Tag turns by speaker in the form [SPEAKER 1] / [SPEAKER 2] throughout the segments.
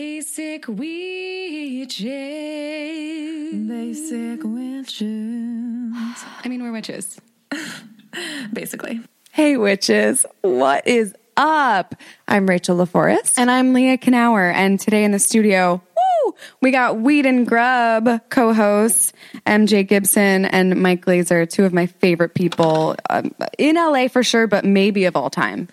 [SPEAKER 1] Basic witches.
[SPEAKER 2] Basic witches.
[SPEAKER 1] I mean, we're witches.
[SPEAKER 2] Basically.
[SPEAKER 3] Hey, witches, what is up? I'm Rachel LaForest.
[SPEAKER 1] And I'm Leah Knauer. And today in the studio, woo, we got Weed and Grub co hosts MJ Gibson and Mike Glazer, two of my favorite people um, in LA for sure, but maybe of all time.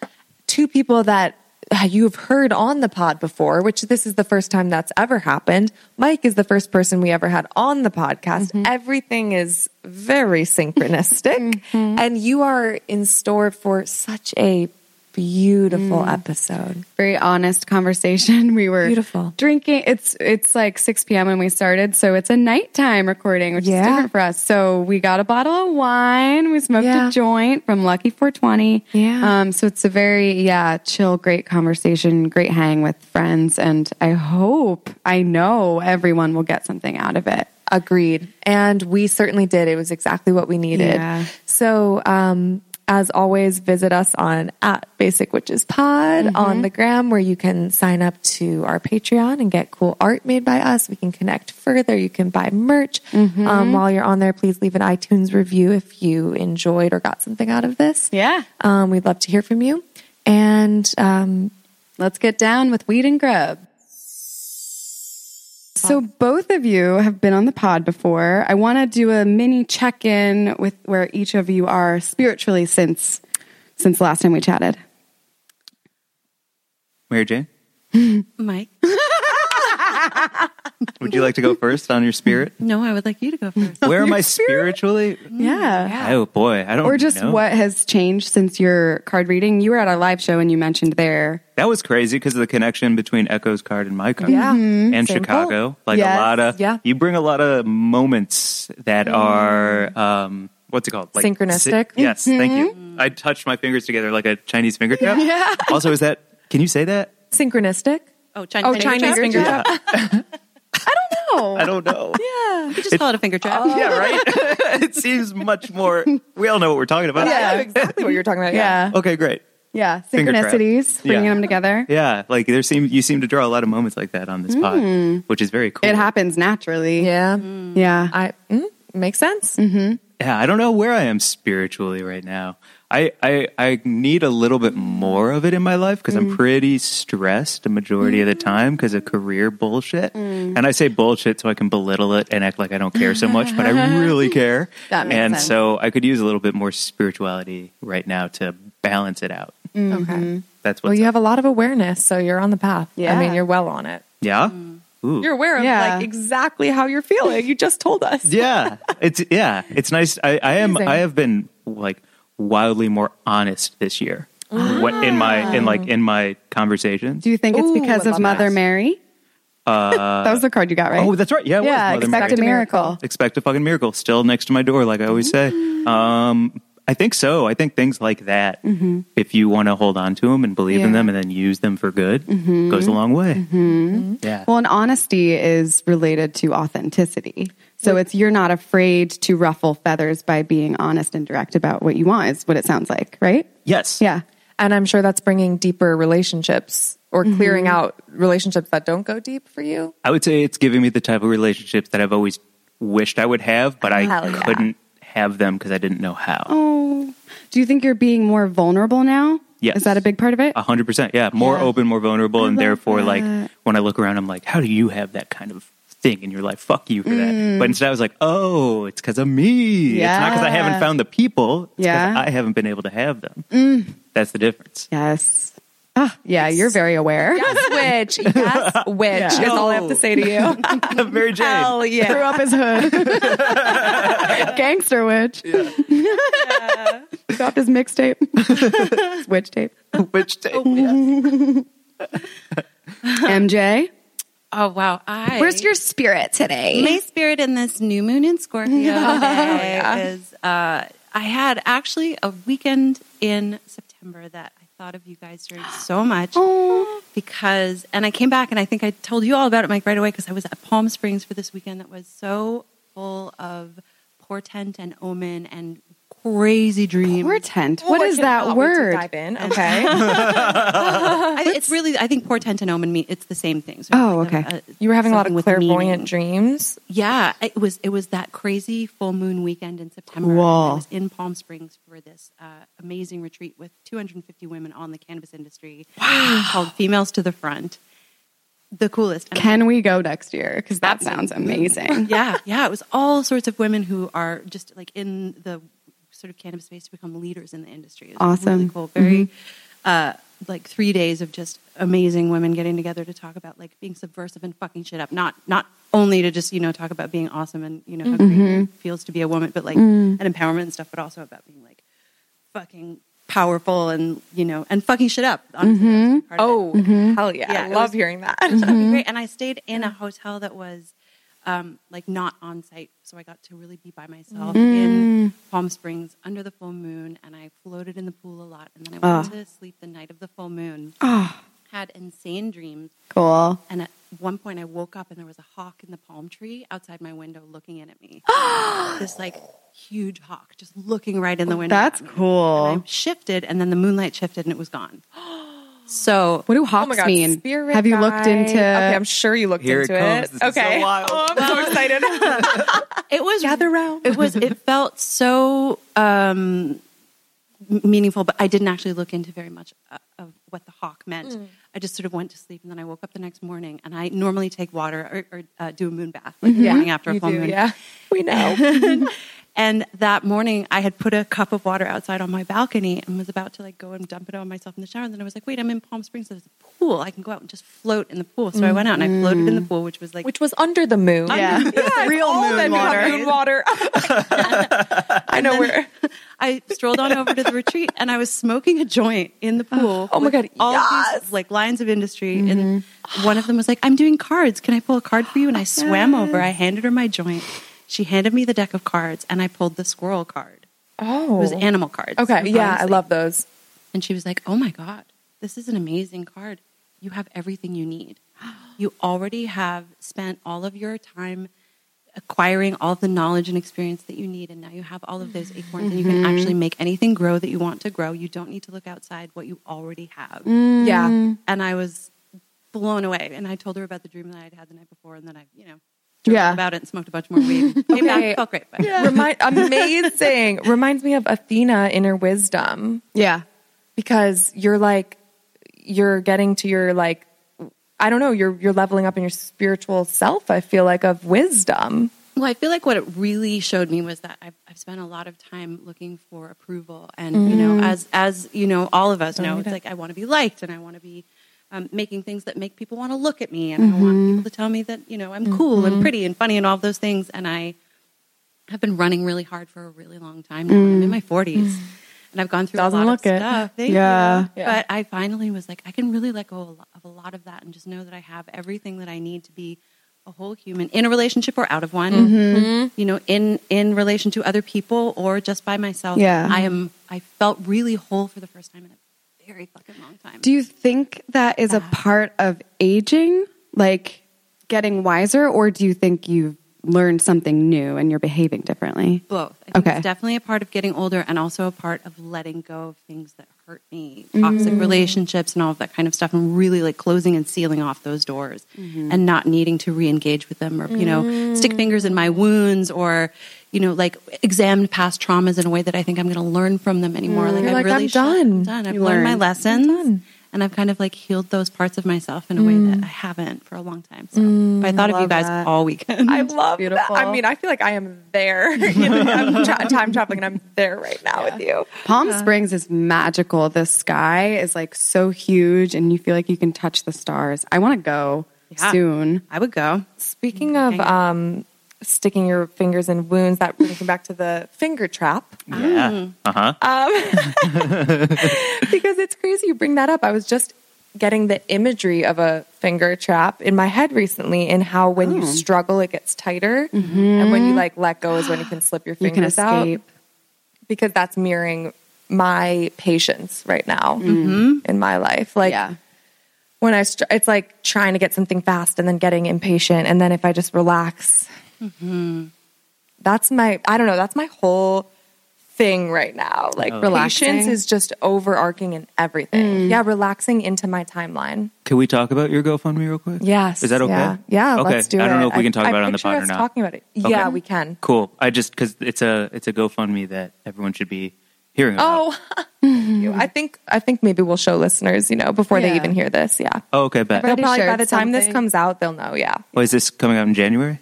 [SPEAKER 3] Two people that uh, you've heard on the pod before, which this is the first time that's ever happened. Mike is the first person we ever had on the podcast. Everything is very synchronistic. And you are in store for such a beautiful episode.
[SPEAKER 1] very honest conversation. We were
[SPEAKER 3] Beautiful.
[SPEAKER 1] drinking. It's it's like 6 p.m. when we started, so it's a nighttime recording, which
[SPEAKER 3] Yeah.
[SPEAKER 1] is different for us. So we got a bottle of wine. We smoked
[SPEAKER 3] Yeah.
[SPEAKER 1] a joint from Lucky 420.
[SPEAKER 3] Yeah.
[SPEAKER 1] Um. So it's a very yeah chill, great conversation, great hang with friends, and I hope I know everyone will get something out of it.
[SPEAKER 3] Agreed. And we certainly did. It was exactly what we needed.
[SPEAKER 1] Yeah.
[SPEAKER 3] So, um, as always, visit us on at Basic Witches Pod on the gram where you can sign up to our Patreon and get cool art made by us. We can connect further. You can buy merch. Um, while you're on there, please leave an iTunes review if you enjoyed or got something out of this.
[SPEAKER 1] Yeah.
[SPEAKER 3] Um, we'd love to hear from you. And um,
[SPEAKER 1] Let's get down with Weed and Grub. So both of you have been on the pod before. I want to do a mini check-in with where each of you are spiritually since since the last time we chatted.
[SPEAKER 4] Mary Jane,
[SPEAKER 2] Mike?
[SPEAKER 4] would you like to go first on your spirit?
[SPEAKER 2] No, I would like you to go first.
[SPEAKER 4] Where am I spiritually?
[SPEAKER 3] Mm,
[SPEAKER 1] Yeah.
[SPEAKER 4] Oh boy, I don't.
[SPEAKER 1] Or just
[SPEAKER 4] know.
[SPEAKER 1] what has changed since your card reading? You were at our live show and you mentioned there.
[SPEAKER 4] That was crazy because of the connection between Echo's card and my card.
[SPEAKER 3] Yeah. Mhm.
[SPEAKER 4] and
[SPEAKER 3] Same
[SPEAKER 4] Chicago. Like
[SPEAKER 1] Yes.
[SPEAKER 4] a lot of
[SPEAKER 3] Yeah.
[SPEAKER 4] You bring a lot of moments that are um, what's it called? Like
[SPEAKER 3] Synchronistic.
[SPEAKER 4] si- yes, thank you. I touched my fingers together like a Chinese finger tap. Yeah. also, is that? Can you say that?
[SPEAKER 3] synchronistic.
[SPEAKER 2] Oh, Chinese,
[SPEAKER 3] Oh,
[SPEAKER 2] finger
[SPEAKER 3] Chinese
[SPEAKER 2] trap?
[SPEAKER 3] finger tap.
[SPEAKER 4] I don't know.
[SPEAKER 2] You could just call it a finger trap.
[SPEAKER 4] yeah, right. it seems much more. We all know what we're talking about.
[SPEAKER 3] I know exactly what you're talking about.
[SPEAKER 1] Yeah.
[SPEAKER 4] Okay, great.
[SPEAKER 1] Yeah.
[SPEAKER 4] Oh, Finger trap.
[SPEAKER 1] Synchronicities, bringing
[SPEAKER 4] Yeah.
[SPEAKER 1] them together.
[SPEAKER 4] Yeah, like there seem you seem to draw a lot of moments like that on this pod, which is very cool.
[SPEAKER 1] It happens naturally.
[SPEAKER 3] Yeah. Mm-hmm.
[SPEAKER 1] Yeah.
[SPEAKER 3] I mm, makes sense.
[SPEAKER 4] Yeah, I don't know where I am spiritually right now. I I, I need a little bit more of it in my life because I'm pretty stressed the majority of the time because of career bullshit. And I say bullshit so I can belittle it and act like I don't care so much, but I really care.
[SPEAKER 1] That makes
[SPEAKER 4] and
[SPEAKER 1] sense.
[SPEAKER 4] so I could use a little bit more spirituality right now to balance it out.
[SPEAKER 3] Okay.
[SPEAKER 4] That's what.
[SPEAKER 3] Well, you have a lot of awareness, so you're on the path. I
[SPEAKER 1] Yeah.
[SPEAKER 3] mean, you're well on it.
[SPEAKER 4] yeah. Ooh.
[SPEAKER 3] You're aware of
[SPEAKER 1] Yeah.
[SPEAKER 3] like exactly how you're feeling. You just told us.
[SPEAKER 4] yeah it's yeah it's nice i, I am
[SPEAKER 3] Amazing.
[SPEAKER 4] i have been like wildly more honest this year what in my in like in my conversations
[SPEAKER 1] Do you think it's
[SPEAKER 3] Ooh,
[SPEAKER 1] because
[SPEAKER 3] I
[SPEAKER 1] of
[SPEAKER 3] love
[SPEAKER 1] Mother
[SPEAKER 3] that.
[SPEAKER 1] Mary? Uh, that was the card you got, right?
[SPEAKER 4] oh that's right yeah it was
[SPEAKER 3] Yeah,
[SPEAKER 4] Mother
[SPEAKER 3] Mary.
[SPEAKER 1] Expect a miracle. Mm.
[SPEAKER 4] expect a fucking miracle still next to my door like i always say um i think so i think things like that
[SPEAKER 1] Mm-hmm.
[SPEAKER 4] if you want to hold on to them and believe in
[SPEAKER 3] Yeah.
[SPEAKER 4] them and then use them for good goes a long way yeah
[SPEAKER 1] Mm-hmm. Well, and honesty is related to authenticity. So it's you're not afraid to ruffle feathers by being honest and direct about what you want, is what it sounds like, right?
[SPEAKER 4] yes
[SPEAKER 1] Yeah.
[SPEAKER 3] And I'm sure that's bringing deeper relationships or clearing out relationships that don't go deep for you.
[SPEAKER 4] I would say it's giving me the type of relationships that I've always wished I would have, but I
[SPEAKER 3] Hell yeah.
[SPEAKER 4] couldn't have them because I didn't know how.
[SPEAKER 1] Oh, do you think you're being more vulnerable now?
[SPEAKER 4] Yes. Uh-huh.
[SPEAKER 1] Is that a big part of it?
[SPEAKER 4] A hundred percent, yeah. More open, more vulnerable, and
[SPEAKER 1] love
[SPEAKER 4] therefore,
[SPEAKER 1] that.
[SPEAKER 4] like when I look around, I'm like, how do you have that kind of thing in your life? Fuck you for that. But instead, I was like, oh, it's because of me. It's not because I
[SPEAKER 1] Yeah.
[SPEAKER 4] haven't found the people. It's 'cause
[SPEAKER 1] Yeah.
[SPEAKER 4] I haven't been able to have them. That's the difference.
[SPEAKER 1] Yes. Ah, yeah, you're very aware.
[SPEAKER 3] Yes, witch. Yes, witch. That's all I have to say to you.
[SPEAKER 4] Mary Jane.
[SPEAKER 3] Hell yeah.
[SPEAKER 1] Threw up his hood. Gangster witch. Dropped his mixtape. His witch tape.
[SPEAKER 4] Which ta-
[SPEAKER 1] MJ,
[SPEAKER 2] Oh, wow. I,
[SPEAKER 1] where's your spirit today?
[SPEAKER 2] My spirit in this new moon in Scorpio today is uh, I had actually a weekend in September that I thought of you guys during so much
[SPEAKER 1] Oh.
[SPEAKER 2] because, and I came back and I think I told you all about it, Mike, right away because I was at Palm Springs for this weekend that was so full of portent and omen and crazy dream.
[SPEAKER 1] Portent.
[SPEAKER 3] Oh,
[SPEAKER 1] what is that word?
[SPEAKER 3] Dive in. Okay.
[SPEAKER 2] I, it's really, I think portent and omen mean it's the same thing. So
[SPEAKER 1] Oh,
[SPEAKER 2] like
[SPEAKER 1] okay.
[SPEAKER 3] you were having a lot
[SPEAKER 2] something
[SPEAKER 3] of
[SPEAKER 2] with
[SPEAKER 3] clairvoyant
[SPEAKER 2] meaning.
[SPEAKER 3] dreams.
[SPEAKER 2] Yeah, it was it was that crazy full moon weekend in September.
[SPEAKER 1] Whoa.
[SPEAKER 2] I was in Palm Springs for this uh, amazing retreat with 250 women on the cannabis industry called Females to the Front. The coolest. And I
[SPEAKER 1] Can we go next year? Because that sounds amazing.
[SPEAKER 2] yeah, yeah. It was all sorts of women who are just like in the sort of cannabis space to become leaders in the industry. It was
[SPEAKER 1] Awesome. Mm-hmm.
[SPEAKER 2] really cool. Very uh, like three days of just amazing women getting together to talk about like being subversive and fucking shit up. Not not only to just you know talk about being awesome and you know how great
[SPEAKER 1] Mm-hmm.
[SPEAKER 2] it feels to be a woman, but like
[SPEAKER 1] Mm.
[SPEAKER 2] and empowerment and stuff, but also about being like fucking powerful and you know and fucking shit up. Honestly, that was
[SPEAKER 1] Mm-hmm.
[SPEAKER 2] part of it.
[SPEAKER 3] Oh, hell yeah.
[SPEAKER 2] Yeah,
[SPEAKER 3] I
[SPEAKER 2] it
[SPEAKER 3] love
[SPEAKER 2] was-
[SPEAKER 3] hearing that.
[SPEAKER 2] It was fucking great. And I stayed in a hotel that was um, like not on site, so I got to really be by myself in
[SPEAKER 1] Mm.
[SPEAKER 2] Palm Springs under the full moon, and I floated in the pool a lot. And then I
[SPEAKER 1] Ah.
[SPEAKER 2] went to sleep the night of the full moon. Had insane dreams,
[SPEAKER 1] Cool.
[SPEAKER 2] and at one point I woke up and there was a hawk in the palm tree outside my window looking in at me. this like huge hawk just looking right in the window.
[SPEAKER 1] Oh, That's
[SPEAKER 2] at me.
[SPEAKER 1] cool.
[SPEAKER 2] And I shifted, and then the moonlight shifted, and it was gone. So
[SPEAKER 1] What do hawks mean?
[SPEAKER 3] Oh spirit
[SPEAKER 1] Have you looked
[SPEAKER 3] guide.
[SPEAKER 1] into?
[SPEAKER 3] Okay, I'm sure you looked
[SPEAKER 4] Here it
[SPEAKER 3] into
[SPEAKER 4] comes.
[SPEAKER 3] it.
[SPEAKER 4] This is so
[SPEAKER 3] okay.
[SPEAKER 4] wild.
[SPEAKER 3] Oh, I'm so excited.
[SPEAKER 2] it was
[SPEAKER 3] Gather round.
[SPEAKER 2] It was. It felt so um, m- meaningful, but I didn't actually look into very much uh, of what the hawk meant.
[SPEAKER 3] Mm.
[SPEAKER 2] I just sort of went to sleep, and then I woke up the next morning. And I normally take water or, or uh, do a moon bath like the morning after a
[SPEAKER 3] Mm-hmm. you
[SPEAKER 2] full
[SPEAKER 3] do,
[SPEAKER 2] moon.
[SPEAKER 3] yeah. We know.
[SPEAKER 2] And that morning, I had put a cup of water outside on my balcony and was about to like go and dump it on myself in the shower. And then I was like, wait, I'm in Palm Springs. There's a pool. I can go out and just float in the pool. So I went out and I floated in
[SPEAKER 3] Mm.
[SPEAKER 2] the pool, which was like
[SPEAKER 3] Which was under the moon.
[SPEAKER 1] yeah, real
[SPEAKER 3] All
[SPEAKER 1] moon
[SPEAKER 3] men become
[SPEAKER 1] water.
[SPEAKER 3] moon water. I know where.
[SPEAKER 2] I strolled on over to the retreat and I was smoking a joint in the pool.
[SPEAKER 3] Oh my
[SPEAKER 2] with
[SPEAKER 3] God,
[SPEAKER 2] All
[SPEAKER 3] yes! Mm-hmm.
[SPEAKER 2] these like lines of industry, and one of them was like, "I'm doing cards. Can I pull a card for you?" And I swam over. I handed her my joint. She handed me the deck of cards, and I pulled the squirrel card.
[SPEAKER 3] Oh.
[SPEAKER 2] It was animal cards.
[SPEAKER 3] Okay. Yeah, I
[SPEAKER 2] obviously.
[SPEAKER 3] love those.
[SPEAKER 2] And she was like, "Oh my god, this is an amazing card. You have everything you need. You already have spent all of your time acquiring all of the knowledge and experience that you need and now you have all of those acorns and you can actually make anything grow that you want to grow. You don't need to look outside what you already have."
[SPEAKER 3] Mm. Yeah.
[SPEAKER 2] And I was blown away and I told her about the dream that I had had the night before and then I, you know, journaled
[SPEAKER 1] Yeah.
[SPEAKER 2] about it and smoked a bunch more weed. Came
[SPEAKER 3] Okay.
[SPEAKER 2] back, felt great. But
[SPEAKER 3] Remind, amazing. Reminds me of Athena in her wisdom
[SPEAKER 1] Yeah,
[SPEAKER 3] because you're like, you're getting to your like, I don't know, you're you're leveling up in your spiritual self. I feel like of wisdom.
[SPEAKER 2] Well, I feel like what it really showed me was that I've, I've spent a lot of time looking for approval, and you
[SPEAKER 3] Mm-hmm.
[SPEAKER 2] know, as as you know, all of us know, it's like I want to be liked, and I want to be um, making things that make people want to look at me, and I
[SPEAKER 3] Mm-hmm.
[SPEAKER 2] want people to tell me that you know I'm cool and pretty and funny and all those things, and I have been running really hard for a really long time now. I'm in my 40s, and I've gone through
[SPEAKER 3] Mm. Doesn't
[SPEAKER 2] a lot
[SPEAKER 3] look
[SPEAKER 2] of
[SPEAKER 3] it.
[SPEAKER 2] stuff. Thank
[SPEAKER 1] Yeah.
[SPEAKER 2] you.
[SPEAKER 3] Yeah.
[SPEAKER 2] but I finally was like, I can really let go a lo- of a lot of that, and just know that I have everything that I need to be a whole human in a relationship or out of one you know in in relation to other people or just by myself
[SPEAKER 1] Yeah.
[SPEAKER 2] i am i felt really whole for the first time in a very fucking long time
[SPEAKER 1] Do you think that is a
[SPEAKER 3] Ah.
[SPEAKER 1] part of aging, like getting wiser, or do you think you've learned something new and you're behaving differently?
[SPEAKER 2] both i think
[SPEAKER 1] Okay.
[SPEAKER 2] it's definitely a part of getting older and also a part of letting go of things that hurt me toxic relationships and all of that kind of stuff and really like closing and sealing off those doors and not needing to re-engage with them or you know stick fingers in my wounds or you know like examine past traumas in a way that i think i'm going to learn from them anymore like,
[SPEAKER 3] You're
[SPEAKER 2] i
[SPEAKER 3] like,
[SPEAKER 2] really
[SPEAKER 3] I'm
[SPEAKER 2] shut-
[SPEAKER 3] done.
[SPEAKER 2] done i've
[SPEAKER 1] You
[SPEAKER 2] learned my
[SPEAKER 1] learned.
[SPEAKER 2] lessons and I've kind of like healed those parts of myself in a way that I haven't for a long time. So but I thought of you
[SPEAKER 1] love
[SPEAKER 2] guys
[SPEAKER 1] that.
[SPEAKER 2] all weekend.
[SPEAKER 3] I love
[SPEAKER 1] Beautiful.
[SPEAKER 3] that. I mean, I feel like I am there. You know, I'm tra- time traveling, and I'm there right now with you.
[SPEAKER 1] Palm
[SPEAKER 3] Uh,
[SPEAKER 1] Springs is magical. The sky is like so huge, and you feel like you can touch the stars. I want to go
[SPEAKER 2] Yeah.
[SPEAKER 1] soon.
[SPEAKER 2] I would go.
[SPEAKER 3] Speaking of um, sticking your fingers in wounds, that brings me back to the finger trap Um,
[SPEAKER 4] Yeah. Uh huh.
[SPEAKER 1] Ah.
[SPEAKER 3] because it's crazy you bring that up. I was just getting the imagery of a finger trap in my head recently, and how when
[SPEAKER 1] Oh.
[SPEAKER 3] you struggle, it gets tighter, and when you like let go is when you can slip your
[SPEAKER 1] Mm-hmm. You can
[SPEAKER 3] fingers
[SPEAKER 1] escape.
[SPEAKER 3] out because that's mirroring my patience right now in my life. Like.
[SPEAKER 1] Mm-hmm. yeah.
[SPEAKER 3] when I, str- it's like trying to get something fast and then getting impatient. And then if I
[SPEAKER 1] Mm-hmm.
[SPEAKER 3] just relax, that's my, I don't know, that's my whole thing right now. Like relaxation
[SPEAKER 1] Oh. Relaxing. Mm.
[SPEAKER 3] is just overarching in everything. Yeah, relaxing into my timeline.
[SPEAKER 4] Can we talk about your GoFundMe real quick?
[SPEAKER 3] Yes.
[SPEAKER 4] Is that okay?
[SPEAKER 3] Yeah, yeah
[SPEAKER 4] okay.
[SPEAKER 3] let's do it.
[SPEAKER 4] I don't know if we can talk about it on the
[SPEAKER 3] picture
[SPEAKER 4] pod or
[SPEAKER 3] us
[SPEAKER 4] not.
[SPEAKER 3] Talking about it.
[SPEAKER 4] Okay.
[SPEAKER 3] Yeah, we can.
[SPEAKER 4] Cool. I just because it's a it's a GoFundMe that everyone should be hearing. About.
[SPEAKER 3] Oh, thank you. I think I think maybe we'll show listeners, you know, before
[SPEAKER 1] Yeah.
[SPEAKER 3] they even hear this. Yeah.
[SPEAKER 4] Oh, okay. Bet.
[SPEAKER 3] They'll
[SPEAKER 1] Already
[SPEAKER 3] probably by
[SPEAKER 1] shared
[SPEAKER 3] the time this
[SPEAKER 1] something.
[SPEAKER 3] comes out, they'll know. Yeah.
[SPEAKER 4] Oh, is this coming out in January?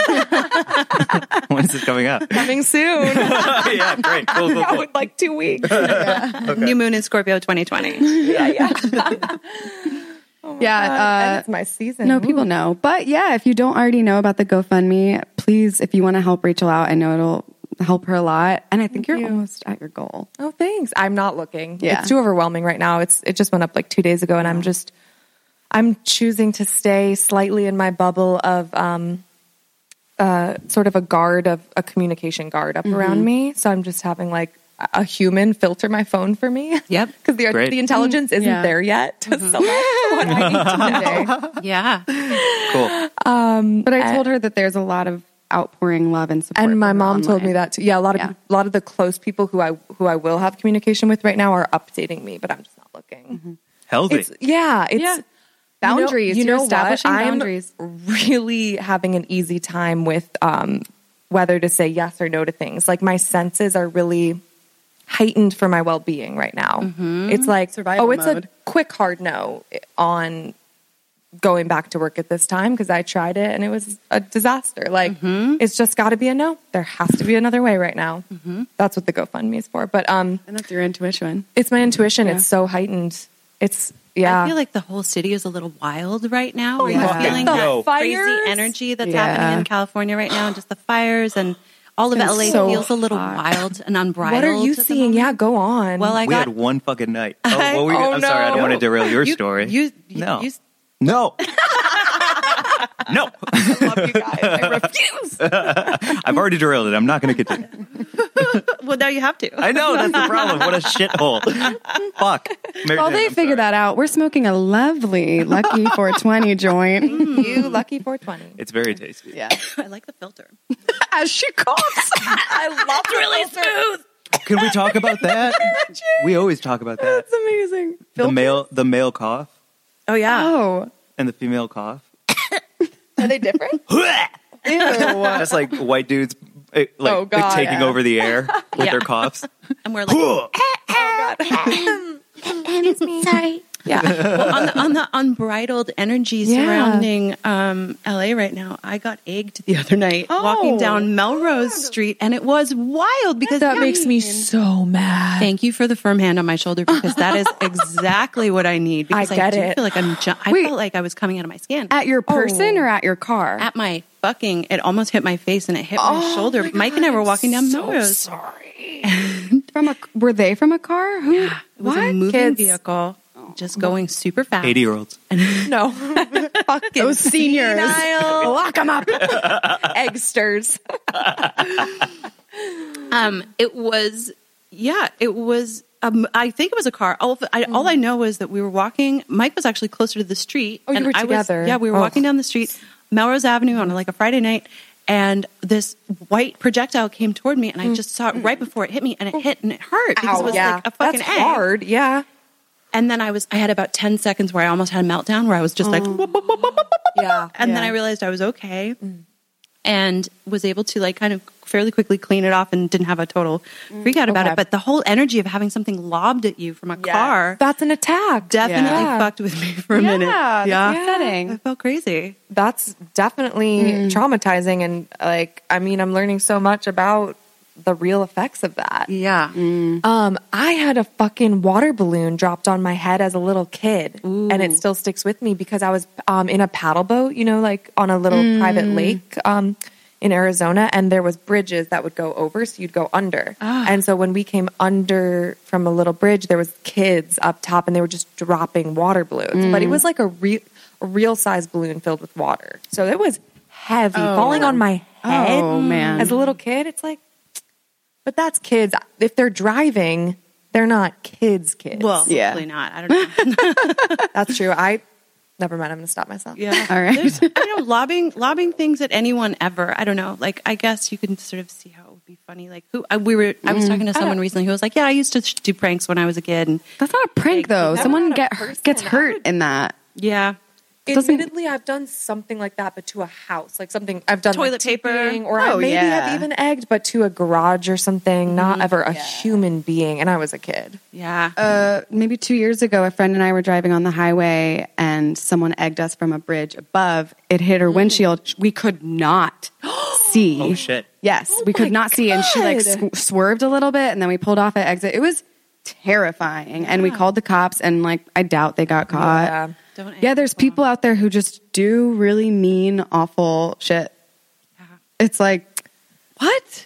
[SPEAKER 4] when is this coming out? Oh,
[SPEAKER 3] Coming soon.
[SPEAKER 4] yeah, great. Cool, cool, cool.
[SPEAKER 3] like two weeks.
[SPEAKER 2] New Moon in Scorpio 2020.
[SPEAKER 3] yeah, yeah. Oh
[SPEAKER 1] yeah. Uh,
[SPEAKER 3] it's my season.
[SPEAKER 1] no, people know. But yeah, if you don't already know about the GoFundMe, please, if you want to help Rachel out, I know it'll help her a lot. And I think you're almost at your goal.
[SPEAKER 3] Oh, thanks. I'm not looking.
[SPEAKER 1] Yeah.
[SPEAKER 3] It's too overwhelming right now. It's it just went up like two days ago, and I'm just I'm choosing to stay slightly in my bubble of um uh sort of a guard of a communication guard up around
[SPEAKER 1] Mm-hmm.
[SPEAKER 3] me. So I'm just having like a- a human filter my phone for me.
[SPEAKER 2] Yep.
[SPEAKER 3] Because the
[SPEAKER 4] Great.
[SPEAKER 3] the intelligence isn't
[SPEAKER 1] Yeah.
[SPEAKER 3] there yet. So that's what I need to know.
[SPEAKER 2] Yeah.
[SPEAKER 4] cool.
[SPEAKER 1] But I told her that there's a lot of outpouring love and support.
[SPEAKER 3] and my
[SPEAKER 1] from her
[SPEAKER 3] mom told
[SPEAKER 1] online.
[SPEAKER 3] me that too. Yeah, a lot of
[SPEAKER 1] Yeah.
[SPEAKER 3] a lot of the close people who I who I will have communication with right now are updating me, but I'm just not looking.
[SPEAKER 1] Mm-hmm.
[SPEAKER 4] Healthy.
[SPEAKER 3] It's yeah, it's
[SPEAKER 1] Yeah. Boundaries. You're establishing boundaries.
[SPEAKER 3] I'm really having an easy time with um, whether to say yes or no to things. Like my senses are really heightened for my well being right now. It's like
[SPEAKER 1] Mm-hmm. Survival
[SPEAKER 3] oh, it's
[SPEAKER 1] mode.
[SPEAKER 3] a quick hard no on going back to work at this time because I tried it and it was a disaster. Like
[SPEAKER 1] Mm-hmm.
[SPEAKER 3] it's just got to be a no. There has to be another way right now.
[SPEAKER 1] Mm-hmm.
[SPEAKER 3] That's what the GoFundMe is for. But um,
[SPEAKER 1] And that's your intuition.
[SPEAKER 3] it's my intuition.
[SPEAKER 1] Yeah.
[SPEAKER 3] It's so heightened. It's yeah.
[SPEAKER 2] I feel like the whole city is a little wild right now. We're
[SPEAKER 4] yeah.
[SPEAKER 2] feeling
[SPEAKER 4] The
[SPEAKER 2] that
[SPEAKER 3] fires.
[SPEAKER 2] crazy energy that's
[SPEAKER 1] Yeah.
[SPEAKER 2] happening in California right now, and just the fires and all of
[SPEAKER 1] It's
[SPEAKER 2] LA
[SPEAKER 1] so
[SPEAKER 2] feels a little
[SPEAKER 1] hot.
[SPEAKER 2] wild and unbridled.
[SPEAKER 3] What are you
[SPEAKER 2] at the
[SPEAKER 3] seeing?
[SPEAKER 2] moment.
[SPEAKER 3] Yeah, go on.
[SPEAKER 2] Well, I
[SPEAKER 4] we
[SPEAKER 2] got
[SPEAKER 4] had one fucking night. Oh, what were you,
[SPEAKER 3] oh,
[SPEAKER 4] I'm sorry. I don't
[SPEAKER 3] no.
[SPEAKER 4] want to derail your
[SPEAKER 2] You-
[SPEAKER 4] story.
[SPEAKER 2] you- you-
[SPEAKER 4] no.
[SPEAKER 2] you-
[SPEAKER 4] no. no.
[SPEAKER 3] love you guys. I refuse.
[SPEAKER 4] I've already derailed it. I'm not going to continue.
[SPEAKER 2] well. Now you have to.
[SPEAKER 4] I know that's the problem. What a shithole. Fuck. Mary
[SPEAKER 1] Well,
[SPEAKER 4] Jane,
[SPEAKER 1] they
[SPEAKER 4] I'm
[SPEAKER 1] figure
[SPEAKER 4] sorry.
[SPEAKER 1] that out. We're smoking a lovely Lucky 420 joint.
[SPEAKER 3] you lucky 420.
[SPEAKER 4] It's very tasty.
[SPEAKER 1] Mm-hmm. Yeah.
[SPEAKER 2] I like the filter.
[SPEAKER 1] As she coughs.
[SPEAKER 3] I love it. Really smooth.
[SPEAKER 4] Can we talk about that? we always talk about that.
[SPEAKER 1] That's amazing.
[SPEAKER 4] The male, the male cough
[SPEAKER 2] Oh yeah.
[SPEAKER 1] Oh.
[SPEAKER 4] and the female cough.
[SPEAKER 3] Are they different?
[SPEAKER 4] That's like white dudes eh, like
[SPEAKER 3] Oh, God,
[SPEAKER 4] taking
[SPEAKER 3] yeah.
[SPEAKER 4] over the air with
[SPEAKER 2] Yeah.
[SPEAKER 4] their coughs.
[SPEAKER 2] And we're like
[SPEAKER 3] Yeah.
[SPEAKER 2] well, on, the, on the unbridled energy
[SPEAKER 1] Yeah.
[SPEAKER 2] surrounding um, LA right now. I got egged the other night walking down Melrose Street, and it was wild because
[SPEAKER 1] That makes me
[SPEAKER 3] so mad.
[SPEAKER 2] Thank you for the firm hand on my shoulder because that is exactly what I need. Because
[SPEAKER 3] get
[SPEAKER 2] do
[SPEAKER 3] it.
[SPEAKER 2] feel like I'm. Ju- I
[SPEAKER 1] Wait.
[SPEAKER 2] felt like I was coming out of my skin
[SPEAKER 1] At your person
[SPEAKER 3] Oh.
[SPEAKER 1] or at your car?
[SPEAKER 2] at my fucking. It almost hit my face and it hit my shoulder. Mike and I were walking down Melrose.
[SPEAKER 3] Sorry.
[SPEAKER 1] from a were they from a car? Who?
[SPEAKER 2] It was a
[SPEAKER 1] what?
[SPEAKER 2] moving
[SPEAKER 3] Kids.
[SPEAKER 2] vehicle, just going super fast.
[SPEAKER 4] 80 year olds.
[SPEAKER 3] No. Fucking
[SPEAKER 1] Those seniors.
[SPEAKER 3] senile. Lock them up. Eggsters.
[SPEAKER 2] Um, it was, yeah, it was. Um, I think it was a car. All, of- I, all I know is that we were walking. Mike was actually closer to the street.
[SPEAKER 3] Oh, you were
[SPEAKER 2] I was-
[SPEAKER 3] together.
[SPEAKER 2] yeah, we were
[SPEAKER 3] Oh.
[SPEAKER 2] walking down the street, Melrose Avenue, on like a Friday night, and this white projectile came toward me, and
[SPEAKER 3] Mm.
[SPEAKER 2] I just saw it right before it hit me, and it hit and it hurt because it was
[SPEAKER 3] Mm-hmm. Oh. yeah.
[SPEAKER 2] like a fucking
[SPEAKER 3] That's
[SPEAKER 2] egg.
[SPEAKER 3] hard. Yeah.
[SPEAKER 2] And then I was, I had about ten seconds where I almost had a meltdown, where I was just like,
[SPEAKER 3] Oh.
[SPEAKER 2] "Whoop, whoop, whoop, whoop, whoop, whoop."
[SPEAKER 3] Yeah.
[SPEAKER 2] and then I realized I was okay
[SPEAKER 1] Mm.
[SPEAKER 2] and was able to like kind of fairly quickly clean it off and didn't have a total
[SPEAKER 1] Mm.
[SPEAKER 2] freak out about
[SPEAKER 3] Okay.
[SPEAKER 2] it. But the whole energy of having something lobbed at you from a car
[SPEAKER 3] That's an attack.
[SPEAKER 2] definitely
[SPEAKER 3] Yeah.
[SPEAKER 2] fucked with me for a
[SPEAKER 1] Yeah,
[SPEAKER 2] minute.
[SPEAKER 1] that's upsetting.
[SPEAKER 2] I felt crazy.
[SPEAKER 3] that's definitely traumatizing and like i mean i'm learning so much about the real effects of that
[SPEAKER 2] Yeah.
[SPEAKER 3] um i had a fucking water balloon dropped on my head as a little kid and it still sticks with me because i was um in a paddle boat you know like on a little private
[SPEAKER 1] Mm.
[SPEAKER 3] lake um in arizona and there was bridges that would go over so you'd go under
[SPEAKER 1] Ah.
[SPEAKER 3] and so when we came under from a little bridge there was kids up top and they were just dropping water balloons but
[SPEAKER 1] Mm.
[SPEAKER 3] it was like a real a real size balloon filled with water so it was heavy falling on my head
[SPEAKER 1] Oh, man.
[SPEAKER 3] as a little kid it's like but that's kids. If they're driving, they're not kids. Kids.
[SPEAKER 2] Well,
[SPEAKER 1] Yeah.
[SPEAKER 2] hopefully not. I don't know.
[SPEAKER 3] that's true. I never mind. I'm gonna stop myself.
[SPEAKER 2] yeah.
[SPEAKER 1] All right.
[SPEAKER 2] There's, you know, lobbing, lobbing things at anyone ever. I don't know. Like, I guess you can sort of see how it would be really funny. Like who I, we were, I
[SPEAKER 1] Mm.
[SPEAKER 2] was talking to someone recently who was like, "Yeah, I used to sh- do pranks when I was a kid." And
[SPEAKER 1] That's not a prank though.
[SPEAKER 3] that's
[SPEAKER 1] Someone
[SPEAKER 3] not a
[SPEAKER 1] get
[SPEAKER 3] person.
[SPEAKER 1] gets
[SPEAKER 3] I
[SPEAKER 1] hurt
[SPEAKER 3] would-
[SPEAKER 1] in that.
[SPEAKER 2] yeah,
[SPEAKER 1] Doesn't-
[SPEAKER 3] Admittedly, I've done something like that, but to a house, like something I've done
[SPEAKER 2] Toilet
[SPEAKER 3] like,
[SPEAKER 2] paper.
[SPEAKER 3] tipping, or I
[SPEAKER 1] Oh,
[SPEAKER 3] maybe
[SPEAKER 1] yeah.
[SPEAKER 3] have even egged, but to a garage or something,
[SPEAKER 2] Mm-hmm.
[SPEAKER 3] not ever a human being. And I was a kid.
[SPEAKER 2] yeah,
[SPEAKER 1] Uh, maybe two years ago, a friend and I were driving on the highway, and someone egged us from a bridge above. It hit her windshield. We could not see.
[SPEAKER 4] Oh shit.
[SPEAKER 1] Yes, we could
[SPEAKER 3] my
[SPEAKER 1] not see, and she like
[SPEAKER 3] God.
[SPEAKER 1] sw- swerved a little bit, and then we pulled off at exit. It was terrifying, and we called the cops, and like I doubt they got caught.
[SPEAKER 3] Yeah.
[SPEAKER 1] Yeah,
[SPEAKER 2] Don't egg
[SPEAKER 1] there's
[SPEAKER 2] people
[SPEAKER 1] people out there who just do really mean, awful shit. It's like
[SPEAKER 2] What?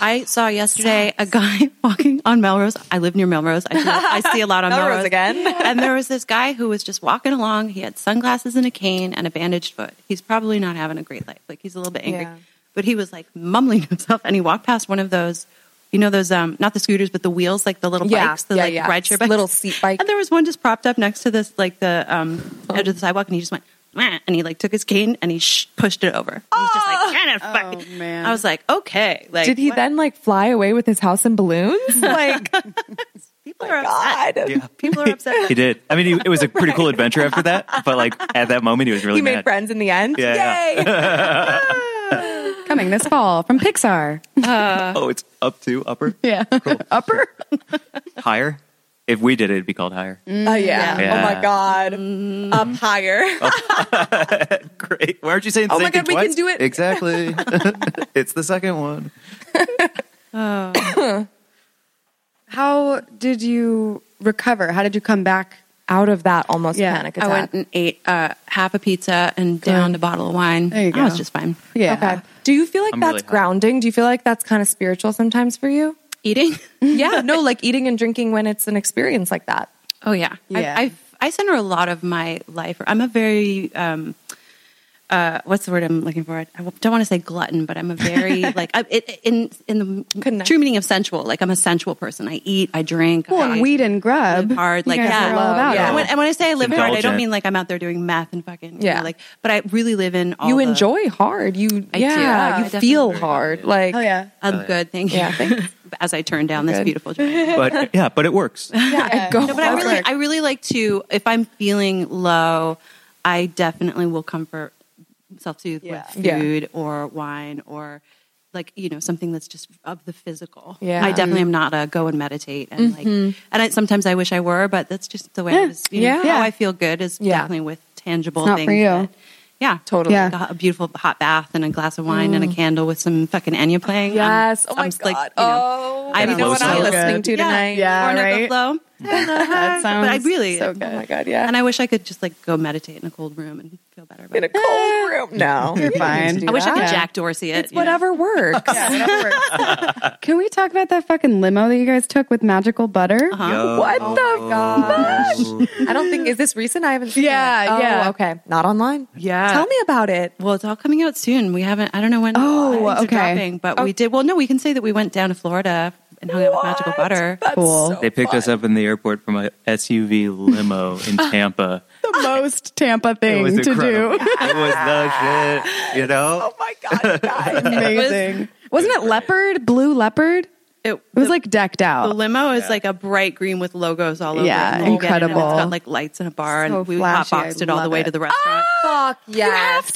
[SPEAKER 2] I saw yesterday a guy walking on Melrose. I live near Melrose. I see, I see a lot on
[SPEAKER 3] Melrose
[SPEAKER 2] Melrose,
[SPEAKER 3] again.
[SPEAKER 2] and there was this guy who was just walking along. He had sunglasses and a cane and a bandaged foot. He's probably not having a great life. Like he's a little bit angry,
[SPEAKER 3] Yeah.
[SPEAKER 2] but he was like mumbling to himself. And he walked past one of those, you know, those um not the scooters, but the wheels, like the little
[SPEAKER 3] Yeah,
[SPEAKER 2] bikes, the
[SPEAKER 3] yeah,
[SPEAKER 2] like
[SPEAKER 3] yeah.
[SPEAKER 2] rideshare bikes,
[SPEAKER 3] Little seat bike. Oh.
[SPEAKER 2] And there was one just propped up next to this, like the um edge of the sidewalk, and he just went. "Meh," And he like took his cane and he sh- pushed it over. He was just like, "Get it, fuck
[SPEAKER 1] Oh,
[SPEAKER 2] it."
[SPEAKER 1] man.
[SPEAKER 2] I was like, okay. Like,
[SPEAKER 3] Did he
[SPEAKER 2] what-
[SPEAKER 3] then like fly away with his house in balloons? like,
[SPEAKER 2] People are upset.
[SPEAKER 4] Yeah.
[SPEAKER 2] People are upset.
[SPEAKER 4] He did. I mean, he, it was a pretty cool adventure after that, but like at that moment, he was really
[SPEAKER 3] he made
[SPEAKER 4] mad.
[SPEAKER 3] friends in the end.
[SPEAKER 4] Yeah, yeah.
[SPEAKER 3] Yay!
[SPEAKER 1] coming this fall from Pixar.
[SPEAKER 4] Oh, it's up to upper,
[SPEAKER 1] Yeah, upper.
[SPEAKER 4] higher. If we did it, it'd be called higher.
[SPEAKER 3] Oh yeah.
[SPEAKER 2] Mm-hmm.
[SPEAKER 4] Yeah.
[SPEAKER 3] Oh my god. Up higher.
[SPEAKER 4] Great. Why aren't you saying?
[SPEAKER 3] Oh my
[SPEAKER 4] thank you
[SPEAKER 3] God, we can
[SPEAKER 4] twice?
[SPEAKER 3] do it.
[SPEAKER 4] Exactly. it's the second one.
[SPEAKER 1] How did you recover? How did you come back?
[SPEAKER 3] Out of that almost
[SPEAKER 1] Yeah.
[SPEAKER 3] panic
[SPEAKER 2] I
[SPEAKER 3] attack.
[SPEAKER 2] went and ate uh, half a pizza and down a bottle of wine.
[SPEAKER 1] There you
[SPEAKER 2] I
[SPEAKER 1] go.
[SPEAKER 2] was just fine.
[SPEAKER 1] Yeah.
[SPEAKER 3] Okay. Do you feel like
[SPEAKER 4] I'm
[SPEAKER 3] that's
[SPEAKER 4] really hot.
[SPEAKER 3] grounding? Do you feel like that's kind of spiritual sometimes for you?
[SPEAKER 2] Eating?
[SPEAKER 3] yeah, no, like eating and drinking when it's an experience like that.
[SPEAKER 2] Oh, yeah.
[SPEAKER 1] Yeah.
[SPEAKER 2] I, I've, I center a lot of my life. I'm a very, um, uh, what's the word I'm looking for? I don't want to say glutton, but I'm a very, like, I, it, in, in the
[SPEAKER 3] Couldn't I-
[SPEAKER 2] true meaning of sensual, like, I'm a sensual person. I eat, I drink.
[SPEAKER 1] Well,
[SPEAKER 2] I
[SPEAKER 1] and weed and grub.
[SPEAKER 2] live hard. Like,
[SPEAKER 1] you guys
[SPEAKER 2] yeah,
[SPEAKER 1] are all about
[SPEAKER 2] yeah.
[SPEAKER 1] it.
[SPEAKER 2] And, when, and when I say I live hard, I don't
[SPEAKER 4] Indulgent.
[SPEAKER 2] mean like I'm out there doing math and fucking, yeah.
[SPEAKER 3] Yeah.
[SPEAKER 2] like, but I really live in all
[SPEAKER 3] you
[SPEAKER 2] the-
[SPEAKER 3] enjoy hard. You
[SPEAKER 2] I do.
[SPEAKER 3] yeah,
[SPEAKER 2] I
[SPEAKER 3] you
[SPEAKER 2] definitely
[SPEAKER 3] feel
[SPEAKER 2] do.
[SPEAKER 3] hard. Like
[SPEAKER 1] Oh yeah.
[SPEAKER 2] I'm good, thank you.
[SPEAKER 3] Yeah, thanks.
[SPEAKER 2] As I turn down this
[SPEAKER 3] Good.
[SPEAKER 2] beautiful journey.
[SPEAKER 4] But yeah, but it works.
[SPEAKER 3] yeah, I go.
[SPEAKER 2] No, but I
[SPEAKER 3] hard.
[SPEAKER 2] really, I really like to. If I'm feeling low, I definitely will comfort self soothe
[SPEAKER 1] Yeah.
[SPEAKER 2] with
[SPEAKER 3] Yeah.
[SPEAKER 2] food or wine or like you know something that's just of the physical.
[SPEAKER 3] Yeah. Mm-hmm.
[SPEAKER 2] I definitely am not a go and meditate and like. And I, sometimes I wish I were, but that's just the way. I was, you know,
[SPEAKER 3] Yeah.
[SPEAKER 2] how I feel good is
[SPEAKER 3] Yeah.
[SPEAKER 2] definitely with tangible
[SPEAKER 1] It's not for
[SPEAKER 2] things.
[SPEAKER 1] you.
[SPEAKER 2] that- yeah,
[SPEAKER 3] Totally. Mm.
[SPEAKER 1] Yeah.
[SPEAKER 2] Like a, a beautiful hot bath and a glass of wine and a candle with some fucking Enya playing. I'm-
[SPEAKER 3] yes. oh my
[SPEAKER 2] I'm
[SPEAKER 3] god.
[SPEAKER 2] just like, you know,
[SPEAKER 3] oh,
[SPEAKER 2] I'm
[SPEAKER 3] you know what
[SPEAKER 4] so
[SPEAKER 3] I'm
[SPEAKER 4] good.
[SPEAKER 3] listening to tonight.
[SPEAKER 1] Yeah.
[SPEAKER 2] or
[SPEAKER 1] right?
[SPEAKER 2] Flow.
[SPEAKER 1] That sounds.
[SPEAKER 2] but I really,
[SPEAKER 1] so
[SPEAKER 3] Oh my
[SPEAKER 1] good.
[SPEAKER 3] god. Yeah.
[SPEAKER 2] and I wish I could just like go meditate in a cold room and feel better. About
[SPEAKER 3] in a
[SPEAKER 2] it.
[SPEAKER 3] cold room. No, you're
[SPEAKER 1] fine.
[SPEAKER 2] I wish I could
[SPEAKER 1] Yeah.
[SPEAKER 2] Jack Dorsey it.
[SPEAKER 3] It's whatever works.
[SPEAKER 1] Can we talk about that fucking limo that you guys took with magical butter? Oh,
[SPEAKER 4] Yo.
[SPEAKER 3] What the gosh? I don't think is this recent. I haven't. Seen
[SPEAKER 1] Yeah,
[SPEAKER 3] it. Oh,
[SPEAKER 1] yeah.
[SPEAKER 3] Okay, not online.
[SPEAKER 2] Yeah.
[SPEAKER 3] Tell me about it.
[SPEAKER 2] Well, it's all coming out soon. We haven't. I don't know when.
[SPEAKER 1] Oh,
[SPEAKER 2] it's
[SPEAKER 1] okay. Oh.
[SPEAKER 2] Dropping, but we did. Well, no, we can say that we went down to Florida and hung out with Magical Butter.
[SPEAKER 1] Cool.
[SPEAKER 4] They picked us up in the airport from a SUV limo in Tampa.
[SPEAKER 1] The most Tampa
[SPEAKER 4] It was
[SPEAKER 1] thing to
[SPEAKER 4] incredible.
[SPEAKER 1] do.
[SPEAKER 4] It was the shit. You know,
[SPEAKER 3] Oh my god, guys.
[SPEAKER 1] Amazing. Wasn't it leopard? Blue leopard?
[SPEAKER 2] It,
[SPEAKER 1] It was like decked
[SPEAKER 2] the
[SPEAKER 1] out.
[SPEAKER 2] limo is like a bright green with logos all over.
[SPEAKER 1] Yeah,
[SPEAKER 2] it, and you get in and
[SPEAKER 1] incredible.
[SPEAKER 2] It's got like lights and a bar,
[SPEAKER 1] So
[SPEAKER 2] and we hot
[SPEAKER 1] flashy. I
[SPEAKER 2] boxed it all the
[SPEAKER 1] love
[SPEAKER 2] way
[SPEAKER 1] it.
[SPEAKER 2] to the restaurant.
[SPEAKER 3] Fuck yes.
[SPEAKER 1] You have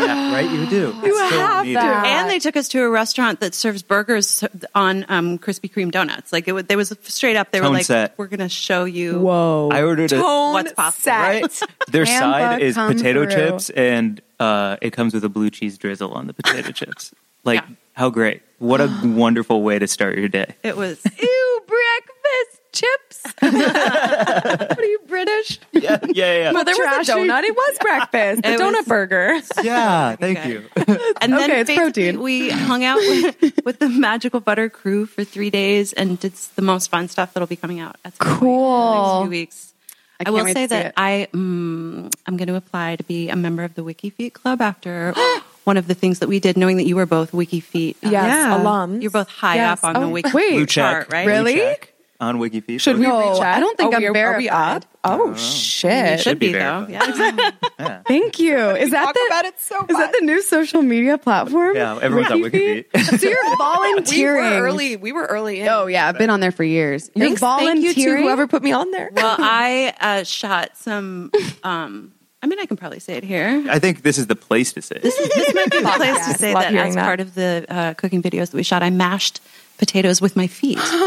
[SPEAKER 1] to.
[SPEAKER 4] Yeah, right? You do.
[SPEAKER 3] You
[SPEAKER 4] It's so
[SPEAKER 3] have
[SPEAKER 4] needed.
[SPEAKER 3] that.
[SPEAKER 1] Uh,
[SPEAKER 2] And they took us to a restaurant that serves burgers on um, Krispy Kreme donuts. Like it was, they was straight up. They were
[SPEAKER 4] Tone
[SPEAKER 2] like,
[SPEAKER 4] set.
[SPEAKER 2] "We're gonna show you
[SPEAKER 1] Whoa.
[SPEAKER 4] I ordered a
[SPEAKER 2] what's possible."
[SPEAKER 4] right. Their
[SPEAKER 1] Tampa,
[SPEAKER 4] side is
[SPEAKER 1] come
[SPEAKER 4] potato
[SPEAKER 1] through.
[SPEAKER 4] chips, and uh, it comes with a blue cheese drizzle on the potato chips. Like,
[SPEAKER 2] Yeah.
[SPEAKER 4] how great! What a wonderful way to start your day.
[SPEAKER 2] It was
[SPEAKER 1] Ew, breakfast chips. what are you, British?
[SPEAKER 4] Yeah, yeah, yeah.
[SPEAKER 3] Well, there was a
[SPEAKER 1] Trashy.
[SPEAKER 3] donut. It was breakfast. The
[SPEAKER 2] It
[SPEAKER 3] donut
[SPEAKER 2] was-
[SPEAKER 3] burger.
[SPEAKER 4] yeah thank
[SPEAKER 2] Okay.
[SPEAKER 4] you.
[SPEAKER 2] and then
[SPEAKER 1] Okay, it's
[SPEAKER 2] basically
[SPEAKER 1] protein.
[SPEAKER 2] we hung out with, with the magical butter crew for three days and did s- the most fun stuff that'll be coming out at some point
[SPEAKER 1] Cool.
[SPEAKER 2] in the next few weeks
[SPEAKER 1] I
[SPEAKER 2] i,
[SPEAKER 1] can't
[SPEAKER 2] will
[SPEAKER 1] wait
[SPEAKER 2] say
[SPEAKER 1] to see
[SPEAKER 2] that
[SPEAKER 1] it.
[SPEAKER 2] i mm, i'm going to apply to be a member of the wiki feet club after one of the things that we did knowing that you were both wiki feet
[SPEAKER 3] Yes, Yeah. alums.
[SPEAKER 2] you're both high
[SPEAKER 3] Yes.
[SPEAKER 2] up on the
[SPEAKER 3] Oh,
[SPEAKER 2] wiki
[SPEAKER 1] wait.
[SPEAKER 4] Blue
[SPEAKER 2] chart
[SPEAKER 4] check.
[SPEAKER 2] right
[SPEAKER 4] Blue
[SPEAKER 1] Really?
[SPEAKER 4] check. on Wikifeed?
[SPEAKER 3] Should we
[SPEAKER 1] No,
[SPEAKER 3] reach out?
[SPEAKER 1] I don't think
[SPEAKER 3] Oh,
[SPEAKER 1] I'm
[SPEAKER 3] we are, are we
[SPEAKER 1] verified.
[SPEAKER 3] up? Oh
[SPEAKER 2] You
[SPEAKER 3] shit!
[SPEAKER 2] should
[SPEAKER 4] be
[SPEAKER 2] be though.
[SPEAKER 4] verified.
[SPEAKER 2] Yeah.
[SPEAKER 4] Yeah.
[SPEAKER 1] Thank you. Is that
[SPEAKER 3] talk
[SPEAKER 1] the,
[SPEAKER 3] about it so
[SPEAKER 1] Is that the new social media platform?
[SPEAKER 4] Yeah, everyone's on Wikifeed.
[SPEAKER 1] so you're
[SPEAKER 3] We were
[SPEAKER 1] volunteering.
[SPEAKER 3] early. We were early in.
[SPEAKER 1] Oh yeah, I've been on there for years. You're
[SPEAKER 3] Thanks, thank you to whoever put me on there.
[SPEAKER 2] well, I uh, shot some. Um, I mean, I can probably say it here.
[SPEAKER 4] I think this is the place to say. This
[SPEAKER 2] this might be the place to
[SPEAKER 3] Podcast.
[SPEAKER 2] say
[SPEAKER 3] Love
[SPEAKER 2] that
[SPEAKER 3] hearing
[SPEAKER 2] as
[SPEAKER 3] that.
[SPEAKER 2] part of the uh, cooking videos that we shot, I mashed potatoes with my feet.
[SPEAKER 3] That's-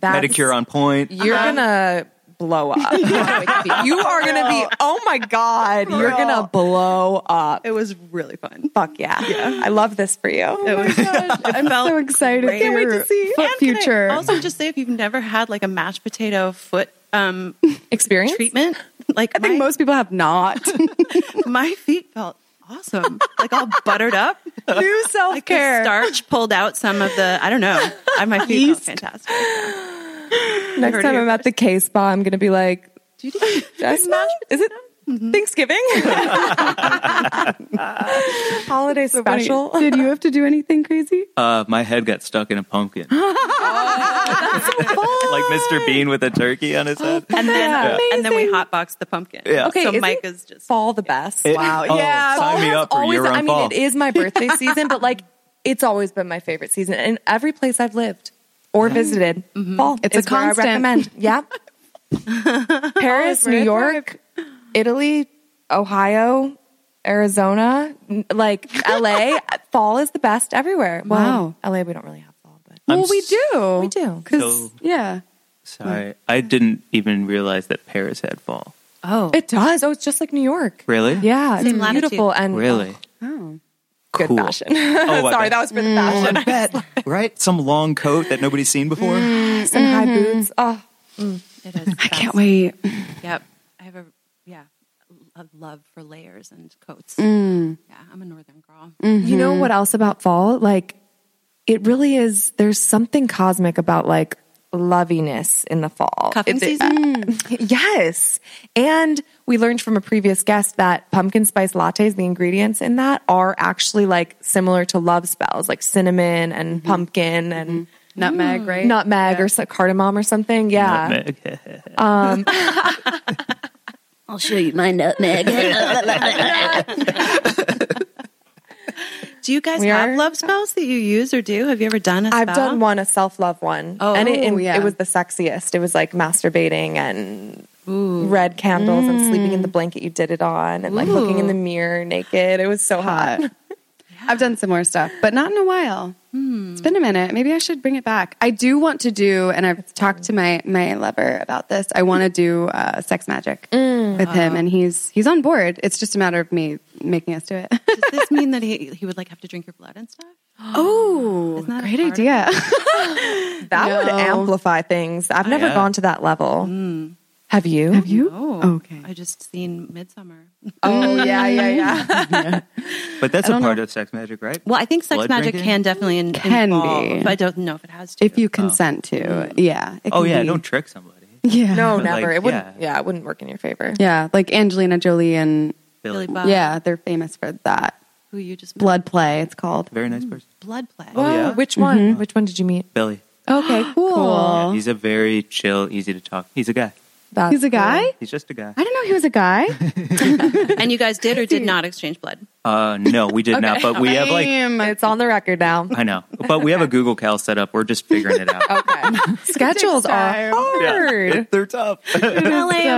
[SPEAKER 4] pedicure on point.
[SPEAKER 3] You're
[SPEAKER 1] Uh-huh.
[SPEAKER 3] gonna blow up. on Wikipedia. you are gonna be. Oh my god! You're gonna blow up.
[SPEAKER 2] it was really fun.
[SPEAKER 3] Fuck yeah! I love this for you.
[SPEAKER 2] It was,
[SPEAKER 1] Oh I'm so excited.
[SPEAKER 2] great. Can't wait
[SPEAKER 1] for
[SPEAKER 2] to
[SPEAKER 1] your
[SPEAKER 3] see.
[SPEAKER 1] Foot
[SPEAKER 2] And can I
[SPEAKER 1] future.
[SPEAKER 2] also, just say if you've never had like a mashed potato foot um,
[SPEAKER 3] Experience.
[SPEAKER 2] treatment, like
[SPEAKER 1] I think
[SPEAKER 2] my,
[SPEAKER 1] most people have not.
[SPEAKER 2] my feet felt awesome, like all buttered up.
[SPEAKER 1] New self
[SPEAKER 2] Like the
[SPEAKER 1] care.
[SPEAKER 2] starch pulled out some of the. I don't know. I- My feet felt fantastic.
[SPEAKER 3] Next
[SPEAKER 2] Heard
[SPEAKER 3] time
[SPEAKER 2] it.
[SPEAKER 3] I'm at the K spa, I'm gonna be like, "Do you do Is it Thanksgiving? Holiday special?
[SPEAKER 1] Did you have to do anything crazy?
[SPEAKER 4] Uh, my head got stuck in a pumpkin. like Mr. Bean with a turkey on his head.
[SPEAKER 2] And then,
[SPEAKER 3] That's
[SPEAKER 2] and then we hotboxed the pumpkin.
[SPEAKER 4] Yeah.
[SPEAKER 3] Okay,
[SPEAKER 2] so
[SPEAKER 3] isn't
[SPEAKER 2] Mike is just
[SPEAKER 3] Fall the best.
[SPEAKER 4] It- oh,
[SPEAKER 3] fall
[SPEAKER 4] sign me
[SPEAKER 3] has
[SPEAKER 4] up for
[SPEAKER 3] always-
[SPEAKER 4] year
[SPEAKER 3] I mean,
[SPEAKER 4] on fall.
[SPEAKER 3] it is my birthday season, but like, it's always been my favorite season. And every place I've lived or visited,
[SPEAKER 4] Mm-hmm.
[SPEAKER 3] fall.
[SPEAKER 1] It's a
[SPEAKER 3] is where I
[SPEAKER 1] constant.
[SPEAKER 3] recommend. Yeah. Paris, New York, Italy, Ohio, Arizona, n- like LA. fall is the best everywhere. Well, LA, we don't really have fall, but
[SPEAKER 4] I'm
[SPEAKER 1] well, we do.
[SPEAKER 3] we do.
[SPEAKER 1] 'Cause-
[SPEAKER 4] So-
[SPEAKER 1] yeah.
[SPEAKER 4] Sorry, I didn't even realize that Paris had fall.
[SPEAKER 2] oh,
[SPEAKER 3] It does. Oh, it's just like New York.
[SPEAKER 4] Really?
[SPEAKER 3] Yeah, it's
[SPEAKER 2] Same latitude.
[SPEAKER 3] beautiful and
[SPEAKER 4] Really?
[SPEAKER 1] Oh.
[SPEAKER 3] good
[SPEAKER 4] Cool.
[SPEAKER 3] fashion.
[SPEAKER 4] Oh, I
[SPEAKER 3] Sorry,
[SPEAKER 4] bet.
[SPEAKER 3] that was for the fashion.
[SPEAKER 4] I bet. Right? Some long coat that nobody's seen before. Mm-hmm.
[SPEAKER 3] Some high boots. Oh,
[SPEAKER 2] it is.
[SPEAKER 1] I can't wait.
[SPEAKER 2] Yep. I have a yeah a love for layers and coats.
[SPEAKER 1] Mm.
[SPEAKER 2] Yeah, I'm a northern girl.
[SPEAKER 3] you
[SPEAKER 1] Mm-hmm.
[SPEAKER 3] know what else about fall? Like, it really is. There's something cosmic about like loviness in the fall.
[SPEAKER 2] Cuffing
[SPEAKER 3] It's-
[SPEAKER 2] season?
[SPEAKER 3] uh, yes, and we learned from a previous guest that pumpkin spice lattes, the ingredients in that, are actually like similar to love spells, like cinnamon and pumpkin and.
[SPEAKER 1] Mm-hmm.
[SPEAKER 3] Mm.
[SPEAKER 1] Nutmeg, right?
[SPEAKER 3] Nutmeg or so, cardamom or something, yeah.
[SPEAKER 4] Nutmeg.
[SPEAKER 5] I'll show you my nutmeg.
[SPEAKER 2] Do you guys
[SPEAKER 3] We
[SPEAKER 2] have
[SPEAKER 3] are-
[SPEAKER 2] love spells that you use or do? Have you ever done a spell?
[SPEAKER 3] I've done one, a self love one.
[SPEAKER 2] Oh,
[SPEAKER 3] and it, and
[SPEAKER 1] yeah.
[SPEAKER 3] it was the sexiest. It was like masturbating and red candles and sleeping in the blanket you did it on and like looking in the mirror naked. It was so hot.
[SPEAKER 1] I've done some more stuff, but not in a while. It's been a minute. Maybe I should bring it back. I do want to do, and I've talked to my my lover about this. I want to do uh, sex magic with him, and he's he's on board. It's just a matter of me making us do it.
[SPEAKER 2] Does this mean that he he would like have to drink your blood and stuff?
[SPEAKER 1] Oh,
[SPEAKER 2] Isn't that a
[SPEAKER 1] great
[SPEAKER 2] part of
[SPEAKER 1] idea!
[SPEAKER 3] That would
[SPEAKER 1] No.
[SPEAKER 3] amplify things. I've never
[SPEAKER 4] yeah.
[SPEAKER 3] gone to that level. Have you? Have
[SPEAKER 1] you?
[SPEAKER 2] Oh,
[SPEAKER 1] okay.
[SPEAKER 2] I just seen Midsummer.
[SPEAKER 3] Oh, yeah, yeah,
[SPEAKER 1] Mm.
[SPEAKER 3] yeah.
[SPEAKER 4] But that's a part of sex magic, right?
[SPEAKER 2] Well, I think sex
[SPEAKER 4] Blood
[SPEAKER 2] magic
[SPEAKER 4] drinking?
[SPEAKER 2] can definitely in,
[SPEAKER 1] Can
[SPEAKER 2] involve.
[SPEAKER 1] be.
[SPEAKER 2] I don't know if it has to.
[SPEAKER 1] if you consent to, yeah. it
[SPEAKER 4] Oh,
[SPEAKER 1] can
[SPEAKER 4] yeah,
[SPEAKER 1] be-
[SPEAKER 4] don't trick somebody.
[SPEAKER 1] yeah,
[SPEAKER 3] No,
[SPEAKER 4] But, like,
[SPEAKER 3] never. it wouldn't.
[SPEAKER 4] yeah.
[SPEAKER 3] Yeah. it wouldn't work in your favor.
[SPEAKER 1] yeah. Like Angelina Jolie and
[SPEAKER 4] Billy.
[SPEAKER 2] Billy Bob,
[SPEAKER 1] yeah, they're famous for that
[SPEAKER 2] who you just
[SPEAKER 1] blood play. It's called.
[SPEAKER 4] Very nice person.
[SPEAKER 2] blood play.
[SPEAKER 3] Whoa,
[SPEAKER 4] Oh, yeah?
[SPEAKER 3] which one? Which one did you meet?
[SPEAKER 4] Billy.
[SPEAKER 1] Okay, cool.
[SPEAKER 4] Yeah, he's a very chill, easy to talk. He's a guy.
[SPEAKER 3] That's
[SPEAKER 1] He's a guy.
[SPEAKER 4] He's just a guy.
[SPEAKER 1] I didn't know he was a guy.
[SPEAKER 2] and you guys did or did not exchange blood?
[SPEAKER 4] Uh, no, we did not. But we have like
[SPEAKER 3] cool. It's on the record now.
[SPEAKER 4] I know, but we have a Google Cal set up. We're just figuring it out.
[SPEAKER 3] Okay. Schedules are
[SPEAKER 1] time.
[SPEAKER 3] hard.
[SPEAKER 4] They're tough.
[SPEAKER 2] LA, am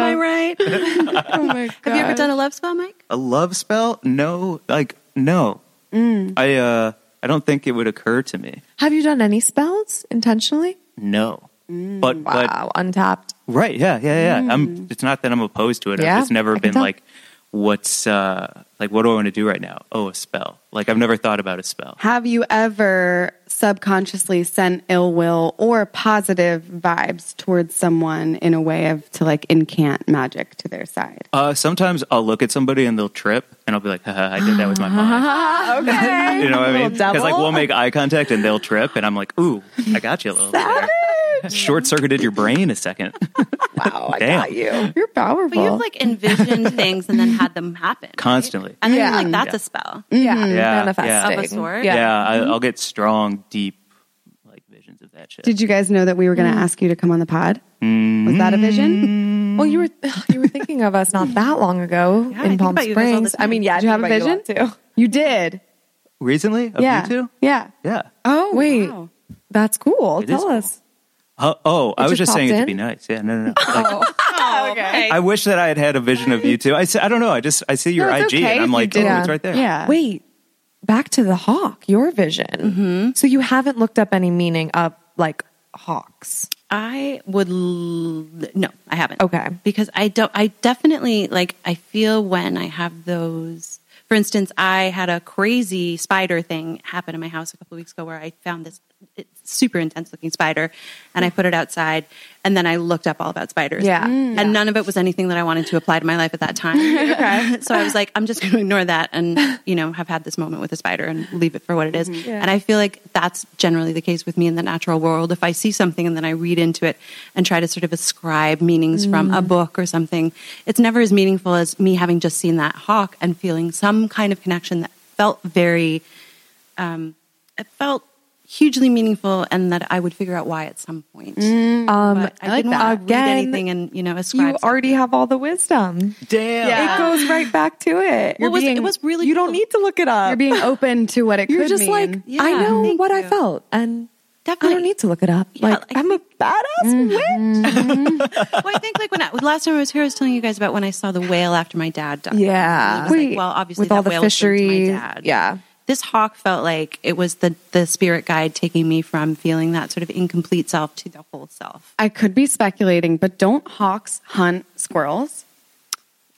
[SPEAKER 2] I right? Have
[SPEAKER 1] oh my god!
[SPEAKER 2] you ever done a love spell, Mike?
[SPEAKER 4] a love spell? No, like no.
[SPEAKER 3] Mm.
[SPEAKER 4] I uh, I don't think it would occur to me.
[SPEAKER 3] Have you done any spells intentionally?
[SPEAKER 4] No, but but
[SPEAKER 3] Mm, wow, untapped.
[SPEAKER 4] right, yeah, yeah, yeah. I'm. It's not that I'm opposed to it.
[SPEAKER 3] Yeah,
[SPEAKER 4] I've just never
[SPEAKER 3] I can
[SPEAKER 4] been
[SPEAKER 3] tell.
[SPEAKER 4] like, what's uh, like, what do I want to do right now? Oh, a spell. Like I've never thought about a spell.
[SPEAKER 1] Have you ever subconsciously sent ill will or positive vibes towards someone in a way of to like incant magic to their side?
[SPEAKER 4] Uh, sometimes I'll look at somebody and they'll trip, and I'll be like, Haha, I did that with my mind.
[SPEAKER 3] Okay.
[SPEAKER 4] You know what I mean?
[SPEAKER 3] Little
[SPEAKER 4] Because like
[SPEAKER 3] devil.
[SPEAKER 4] we'll make eye contact and they'll trip, and I'm like, ooh, I got you a little bit. Short circuited your brain a second.
[SPEAKER 3] wow, I
[SPEAKER 4] Damn.
[SPEAKER 3] got you.
[SPEAKER 1] You're powerful.
[SPEAKER 2] But you've like envisioned things and then had them happen right?
[SPEAKER 4] Constantly.
[SPEAKER 2] And yeah.
[SPEAKER 3] Yeah.
[SPEAKER 2] like that's a spell.
[SPEAKER 1] Mm-hmm.
[SPEAKER 3] Yeah,
[SPEAKER 4] Yeah,
[SPEAKER 3] manifesting
[SPEAKER 4] yeah.
[SPEAKER 2] Of a sort.
[SPEAKER 4] Yeah, I, I'll get strong, deep like visions of
[SPEAKER 2] that shit.
[SPEAKER 1] Did you guys know that we were going to ask you to come on the pod? Was that a vision?
[SPEAKER 3] Well, you were you were thinking of us not that long ago
[SPEAKER 2] Yeah, I
[SPEAKER 3] in
[SPEAKER 2] think
[SPEAKER 3] Palm
[SPEAKER 2] about you guys all the
[SPEAKER 3] Springs. I
[SPEAKER 2] time.
[SPEAKER 3] mean, yeah,
[SPEAKER 1] Did you
[SPEAKER 3] I
[SPEAKER 1] have a
[SPEAKER 3] think about
[SPEAKER 1] vision?
[SPEAKER 3] lot, too.
[SPEAKER 1] You did.
[SPEAKER 4] Recently, of
[SPEAKER 1] yeah.
[SPEAKER 4] you two?
[SPEAKER 1] Yeah.
[SPEAKER 4] Yeah.
[SPEAKER 1] Oh,
[SPEAKER 3] Wait,
[SPEAKER 1] wow.
[SPEAKER 3] that's cool.
[SPEAKER 4] It is
[SPEAKER 3] Tell
[SPEAKER 4] cool.
[SPEAKER 3] us.
[SPEAKER 4] Oh, oh I
[SPEAKER 3] It
[SPEAKER 4] was
[SPEAKER 3] just
[SPEAKER 4] just saying
[SPEAKER 3] popped
[SPEAKER 4] it
[SPEAKER 3] in?
[SPEAKER 4] to be nice. Yeah, no, no, no. Like,
[SPEAKER 2] Oh, okay.
[SPEAKER 4] I wish that I had had a vision of you two. I, see, I don't know. I just I see your
[SPEAKER 1] No, it's
[SPEAKER 4] IG
[SPEAKER 1] okay
[SPEAKER 4] and
[SPEAKER 1] if
[SPEAKER 4] I'm
[SPEAKER 1] you
[SPEAKER 4] like, oh,
[SPEAKER 1] did.
[SPEAKER 4] it's right there.
[SPEAKER 1] Yeah.
[SPEAKER 3] Wait, back to the hawk, your vision. So you haven't looked up any meaning of like hawks.
[SPEAKER 2] I would l- no, I haven't.
[SPEAKER 3] Okay.
[SPEAKER 2] because I don't. I definitely like. I feel when I have those. For instance, I had a crazy spider thing happen in my house a couple of weeks ago, where I found this it's super intense looking spider, and I put it outside, and then I looked up all about spiders.
[SPEAKER 3] Yeah.
[SPEAKER 2] and none of it was anything that I wanted to apply to my life at that time. okay, so I was like, I'm just going to ignore that, and you know, have had this moment with a spider and leave it for what it is. And I feel like that's generally the case with me in the natural world. If I see something and then I read into it and try to sort of ascribe meanings from a book or something, it's never as meaningful as me having just seen that hawk and feeling some kind of connection that felt very, um, it felt hugely meaningful and that I would figure out why at some point.
[SPEAKER 3] Um,
[SPEAKER 2] But I, didn't want to
[SPEAKER 3] again,
[SPEAKER 2] read anything and, you know, ascribe
[SPEAKER 3] you already have all the wisdom.
[SPEAKER 4] Damn.
[SPEAKER 1] Yeah.
[SPEAKER 3] It goes right back to it.
[SPEAKER 1] You're
[SPEAKER 2] Well, it was-
[SPEAKER 1] being-
[SPEAKER 2] it was really
[SPEAKER 3] you don't
[SPEAKER 2] cool.
[SPEAKER 3] need to look it up.
[SPEAKER 1] You're being open to what it
[SPEAKER 3] You're
[SPEAKER 1] could
[SPEAKER 3] just
[SPEAKER 1] mean.
[SPEAKER 3] like,
[SPEAKER 2] Yeah,
[SPEAKER 3] I know
[SPEAKER 2] thank
[SPEAKER 3] what I
[SPEAKER 2] you.
[SPEAKER 3] felt, and I
[SPEAKER 2] Definitely.
[SPEAKER 3] don't need to look it up.
[SPEAKER 2] Yeah,
[SPEAKER 3] like,
[SPEAKER 2] like- Mm-hmm.
[SPEAKER 3] I'm a badass witch.
[SPEAKER 2] well, I think like when I, last time I was here, I was telling you guys about when I saw the whale after my dad died.
[SPEAKER 3] Yeah.
[SPEAKER 2] And I was like,
[SPEAKER 3] Wait,
[SPEAKER 2] well, obviously
[SPEAKER 3] with
[SPEAKER 2] that
[SPEAKER 3] all the
[SPEAKER 2] whale was linked to
[SPEAKER 3] fishery-
[SPEAKER 2] my dad.
[SPEAKER 3] yeah.
[SPEAKER 2] This hawk felt like it was the the spirit guide taking me from feeling that sort of incomplete self to the whole self.
[SPEAKER 1] I could be speculating, but don't hawks hunt squirrels?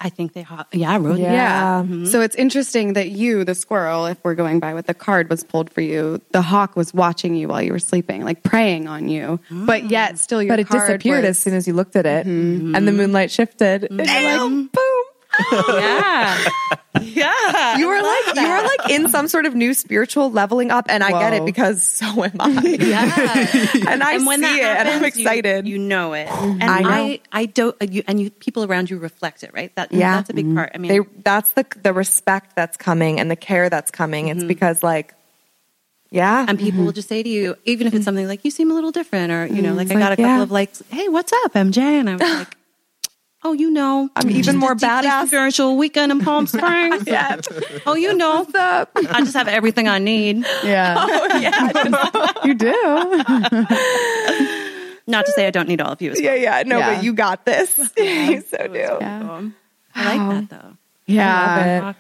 [SPEAKER 2] I think they hawk. Yeah, I wrote
[SPEAKER 3] Yeah.
[SPEAKER 2] yeah.
[SPEAKER 1] Um, So it's interesting that you, the squirrel, if we're going by what the card was pulled for you, the hawk was watching you while you were sleeping, like preying on you. But yet, still, your
[SPEAKER 3] But it
[SPEAKER 1] card
[SPEAKER 3] disappeared
[SPEAKER 1] was-
[SPEAKER 3] as soon as you looked at it,
[SPEAKER 2] Mm-hmm.
[SPEAKER 3] and the moonlight shifted, and you're like, boom.
[SPEAKER 2] yeah.
[SPEAKER 3] you were like you were like in some sort of new spiritual leveling up, and I get it
[SPEAKER 1] Whoa.
[SPEAKER 3] because so am I. and I
[SPEAKER 2] and when that
[SPEAKER 3] see it, and
[SPEAKER 2] happens,
[SPEAKER 3] I'm
[SPEAKER 2] you-
[SPEAKER 3] excited.
[SPEAKER 2] You, know it, and
[SPEAKER 3] I
[SPEAKER 2] I,
[SPEAKER 3] know.
[SPEAKER 2] I, don't. uh, You, and you people around you reflect it, right? That
[SPEAKER 3] Yeah. Mm-hmm.
[SPEAKER 2] that's a big part. I mean,
[SPEAKER 3] they that's the the respect that's coming and the care that's coming. It's because like, yeah,
[SPEAKER 2] Mm-hmm. and people will just say to you, even if it's something like you seem a little different, or you know, like I got
[SPEAKER 3] Mm-hmm.
[SPEAKER 2] a
[SPEAKER 3] like,
[SPEAKER 2] couple
[SPEAKER 3] yeah.
[SPEAKER 2] of likes, hey, what's up, MJ? And I was like, oh, you know,
[SPEAKER 3] I'm even more badass.
[SPEAKER 2] spiritual weekend in Palm Springs.
[SPEAKER 3] Yeah.
[SPEAKER 2] Oh, you know, I just have everything I need.
[SPEAKER 1] Yeah. you do.
[SPEAKER 2] Not to say I don't need all of you. As
[SPEAKER 3] Yeah, yeah. No,
[SPEAKER 1] Yeah.
[SPEAKER 3] but you got this. you so do. Yeah.
[SPEAKER 1] Yeah.
[SPEAKER 2] well. I like that though.
[SPEAKER 1] Yeah.
[SPEAKER 3] Love it. Mm-hmm.
[SPEAKER 2] Rock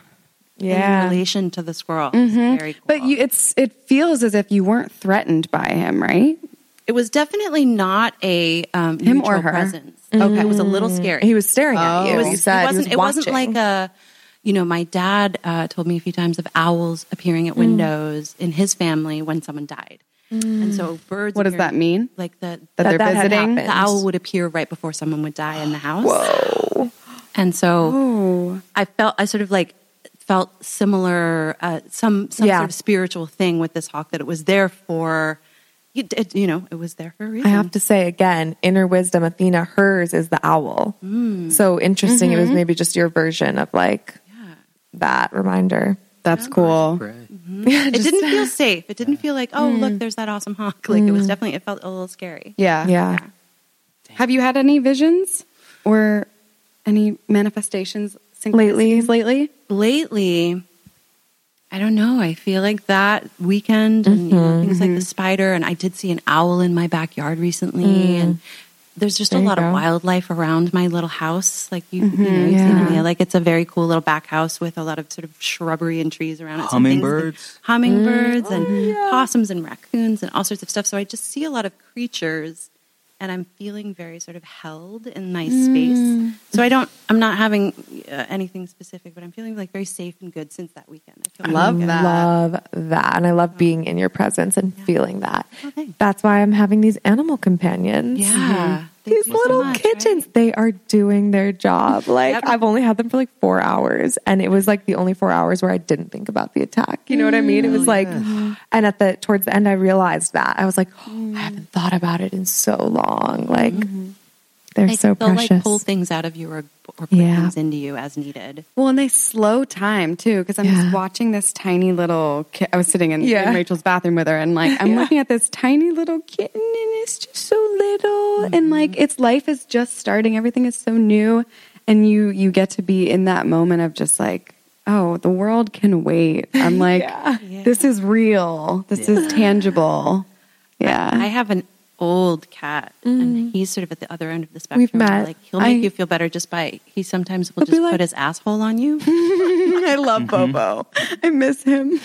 [SPEAKER 2] in relation to the squirrel, It's very cool.
[SPEAKER 1] But you, it's it feels as if you weren't threatened by him, right?
[SPEAKER 2] it was definitely not a um,
[SPEAKER 1] Him or
[SPEAKER 2] neutral
[SPEAKER 1] her? Mm.
[SPEAKER 2] presence. Okay, it was a little scary.
[SPEAKER 3] He was staring at you.
[SPEAKER 2] It, was,
[SPEAKER 3] you said
[SPEAKER 2] it Oh. wasn't.
[SPEAKER 3] Oh. he
[SPEAKER 2] it
[SPEAKER 3] was
[SPEAKER 2] wasn't
[SPEAKER 3] watching.
[SPEAKER 2] like uh, a. You know, my dad uh, told me a few times of owls appearing
[SPEAKER 1] Mm.
[SPEAKER 2] at windows in his family when someone died, and so birds.
[SPEAKER 1] Mm. What does that
[SPEAKER 2] appearing-
[SPEAKER 1] mean?
[SPEAKER 2] Like the
[SPEAKER 1] That,
[SPEAKER 3] That
[SPEAKER 1] they're
[SPEAKER 3] that had
[SPEAKER 1] visiting.
[SPEAKER 2] the owl would appear right before someone would die in the house.
[SPEAKER 3] Whoa.
[SPEAKER 2] And so
[SPEAKER 1] Oh,
[SPEAKER 2] I felt I sort of like felt similar uh, some some
[SPEAKER 3] Yeah.
[SPEAKER 2] sort of spiritual thing with this hawk that it was there for. You, it, you know, it was there for a reason.
[SPEAKER 3] I have to say again, inner wisdom, Athena, hers is the owl.
[SPEAKER 2] Mm.
[SPEAKER 3] So interesting.
[SPEAKER 2] Mm-hmm.
[SPEAKER 3] It was maybe just your version of like
[SPEAKER 2] Yeah.
[SPEAKER 3] that reminder.
[SPEAKER 1] that's cool.
[SPEAKER 4] Right.
[SPEAKER 2] it didn't feel safe. It didn't feel like, oh, look, there's that awesome hawk. Like it was definitely, it felt a little scary.
[SPEAKER 1] Yeah.
[SPEAKER 3] Mm. Yeah.
[SPEAKER 1] Have you had any visions or any manifestations
[SPEAKER 3] Lately?
[SPEAKER 1] synchronicities lately?
[SPEAKER 2] Lately, I don't know. I feel like that weekend and you know,
[SPEAKER 3] Mm-hmm.
[SPEAKER 2] things like the spider, and I did see an owl in my backyard recently, and there's just
[SPEAKER 3] Mm. There
[SPEAKER 2] a
[SPEAKER 3] you
[SPEAKER 2] lot
[SPEAKER 3] go. Mm-hmm.
[SPEAKER 2] of wildlife around my little house. Like you, you know, you've seen it, Mia. like it's a very cool little back house with a lot of sort of shrubbery and trees around it. So things-
[SPEAKER 4] Hummingbirds?
[SPEAKER 2] hummingbirds,
[SPEAKER 3] Mm. Oh,
[SPEAKER 2] and possums and raccoons and all sorts of stuff. So I just see a lot of creatures. And I'm feeling very sort of held in my space. So I don't, I'm not having uh, anything specific, but I'm feeling like very safe and good since that weekend. I feel
[SPEAKER 1] Love
[SPEAKER 2] really good.
[SPEAKER 1] that.
[SPEAKER 3] Love that. And I love being in your presence and feeling that.
[SPEAKER 2] Oh, thanks.
[SPEAKER 3] That's why I'm having these animal companions.
[SPEAKER 2] Yeah.
[SPEAKER 3] These little kittens, they are doing their job. Like,
[SPEAKER 2] Yep.
[SPEAKER 3] I've only had them for like four hours, and it was like the only four hours where I didn't think about the attack. You know what I mean? It was like, and at the towards Mm. the end, I realized that I was Mm-hmm. like, I haven't thought about it in so long. Like, They're
[SPEAKER 2] Like,
[SPEAKER 3] so
[SPEAKER 2] they'll
[SPEAKER 3] precious.
[SPEAKER 2] like pull things out of you or, or put
[SPEAKER 3] Yeah.
[SPEAKER 2] things into you as needed.
[SPEAKER 1] Well, and they slow time too, because I'm
[SPEAKER 3] Yeah.
[SPEAKER 1] just watching this tiny little. Ki- I was sitting in, in
[SPEAKER 3] Yeah.
[SPEAKER 1] Rachel's bathroom with her, and like I'm looking at this tiny little kitten, and it's just so little,
[SPEAKER 3] Mm-hmm.
[SPEAKER 1] and like its life is just starting. Everything is so new, and you you get to be in that moment of just like, oh, the world can wait. I'm like, this is real. This is tangible. Yeah.
[SPEAKER 2] I have an old cat, and he's sort of at the other end of the spectrum.
[SPEAKER 3] Mm. We've
[SPEAKER 2] where,
[SPEAKER 3] met.
[SPEAKER 2] Like he'll make
[SPEAKER 1] I-
[SPEAKER 2] you feel better just by he sometimes will
[SPEAKER 3] He'll be
[SPEAKER 2] just
[SPEAKER 3] like-
[SPEAKER 2] put his asshole on you.
[SPEAKER 3] I love
[SPEAKER 4] Mm-hmm.
[SPEAKER 3] Bobo.
[SPEAKER 1] I miss him.
[SPEAKER 2] You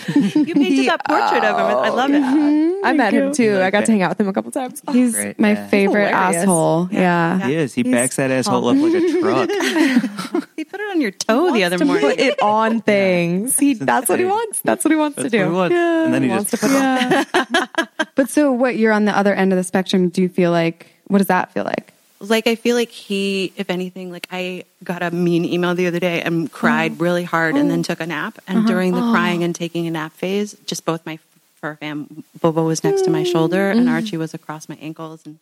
[SPEAKER 2] painted that portrait of him. I love it.
[SPEAKER 3] I met him too. I got
[SPEAKER 4] Okay.
[SPEAKER 3] to hang out with him a couple times.
[SPEAKER 1] He's
[SPEAKER 4] Great,
[SPEAKER 1] my
[SPEAKER 4] yeah. He's
[SPEAKER 1] favorite
[SPEAKER 3] hilarious.
[SPEAKER 1] asshole. Yeah.
[SPEAKER 4] He is. He backs that asshole up like a truck.
[SPEAKER 2] He put it on your toe the other morning.
[SPEAKER 3] put it on things. He, that's what he
[SPEAKER 4] insane.
[SPEAKER 3] wants. That's what he wants
[SPEAKER 4] That's
[SPEAKER 3] to do.
[SPEAKER 4] what he wants.
[SPEAKER 3] Yeah,
[SPEAKER 4] And then he
[SPEAKER 3] wants
[SPEAKER 4] just-
[SPEAKER 3] to put it on.
[SPEAKER 1] But so what you're on the other end of the spectrum, do you feel like what does that feel like?
[SPEAKER 2] like I feel like he, if anything, like I got a mean email the other day and
[SPEAKER 3] Oh.
[SPEAKER 2] cried really hard and then took a nap. And
[SPEAKER 3] Uh-huh.
[SPEAKER 2] during the crying and taking a nap phase, just both my fur fam, Bobo was next to my shoulder
[SPEAKER 3] Mm-hmm.
[SPEAKER 2] and Archie was across my ankles, and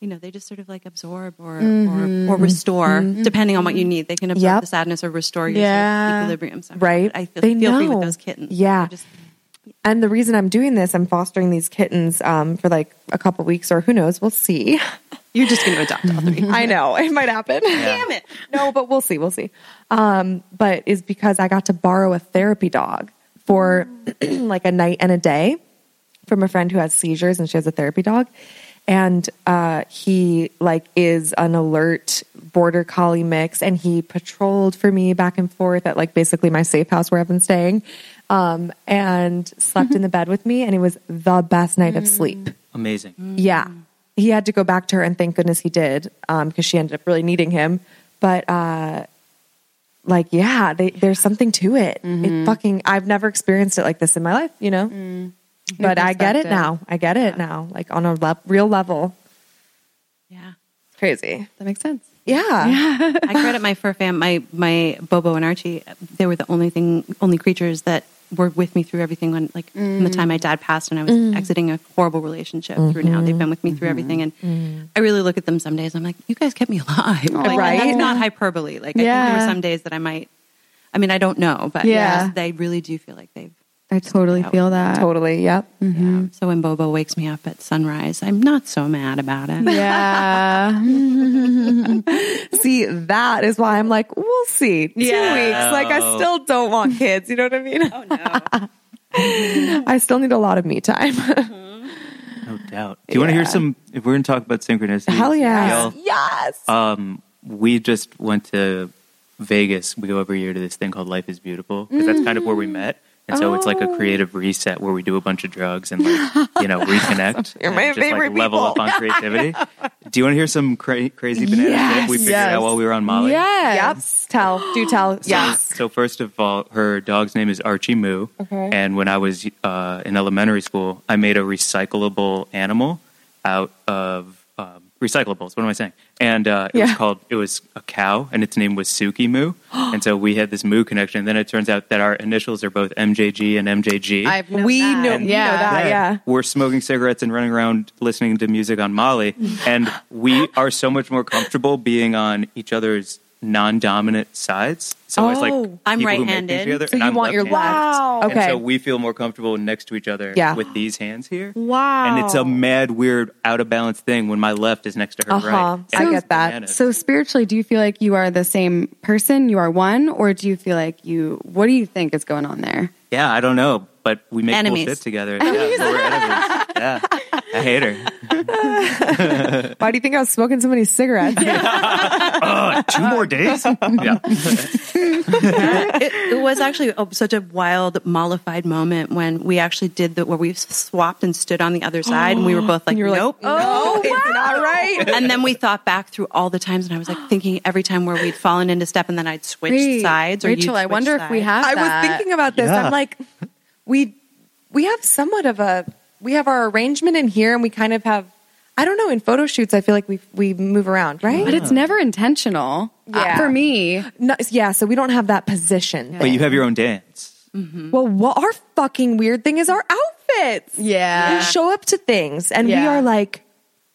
[SPEAKER 2] you know they just sort of like absorb or or, or restore depending on what you need. They can absorb
[SPEAKER 3] Mm-hmm. Yep.
[SPEAKER 2] the sadness or restore your sort of
[SPEAKER 3] Yeah.
[SPEAKER 2] equilibrium. somehow.
[SPEAKER 3] Right.
[SPEAKER 2] I feel,
[SPEAKER 3] They
[SPEAKER 2] feel free
[SPEAKER 3] know.
[SPEAKER 2] with those kittens.
[SPEAKER 3] Yeah.
[SPEAKER 2] They're just-
[SPEAKER 3] And the reason I'm doing this, I'm fostering these kittens um, for like a couple weeks or who knows, we'll see.
[SPEAKER 2] you're just going to adopt all three.
[SPEAKER 3] I know it might happen.
[SPEAKER 2] Damn it.
[SPEAKER 3] no, but we'll see. We'll see. Um, but is because I got to borrow a therapy dog for like a night and a day from a friend who has seizures and she has a therapy dog. And uh, he like is an alert border collie mix, and he patrolled for me back and forth at like basically my safe house where I've been staying, um, and
[SPEAKER 2] Mm-hmm.
[SPEAKER 3] slept in the bed with me, and it was the best night
[SPEAKER 2] Mm.
[SPEAKER 3] of sleep.
[SPEAKER 4] Amazing.
[SPEAKER 3] Yeah. He had to go back to her, and thank goodness he did, because she ended up really needing him. But uh, like, yeah, they, there's something to it. It fucking, I've never experienced it like this in my life, you know. But I get it
[SPEAKER 1] perspective.
[SPEAKER 3] now. I get it now, like on a le- real level. Mm-hmm.
[SPEAKER 2] Yeah.
[SPEAKER 3] Crazy.
[SPEAKER 1] That makes sense.
[SPEAKER 3] Yeah.
[SPEAKER 2] I credit my fur fam, my my Bobo and Archie. They were the only thing, only creatures that were with me through everything. When like from the time my dad passed and I was
[SPEAKER 1] Mm.
[SPEAKER 2] exiting a horrible relationship through now,
[SPEAKER 1] Mm-hmm.
[SPEAKER 2] they've been with me through everything. And
[SPEAKER 1] Mm.
[SPEAKER 2] I really look at them some days. I'm like, you guys kept me alive, like,
[SPEAKER 3] Right.
[SPEAKER 2] That's not hyperbole. Like I think there
[SPEAKER 1] Yeah.
[SPEAKER 2] were some days that I might. I mean, I don't know, but
[SPEAKER 1] Yeah.
[SPEAKER 2] yes, they really do feel like they've.
[SPEAKER 1] I totally feel that.
[SPEAKER 3] Totally. Yep.
[SPEAKER 1] Mm-hmm.
[SPEAKER 2] Yeah. So when Bobo wakes me up at sunrise, I'm not so mad about it.
[SPEAKER 1] Yeah.
[SPEAKER 3] See, that is why I'm like, we'll see. Two weeks. Like, I still don't want kids. You know what I mean?
[SPEAKER 2] Oh no.
[SPEAKER 3] I still need a lot of me time.
[SPEAKER 4] No doubt. Do you want to hear some? If we're going to talk about synchronicity,
[SPEAKER 3] Hell yeah.
[SPEAKER 4] y'all,
[SPEAKER 3] Yes.
[SPEAKER 4] um, we just went to Vegas. We go every year to this thing called Life is Beautiful because that's kind of where we
[SPEAKER 3] Mm-hmm.
[SPEAKER 4] met. And so it's like
[SPEAKER 3] Oh.
[SPEAKER 4] a creative reset where we do a bunch of drugs and like, you know, reconnect.
[SPEAKER 3] You're my
[SPEAKER 4] and just
[SPEAKER 3] favorite
[SPEAKER 4] like level
[SPEAKER 3] people.
[SPEAKER 4] up on creativity. Do you want to hear some cra- crazy banana
[SPEAKER 3] Yes.
[SPEAKER 4] shit we figured
[SPEAKER 3] Yes.
[SPEAKER 4] out while we were on Molly?
[SPEAKER 3] Yes. Yep. Tell. Do tell. Yes.
[SPEAKER 4] So first of all, her dog's name is Archie Moo,
[SPEAKER 3] Okay.
[SPEAKER 4] and when I was uh, in elementary school, I made a recyclable animal out of um, recyclables. What am I saying? And uh, it
[SPEAKER 3] Yeah.
[SPEAKER 4] was called. It was a cow, and its name was Suki Moo. and so we had this Moo connection. And then it turns out that our initials are both MJG and MJG.
[SPEAKER 1] I've known
[SPEAKER 3] we
[SPEAKER 1] that.
[SPEAKER 3] know, we know
[SPEAKER 1] Yeah.
[SPEAKER 3] that.
[SPEAKER 4] Then
[SPEAKER 3] Yeah.
[SPEAKER 4] We're smoking cigarettes and running around listening to music on Molly. And we are so much more comfortable being on each other's non dominant sides. So it's like
[SPEAKER 3] Oh.
[SPEAKER 2] I'm
[SPEAKER 4] people who make things
[SPEAKER 2] right-handed.
[SPEAKER 4] together,
[SPEAKER 3] So
[SPEAKER 4] and
[SPEAKER 3] you
[SPEAKER 4] I'm
[SPEAKER 3] want your
[SPEAKER 4] left-handed.
[SPEAKER 3] left. Wow.
[SPEAKER 4] And
[SPEAKER 3] Okay.
[SPEAKER 4] so we feel more comfortable next to each other
[SPEAKER 3] Yeah.
[SPEAKER 4] with these hands here.
[SPEAKER 3] Wow.
[SPEAKER 4] And it's um, a mad, weird, out of balance thing when my left is next to her
[SPEAKER 3] Uh-huh.
[SPEAKER 4] right.
[SPEAKER 3] I
[SPEAKER 4] And
[SPEAKER 3] get
[SPEAKER 4] it's
[SPEAKER 3] that.
[SPEAKER 4] bananas.
[SPEAKER 1] So spiritually, do you feel like you are the same person? You are one, or do you feel like you? What do you think is going on there?
[SPEAKER 4] yeah, I don't know, but we make
[SPEAKER 2] Enemies.
[SPEAKER 4] cool shit together. Yeah, we're enemies. yeah. I hate her.
[SPEAKER 3] Why do you think I was smoking so many cigarettes?
[SPEAKER 4] Uh, two more days? yeah.
[SPEAKER 2] it, it was actually a, such a wild mollified moment when we actually did the where we swapped and stood on the other side and we were both like
[SPEAKER 3] you were like,
[SPEAKER 2] nope
[SPEAKER 3] Oh, it's not right.
[SPEAKER 2] and then we thought back through all the times and i was like thinking every time where we'd fallen into step and then i'd switch
[SPEAKER 1] Wait,
[SPEAKER 2] sides or you'd
[SPEAKER 1] Rachel, I
[SPEAKER 2] switch
[SPEAKER 1] wonder if we
[SPEAKER 2] sides.
[SPEAKER 1] have.
[SPEAKER 3] I
[SPEAKER 1] that.
[SPEAKER 3] was thinking about this.
[SPEAKER 4] Yeah.
[SPEAKER 3] I'm like, we we have somewhat of a we have our arrangement in here, and we kind of have. I don't know. In photo shoots, I feel like we we move around, right?
[SPEAKER 1] but it's never intentional. Uh,
[SPEAKER 3] Yeah.
[SPEAKER 1] for me,
[SPEAKER 3] No, yeah, so we don't have that position.
[SPEAKER 4] But you have your own dance.
[SPEAKER 3] Well, what our fucking weird thing is our outfits.
[SPEAKER 1] Yeah.
[SPEAKER 3] We show up to things and we
[SPEAKER 1] Yeah.
[SPEAKER 3] are like,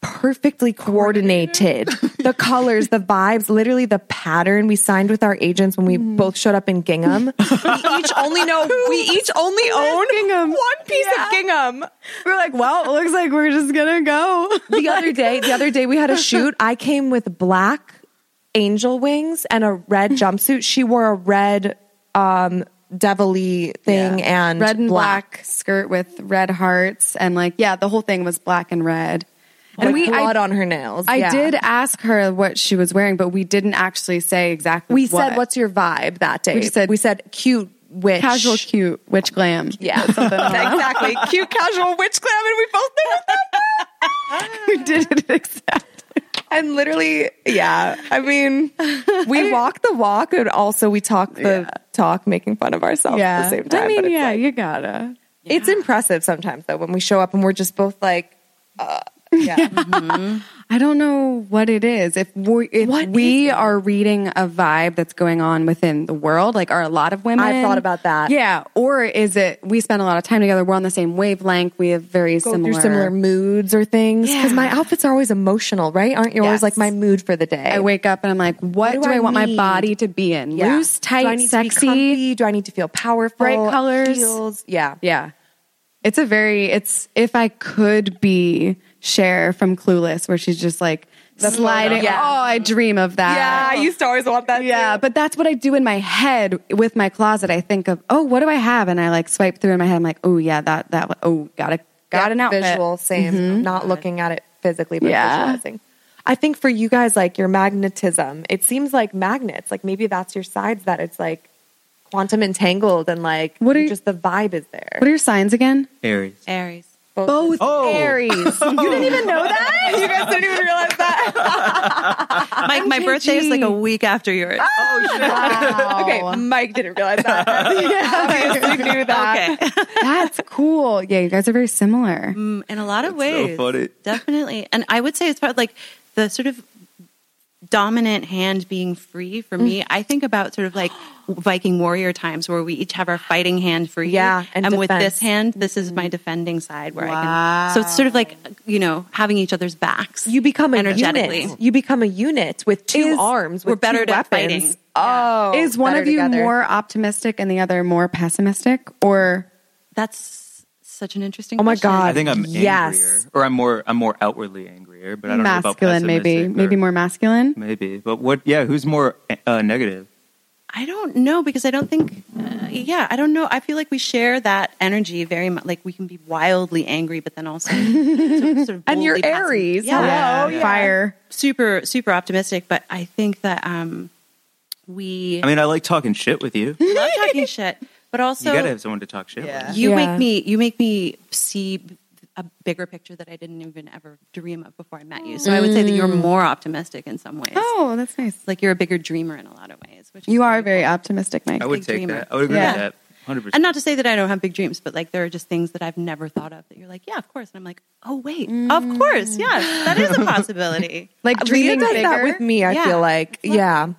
[SPEAKER 3] perfectly coordinated. the colors, the vibes, literally the pattern we signed with our agents when we both showed up in gingham. we each only know we each only own
[SPEAKER 1] gingham?
[SPEAKER 3] one piece of gingham.
[SPEAKER 1] We're like, well, it looks like we're just gonna go.
[SPEAKER 3] The other day, the other day we had a shoot. I came with black angel wings and a red jumpsuit. She wore a red um devilly thing and
[SPEAKER 1] red and black. skirt with red hearts and like yeah, the whole thing was black and red. and we
[SPEAKER 3] blood
[SPEAKER 1] I,
[SPEAKER 3] on her nails.
[SPEAKER 1] I
[SPEAKER 3] Yeah.
[SPEAKER 1] did ask her what she was wearing, but we didn't actually say exactly.
[SPEAKER 3] We
[SPEAKER 1] what.
[SPEAKER 3] said, "What's your vibe that day?"
[SPEAKER 1] We just said-
[SPEAKER 3] we said cute witch,
[SPEAKER 1] casual, cute witch glam.
[SPEAKER 3] Yeah, exactly. Cute, casual witch glam, and we both did it.
[SPEAKER 1] we did it exactly.
[SPEAKER 3] And literally, yeah. I mean, we walk the walk, and also we talk the talk, making fun of ourselves at the same
[SPEAKER 1] I
[SPEAKER 3] time. but
[SPEAKER 1] mean,
[SPEAKER 3] it's
[SPEAKER 1] yeah,
[SPEAKER 3] like-
[SPEAKER 1] you gotta.
[SPEAKER 3] It's impressive sometimes though when we show up and we're just both like, uh, yeah.
[SPEAKER 1] I don't know what it is. If we if we are reading a vibe that's going on within the world, like are a lot of women?
[SPEAKER 3] I've thought about that.
[SPEAKER 1] Yeah, or is it we spend a lot of time together? We're on the same wavelength. We have very
[SPEAKER 3] Go
[SPEAKER 1] similar.
[SPEAKER 3] through similar moods or things because
[SPEAKER 1] Yeah.
[SPEAKER 3] my outfits are always emotional, right? Aren't you always
[SPEAKER 1] Yes.
[SPEAKER 3] like my mood for the day?
[SPEAKER 1] I wake up and I'm like, what, do, I, want my
[SPEAKER 3] need?
[SPEAKER 1] body to be in?
[SPEAKER 3] Yeah.
[SPEAKER 1] Loose,
[SPEAKER 3] Do I
[SPEAKER 1] tight,
[SPEAKER 3] need to be
[SPEAKER 1] sexy.
[SPEAKER 3] comfy? Do I need to feel powerful?
[SPEAKER 1] Bright colors?
[SPEAKER 3] heels? Yeah.
[SPEAKER 1] Yeah, it's a very. It's if I could be Cher from Clueless, where she's just like sliding.
[SPEAKER 3] Yeah.
[SPEAKER 1] Oh, I dream of that.
[SPEAKER 3] used to always want that.
[SPEAKER 1] Yeah, but that's what I do in my head with my closet. I think of, oh, what do I have? And I like swipe through in my head. I'm like, oh yeah, that that. Oh, got a got
[SPEAKER 3] Yeah,
[SPEAKER 1] an outfit.
[SPEAKER 3] Visual, same. Not looking at it physically, but
[SPEAKER 1] Yeah.
[SPEAKER 3] visualizing. I think for you guys, like your magnetism, it seems like magnets. Like maybe that's your sides that it's like quantum entangled and like
[SPEAKER 1] What are you-
[SPEAKER 3] just the vibe is there.
[SPEAKER 1] What are your signs again?
[SPEAKER 4] Aries.
[SPEAKER 2] Aries.
[SPEAKER 1] Both
[SPEAKER 4] Oh.
[SPEAKER 1] Aries. you didn't even know that. You guys didn't even realize that.
[SPEAKER 2] Mike, my birthday is like a week after yours.
[SPEAKER 3] Okay, Mike didn't realize that.
[SPEAKER 1] knew that.
[SPEAKER 2] Okay.
[SPEAKER 1] That's cool. Yeah, you guys are very similar.
[SPEAKER 2] Mm, in a lot of
[SPEAKER 4] so
[SPEAKER 2] ways.
[SPEAKER 4] funny.
[SPEAKER 2] Definitely. And I would say it's part like the sort of dominant hand being free for
[SPEAKER 3] Mm.
[SPEAKER 2] me. I think about sort of like Viking warrior times where we each have our fighting hand free.
[SPEAKER 3] Yeah, and
[SPEAKER 2] And, with
[SPEAKER 3] defense. Mm-hmm.
[SPEAKER 2] this hand, this is my defending side where I can. So it's sort of like, you know, having each other's backs.
[SPEAKER 3] You become a
[SPEAKER 2] energetically.
[SPEAKER 3] unit. You become a unit with two
[SPEAKER 1] Is-
[SPEAKER 3] arms. With
[SPEAKER 2] we're better
[SPEAKER 3] two weapons.
[SPEAKER 2] at fighting.
[SPEAKER 3] Oh,
[SPEAKER 1] Is one
[SPEAKER 3] better
[SPEAKER 1] of you
[SPEAKER 3] together.
[SPEAKER 1] more optimistic and the other more pessimistic, or
[SPEAKER 2] That's such an interesting
[SPEAKER 3] Oh my
[SPEAKER 2] question.
[SPEAKER 3] God.
[SPEAKER 4] I think I'm angrier,
[SPEAKER 3] Yes.
[SPEAKER 4] or I'm more I'm more outwardly angrier, but I don't
[SPEAKER 1] masculine?
[SPEAKER 4] know about
[SPEAKER 1] Maybe,
[SPEAKER 4] pessimistic or-
[SPEAKER 1] maybe more masculine.
[SPEAKER 4] maybe. But what? Yeah, who's more uh, negative?
[SPEAKER 2] I don't know because I don't think, uh, yeah, I don't know. I feel like we share that energy very much. Like we can be wildly angry, but then also sort of- sort of
[SPEAKER 3] And you're
[SPEAKER 2] boldly passive.
[SPEAKER 3] Aries.
[SPEAKER 2] yeah.
[SPEAKER 3] Hello, yeah.
[SPEAKER 1] Fire.
[SPEAKER 2] super super optimistic. But I think that um, we
[SPEAKER 4] I mean, I like talking shit with you.
[SPEAKER 2] love talking shit, but also
[SPEAKER 4] you gotta have someone to talk shit with.
[SPEAKER 2] you
[SPEAKER 3] Yeah.
[SPEAKER 2] make me you make me see a bigger picture that I didn't even ever dream of before I met you. So I would say that you're more optimistic in some ways.
[SPEAKER 1] Mm. Oh, that's nice.
[SPEAKER 2] Like you're a bigger dreamer in a lot of ways. Which is
[SPEAKER 1] You are
[SPEAKER 2] really
[SPEAKER 1] very
[SPEAKER 2] cool.
[SPEAKER 1] optimistic, Mike.
[SPEAKER 4] I would
[SPEAKER 2] Big
[SPEAKER 4] take
[SPEAKER 2] dreamer.
[SPEAKER 4] that. I would agree
[SPEAKER 1] Yeah.
[SPEAKER 4] with that. Hundred percent.
[SPEAKER 2] And not to say that I don't have big dreams, but like there are just things that I've never thought of that you're like, yeah, of course. And I'm like, oh, wait, of course. Yes, that is a possibility.
[SPEAKER 1] Mm. like
[SPEAKER 3] Rita
[SPEAKER 1] dreaming
[SPEAKER 3] does
[SPEAKER 1] bigger.
[SPEAKER 3] that with me. I
[SPEAKER 2] Yeah.
[SPEAKER 3] feel like, yeah.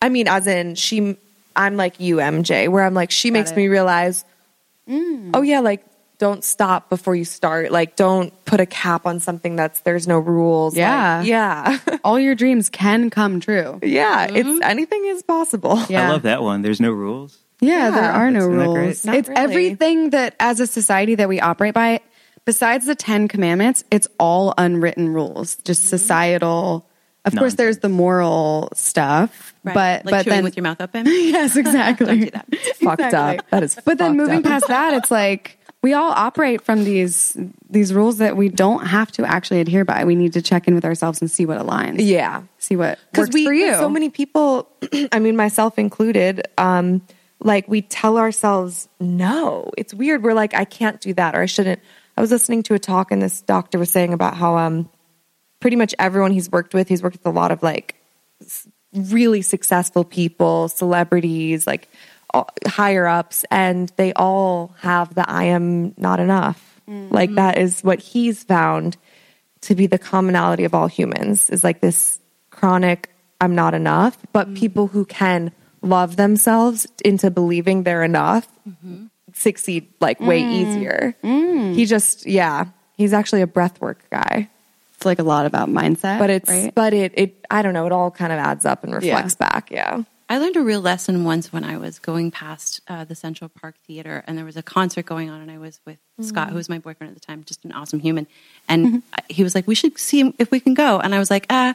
[SPEAKER 3] I mean, as in she, I'm like you, MJ, where I'm like she makes
[SPEAKER 1] it. Mm.
[SPEAKER 3] me realize, oh yeah, like don't stop before you start. Like don't put a cap on something that's there's no rules. Like,
[SPEAKER 1] Yeah.
[SPEAKER 3] yeah,
[SPEAKER 1] All your dreams can come true. Yeah,
[SPEAKER 3] yeah.
[SPEAKER 1] Mm-hmm.
[SPEAKER 3] It's anything is possible.
[SPEAKER 4] I love that one. There's no rules.
[SPEAKER 1] Yeah, there are no
[SPEAKER 4] Isn't that great?
[SPEAKER 1] rules.
[SPEAKER 3] Not
[SPEAKER 1] It's
[SPEAKER 3] really.
[SPEAKER 1] everything that as a society that we operate by, besides the Ten Commandments, it's all unwritten rules, just societal. Of course,
[SPEAKER 4] Nonsense.
[SPEAKER 1] there's the moral stuff,
[SPEAKER 2] Right?
[SPEAKER 1] but
[SPEAKER 2] like
[SPEAKER 1] but
[SPEAKER 2] chewing
[SPEAKER 1] then
[SPEAKER 2] with your mouth open.
[SPEAKER 1] yes, exactly.
[SPEAKER 2] Don't do that.
[SPEAKER 3] fucked up. That is.
[SPEAKER 1] But then
[SPEAKER 3] fucked
[SPEAKER 1] moving
[SPEAKER 3] up.
[SPEAKER 1] past that, it's like we all operate from these these rules that we don't have to actually adhere by. We need to check in with ourselves and see what aligns.
[SPEAKER 3] yeah,
[SPEAKER 1] See what
[SPEAKER 3] because
[SPEAKER 1] works
[SPEAKER 3] we
[SPEAKER 1] for you.
[SPEAKER 3] so many people i mean myself included um like we tell ourselves no it's weird we're like i can't do that or i shouldn't i was listening to a talk and this doctor was saying about how um pretty much everyone he's worked with he's worked with a lot of like s- really successful people celebrities like all- higher ups and they all have the i am not enough like that is what he's found to be the commonality of all humans is like this chronic I'm not enough, but people who can love themselves into believing they're enough succeed like way easier. He just yeah, he's actually a breathwork guy.
[SPEAKER 1] it's like a lot about mindset.
[SPEAKER 3] but it's
[SPEAKER 1] right?
[SPEAKER 3] but it it I don't know. It all kind of adds up and reflects back. Yeah.
[SPEAKER 2] I learned a real lesson once when I was going past uh, the Central Park Theater and there was a concert going on, and I was with Scott, who
[SPEAKER 1] Mm.
[SPEAKER 2] was my boyfriend at the time, just an awesome human. And
[SPEAKER 1] Mm-hmm.
[SPEAKER 2] I- he was like, We should see if we can go. And I was like, Ah,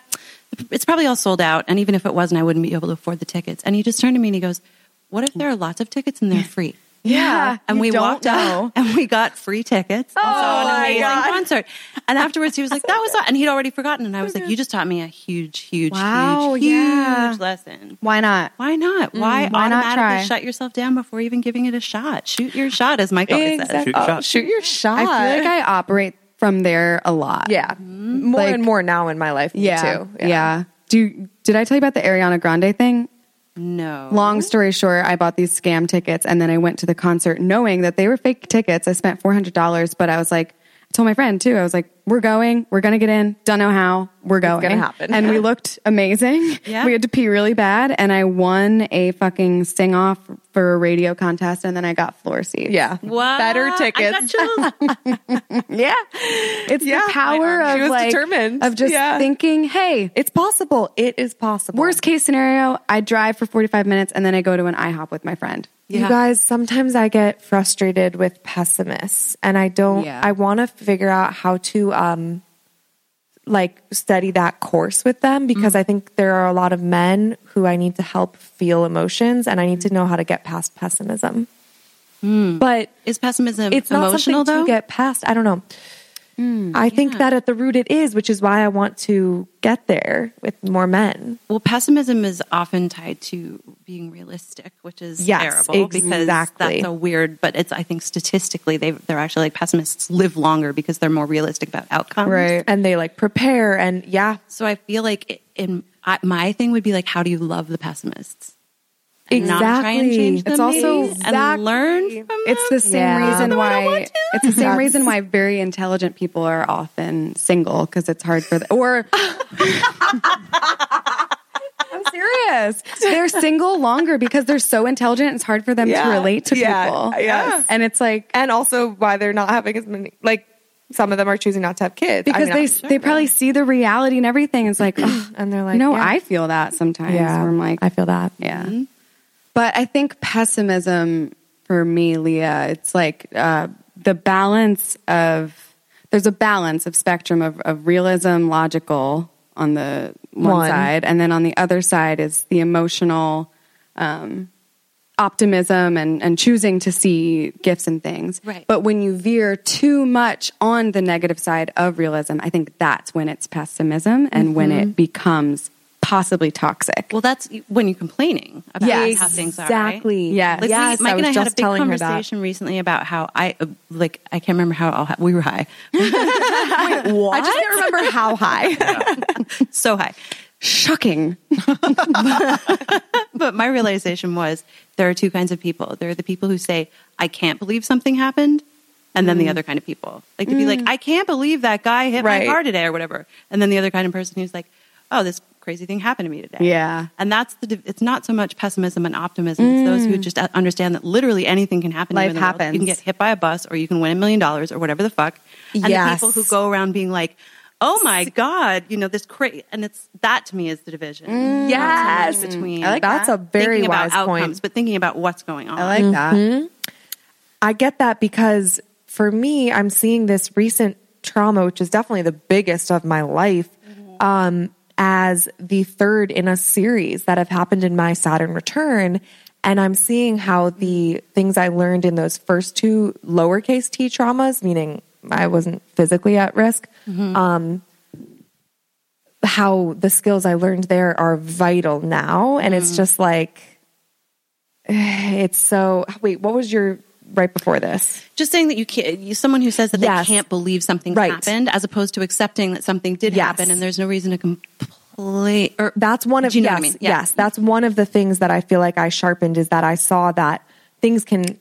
[SPEAKER 2] it's probably all sold out. And even if it wasn't, I wouldn't be able to afford the tickets. And he just turned to me and he goes, What if there are lots of tickets and they're free?
[SPEAKER 1] yeah,
[SPEAKER 2] and
[SPEAKER 1] you
[SPEAKER 2] we
[SPEAKER 1] don't
[SPEAKER 2] walked
[SPEAKER 1] know.
[SPEAKER 2] out and we got free tickets. Oh, and saw an amazing concert. And afterwards, he was like, "That was," aw-" and he'd already forgotten. And I was like, "You just taught me a huge, huge,
[SPEAKER 1] Oh Wow,
[SPEAKER 2] huge, huge
[SPEAKER 1] yeah.
[SPEAKER 2] lesson.
[SPEAKER 1] Why not?
[SPEAKER 2] Why
[SPEAKER 3] Mm,
[SPEAKER 2] not? Why,
[SPEAKER 1] why not
[SPEAKER 2] automatically
[SPEAKER 1] try?
[SPEAKER 2] shut yourself down before even giving it a shot? Shoot your shot, as Mike always
[SPEAKER 3] Exact-
[SPEAKER 4] Shoot your
[SPEAKER 3] oh,
[SPEAKER 4] shot.
[SPEAKER 3] shoot your shot.
[SPEAKER 1] I feel like I operate from there a lot.
[SPEAKER 3] yeah, more
[SPEAKER 1] Like-
[SPEAKER 3] and more now in my life. me
[SPEAKER 1] yeah,
[SPEAKER 3] too.
[SPEAKER 1] yeah. Do did I tell you about the Ariana Grande thing?
[SPEAKER 2] says. No,
[SPEAKER 1] Long
[SPEAKER 3] Mm-hmm.
[SPEAKER 1] story short, I bought these scam tickets and then I went to the concert knowing that they were fake tickets. I spent four hundred dollars, but I was like, I told my friend too. I was like, "We're going. We're gonna get in. Don't know how. We're going.
[SPEAKER 3] gonna happen.
[SPEAKER 1] And we looked amazing.
[SPEAKER 2] Yeah.
[SPEAKER 1] We had to pee really bad, and I won a fucking sing off for a radio contest, and then I got floor seats.
[SPEAKER 3] Yeah,
[SPEAKER 2] What?
[SPEAKER 3] better
[SPEAKER 2] I got
[SPEAKER 3] tickets.
[SPEAKER 2] chills.
[SPEAKER 1] yeah. It's
[SPEAKER 3] Yeah.
[SPEAKER 1] the power
[SPEAKER 3] She
[SPEAKER 1] of
[SPEAKER 3] was
[SPEAKER 1] like
[SPEAKER 3] determined.
[SPEAKER 1] of just
[SPEAKER 3] Yeah.
[SPEAKER 1] thinking, hey,
[SPEAKER 3] It's possible. It is possible.
[SPEAKER 1] Worst case scenario, I drive for 45 minutes and then I go to an IHOP with my friend.
[SPEAKER 2] Yeah.
[SPEAKER 3] You guys, sometimes I get frustrated with pessimists and I don't
[SPEAKER 1] Yeah.
[SPEAKER 3] I want to figure out how to um like study that course with them because
[SPEAKER 2] Mm.
[SPEAKER 3] I think there are a lot of men who I need to help feel emotions and I need to
[SPEAKER 2] Mm.
[SPEAKER 3] know how to get past pessimism. But
[SPEAKER 2] Is pessimism
[SPEAKER 3] it's not
[SPEAKER 2] Hmm. emotional
[SPEAKER 3] something
[SPEAKER 2] though? Hmm,
[SPEAKER 3] to get past. I don't know. I think that at the root it is, which is why I want to get there with more men.
[SPEAKER 2] Well, pessimism is often tied to being realistic, which is
[SPEAKER 3] Yes,
[SPEAKER 2] terrible because
[SPEAKER 3] exactly.
[SPEAKER 2] that's a weird. But it's I think statistically they they're actually like pessimists live longer because they're more realistic about outcomes.
[SPEAKER 3] And they like prepare and yeah,
[SPEAKER 2] So I feel like it, in I, my thing would be like, how do you love the pessimists? And Not try and
[SPEAKER 3] Exactly.
[SPEAKER 2] change them.
[SPEAKER 1] It's also
[SPEAKER 2] maybe,
[SPEAKER 1] exactly-
[SPEAKER 2] and learn from
[SPEAKER 1] It's the
[SPEAKER 2] them?
[SPEAKER 1] same
[SPEAKER 3] Yeah.
[SPEAKER 1] reason
[SPEAKER 3] Although
[SPEAKER 1] why it's the same reason why very intelligent people are often single because it's hard for them. Or I'm serious. They're single longer because they're so intelligent. It's hard for them to
[SPEAKER 3] Yeah.
[SPEAKER 1] relate to
[SPEAKER 3] Yeah.
[SPEAKER 1] people.
[SPEAKER 3] Yes.
[SPEAKER 1] and it's like
[SPEAKER 3] and also why they're not having as many like some of them are choosing not to have kids
[SPEAKER 1] because
[SPEAKER 3] I mean,
[SPEAKER 1] they they probably see the reality and everything. It's like, ugh,
[SPEAKER 3] And they're like,
[SPEAKER 1] you know,
[SPEAKER 3] yeah.
[SPEAKER 1] I feel that sometimes.
[SPEAKER 3] yeah
[SPEAKER 1] where I'm like,
[SPEAKER 3] I feel that
[SPEAKER 1] Yeah. But I think pessimism for me, Leah, it's like uh, the balance of, there's a balance of spectrum of, of realism, logical on the one,
[SPEAKER 3] One.
[SPEAKER 1] side, and then on the other side is the emotional um, optimism and, and choosing to see gifts and things.
[SPEAKER 2] Right.
[SPEAKER 1] But when you veer too much on the negative side of realism, I think that's when it's pessimism and when it becomes possibly toxic.
[SPEAKER 2] Well, that's when you're complaining about
[SPEAKER 1] Yes.
[SPEAKER 2] how things are. right?
[SPEAKER 3] exactly
[SPEAKER 1] Yes.
[SPEAKER 2] Like
[SPEAKER 3] yes
[SPEAKER 2] we,
[SPEAKER 3] I
[SPEAKER 2] Mike
[SPEAKER 3] was
[SPEAKER 2] and I
[SPEAKER 3] just
[SPEAKER 2] had a big
[SPEAKER 3] telling
[SPEAKER 2] conversation recently about how I uh, like I can't remember how all hi- we were high,
[SPEAKER 3] her that I just can't remember how high
[SPEAKER 2] so high.
[SPEAKER 1] Shocking.
[SPEAKER 2] But my realization was there are two kinds of people. There are the people who say I can't believe something happened, and
[SPEAKER 1] Mm.
[SPEAKER 2] then the other kind of people like to be like I can't believe that guy hit
[SPEAKER 3] Right.
[SPEAKER 2] my car today or whatever, and then the other kind of person who's like, oh, this crazy thing happened to me today.
[SPEAKER 1] Yeah.
[SPEAKER 2] and that's the. div- It's not so much pessimism and optimism. It's those who just uh, understand that literally anything can happen. to you
[SPEAKER 1] Mm. Life
[SPEAKER 2] in the world. You
[SPEAKER 1] happens.
[SPEAKER 2] can get hit by a bus, or you can win a million dollars, or whatever the fuck. And
[SPEAKER 3] Yes.
[SPEAKER 2] the people who go around being like, "Oh my god," you know, this crazy, and it's that to me is the division.
[SPEAKER 3] Yes.
[SPEAKER 2] between
[SPEAKER 3] I like That's that. a very
[SPEAKER 2] thinking
[SPEAKER 3] wise
[SPEAKER 2] about
[SPEAKER 3] point.
[SPEAKER 2] outcomes, but thinking about what's going on.
[SPEAKER 1] I like that.
[SPEAKER 3] I get that because for me I'm seeing this recent trauma which is definitely the biggest of my life um as the third in a series that have happened in my Saturn return and I'm seeing how the things I learned in those first two lowercase t traumas meaning I wasn't physically at risk um how the skills I learned there are vital now. And it's just like, it's so. Wait, what was your right before this?
[SPEAKER 2] Just saying that you can't. You, someone who says that
[SPEAKER 3] Yes.
[SPEAKER 2] they can't believe something
[SPEAKER 3] Right.
[SPEAKER 2] happened, as opposed to accepting that something did
[SPEAKER 3] Yes.
[SPEAKER 2] happen, and there's no reason to complain. Or
[SPEAKER 3] er, That's one of
[SPEAKER 2] Do you know
[SPEAKER 3] yes,
[SPEAKER 2] what I mean? Yeah.
[SPEAKER 3] yes. That's one of the things that I feel like I sharpened is that I saw that things can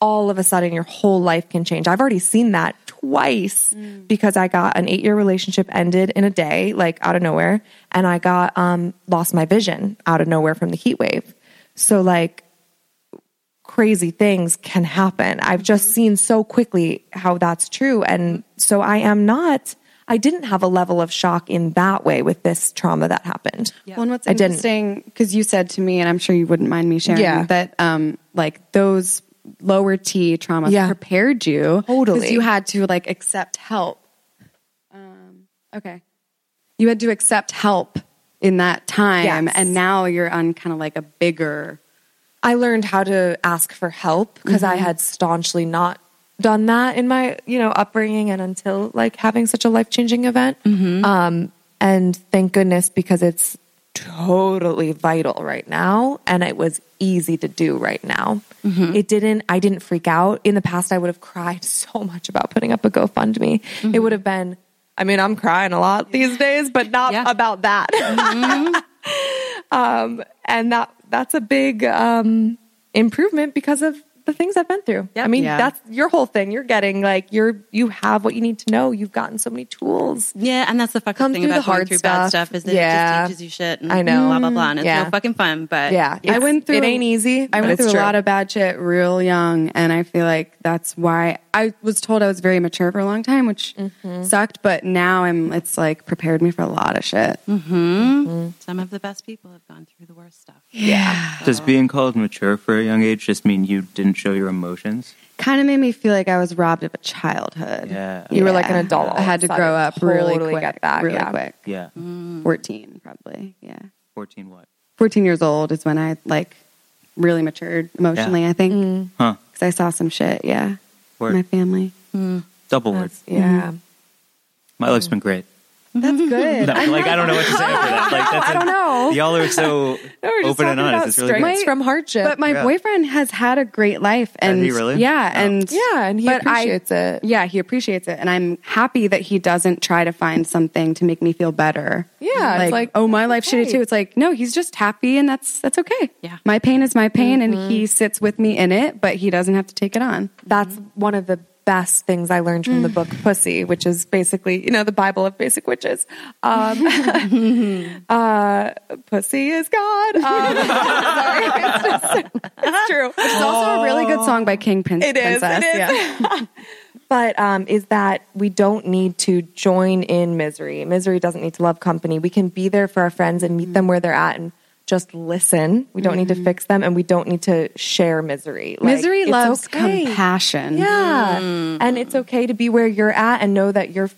[SPEAKER 3] all of a sudden your whole life can change. I've already seen that twice
[SPEAKER 2] Mm.
[SPEAKER 3] because I got an eight year relationship ended in a day, like out of nowhere, and I got um lost my vision out of nowhere from the heat wave. So like crazy things can
[SPEAKER 1] Mm-hmm.
[SPEAKER 3] happen. I've just seen so quickly how that's true. And so I am not, I didn't have a level of shock in that way with this trauma that happened.
[SPEAKER 1] Well, and what's
[SPEAKER 3] I didn't.
[SPEAKER 1] interesting because you said to me, and I'm sure you wouldn't mind me sharing
[SPEAKER 3] Yeah.
[SPEAKER 1] that, um, like those lower T traumas
[SPEAKER 3] Yeah.
[SPEAKER 1] prepared you
[SPEAKER 3] Totally.
[SPEAKER 1] because you had to like accept help. Um, okay, you had to accept help in that time,
[SPEAKER 3] Yes.
[SPEAKER 1] and now you're on kind of like a bigger.
[SPEAKER 3] I learned how to ask for help because I had staunchly not done that in my you know upbringing and until like having such a life changing event. Um, and thank goodness because it's totally vital right now, and it was easy to do right now. It didn't. I didn't freak out. In the past, I would have cried so much about putting up a GoFundMe. It would have been. I mean, I'm crying a lot these days, but not
[SPEAKER 2] Yeah.
[SPEAKER 3] about that and that that's a big um, improvement because of the things I've been through. I mean,
[SPEAKER 1] Yeah.
[SPEAKER 3] that's your whole thing. You're getting like you're you have what you need to know. You've gotten so many tools.
[SPEAKER 2] Yeah, and that's the fucked
[SPEAKER 3] Come
[SPEAKER 2] up thing
[SPEAKER 3] through
[SPEAKER 2] about
[SPEAKER 3] the hard
[SPEAKER 2] going through bad
[SPEAKER 3] stuff.
[SPEAKER 2] stuff is that
[SPEAKER 3] Yeah.
[SPEAKER 2] it just teaches you shit. And
[SPEAKER 3] I know.
[SPEAKER 2] Blah blah blah. And it's
[SPEAKER 3] Yeah.
[SPEAKER 2] no fucking fun. But
[SPEAKER 3] Yeah,
[SPEAKER 1] I went through.
[SPEAKER 3] It ain't easy.
[SPEAKER 1] I
[SPEAKER 3] but
[SPEAKER 1] went
[SPEAKER 3] it's
[SPEAKER 1] through
[SPEAKER 3] true.
[SPEAKER 1] a lot of bad shit real young, and I feel like that's why I was told I was very mature for a long time, which
[SPEAKER 3] Mm-hmm.
[SPEAKER 1] sucked. But now I'm. It's like prepared me for a lot of shit.
[SPEAKER 2] some of the best people have gone through the worst stuff.
[SPEAKER 4] Does being called mature for a young age just mean you didn't show your emotions?
[SPEAKER 1] kind of made me feel like I was robbed of a childhood.
[SPEAKER 4] Yeah.
[SPEAKER 3] You were like an adult all
[SPEAKER 1] I had to
[SPEAKER 3] of a
[SPEAKER 1] grow
[SPEAKER 3] sudden.
[SPEAKER 1] up really
[SPEAKER 3] Totally
[SPEAKER 1] quick.
[SPEAKER 3] get that,
[SPEAKER 1] really
[SPEAKER 3] yeah. Mm.
[SPEAKER 1] quick.
[SPEAKER 4] Yeah.
[SPEAKER 1] 14 probably. Yeah.
[SPEAKER 4] 14 what?
[SPEAKER 1] 14 years old is when I like really matured emotionally, I think.
[SPEAKER 3] Mm.
[SPEAKER 1] Cuz
[SPEAKER 4] Huh.
[SPEAKER 1] I saw some shit, yeah.
[SPEAKER 4] Word.
[SPEAKER 1] My family.
[SPEAKER 4] Double word.
[SPEAKER 3] That's- yeah.
[SPEAKER 4] My life's been great.
[SPEAKER 1] That's good.
[SPEAKER 4] No, like I don't know what to say after that. Like that's I
[SPEAKER 1] don't know.
[SPEAKER 4] Y'all are so
[SPEAKER 3] we're just
[SPEAKER 4] open
[SPEAKER 3] talking
[SPEAKER 4] and honest.
[SPEAKER 3] about
[SPEAKER 4] It's really good.
[SPEAKER 3] strengths from hardship.
[SPEAKER 1] But my
[SPEAKER 4] Yeah.
[SPEAKER 1] boyfriend has had a great life and
[SPEAKER 4] he really?
[SPEAKER 1] yeah,
[SPEAKER 4] Oh.
[SPEAKER 1] and
[SPEAKER 3] Yeah, and he appreciates
[SPEAKER 1] I,
[SPEAKER 3] it.
[SPEAKER 1] Yeah, he appreciates it and I'm happy that he doesn't try to find something to make me feel better.
[SPEAKER 3] Yeah, it's
[SPEAKER 1] Like,
[SPEAKER 3] like,
[SPEAKER 1] oh my life's
[SPEAKER 3] okay.
[SPEAKER 1] shitty too. It's like, no, he's just happy and that's that's okay.
[SPEAKER 2] Yeah.
[SPEAKER 1] My pain is my pain and
[SPEAKER 3] Mm-hmm.
[SPEAKER 1] he sits with me in it, but he doesn't have to take it on.
[SPEAKER 3] that's one of the best things I learned from the book Pussy, which is basically, you know, the Bible of basic witches. Um, uh, Pussy is God. Um, sorry, it's, just, it's true.
[SPEAKER 1] It's also a really good song by King Prin-
[SPEAKER 3] It is, it
[SPEAKER 1] Princess.
[SPEAKER 3] is.
[SPEAKER 1] Yeah.
[SPEAKER 3] But um, is that we don't need to join in misery. Misery doesn't need to love company. We can be there for our friends and meet them where they're at and just listen. We don't need to fix them and we don't need to share Mm-hmm. misery. Like,
[SPEAKER 1] Misery
[SPEAKER 3] it's
[SPEAKER 1] loves
[SPEAKER 3] okay.
[SPEAKER 1] compassion.
[SPEAKER 3] Yeah.
[SPEAKER 2] Mm.
[SPEAKER 3] And it's okay to be where you're at and know that your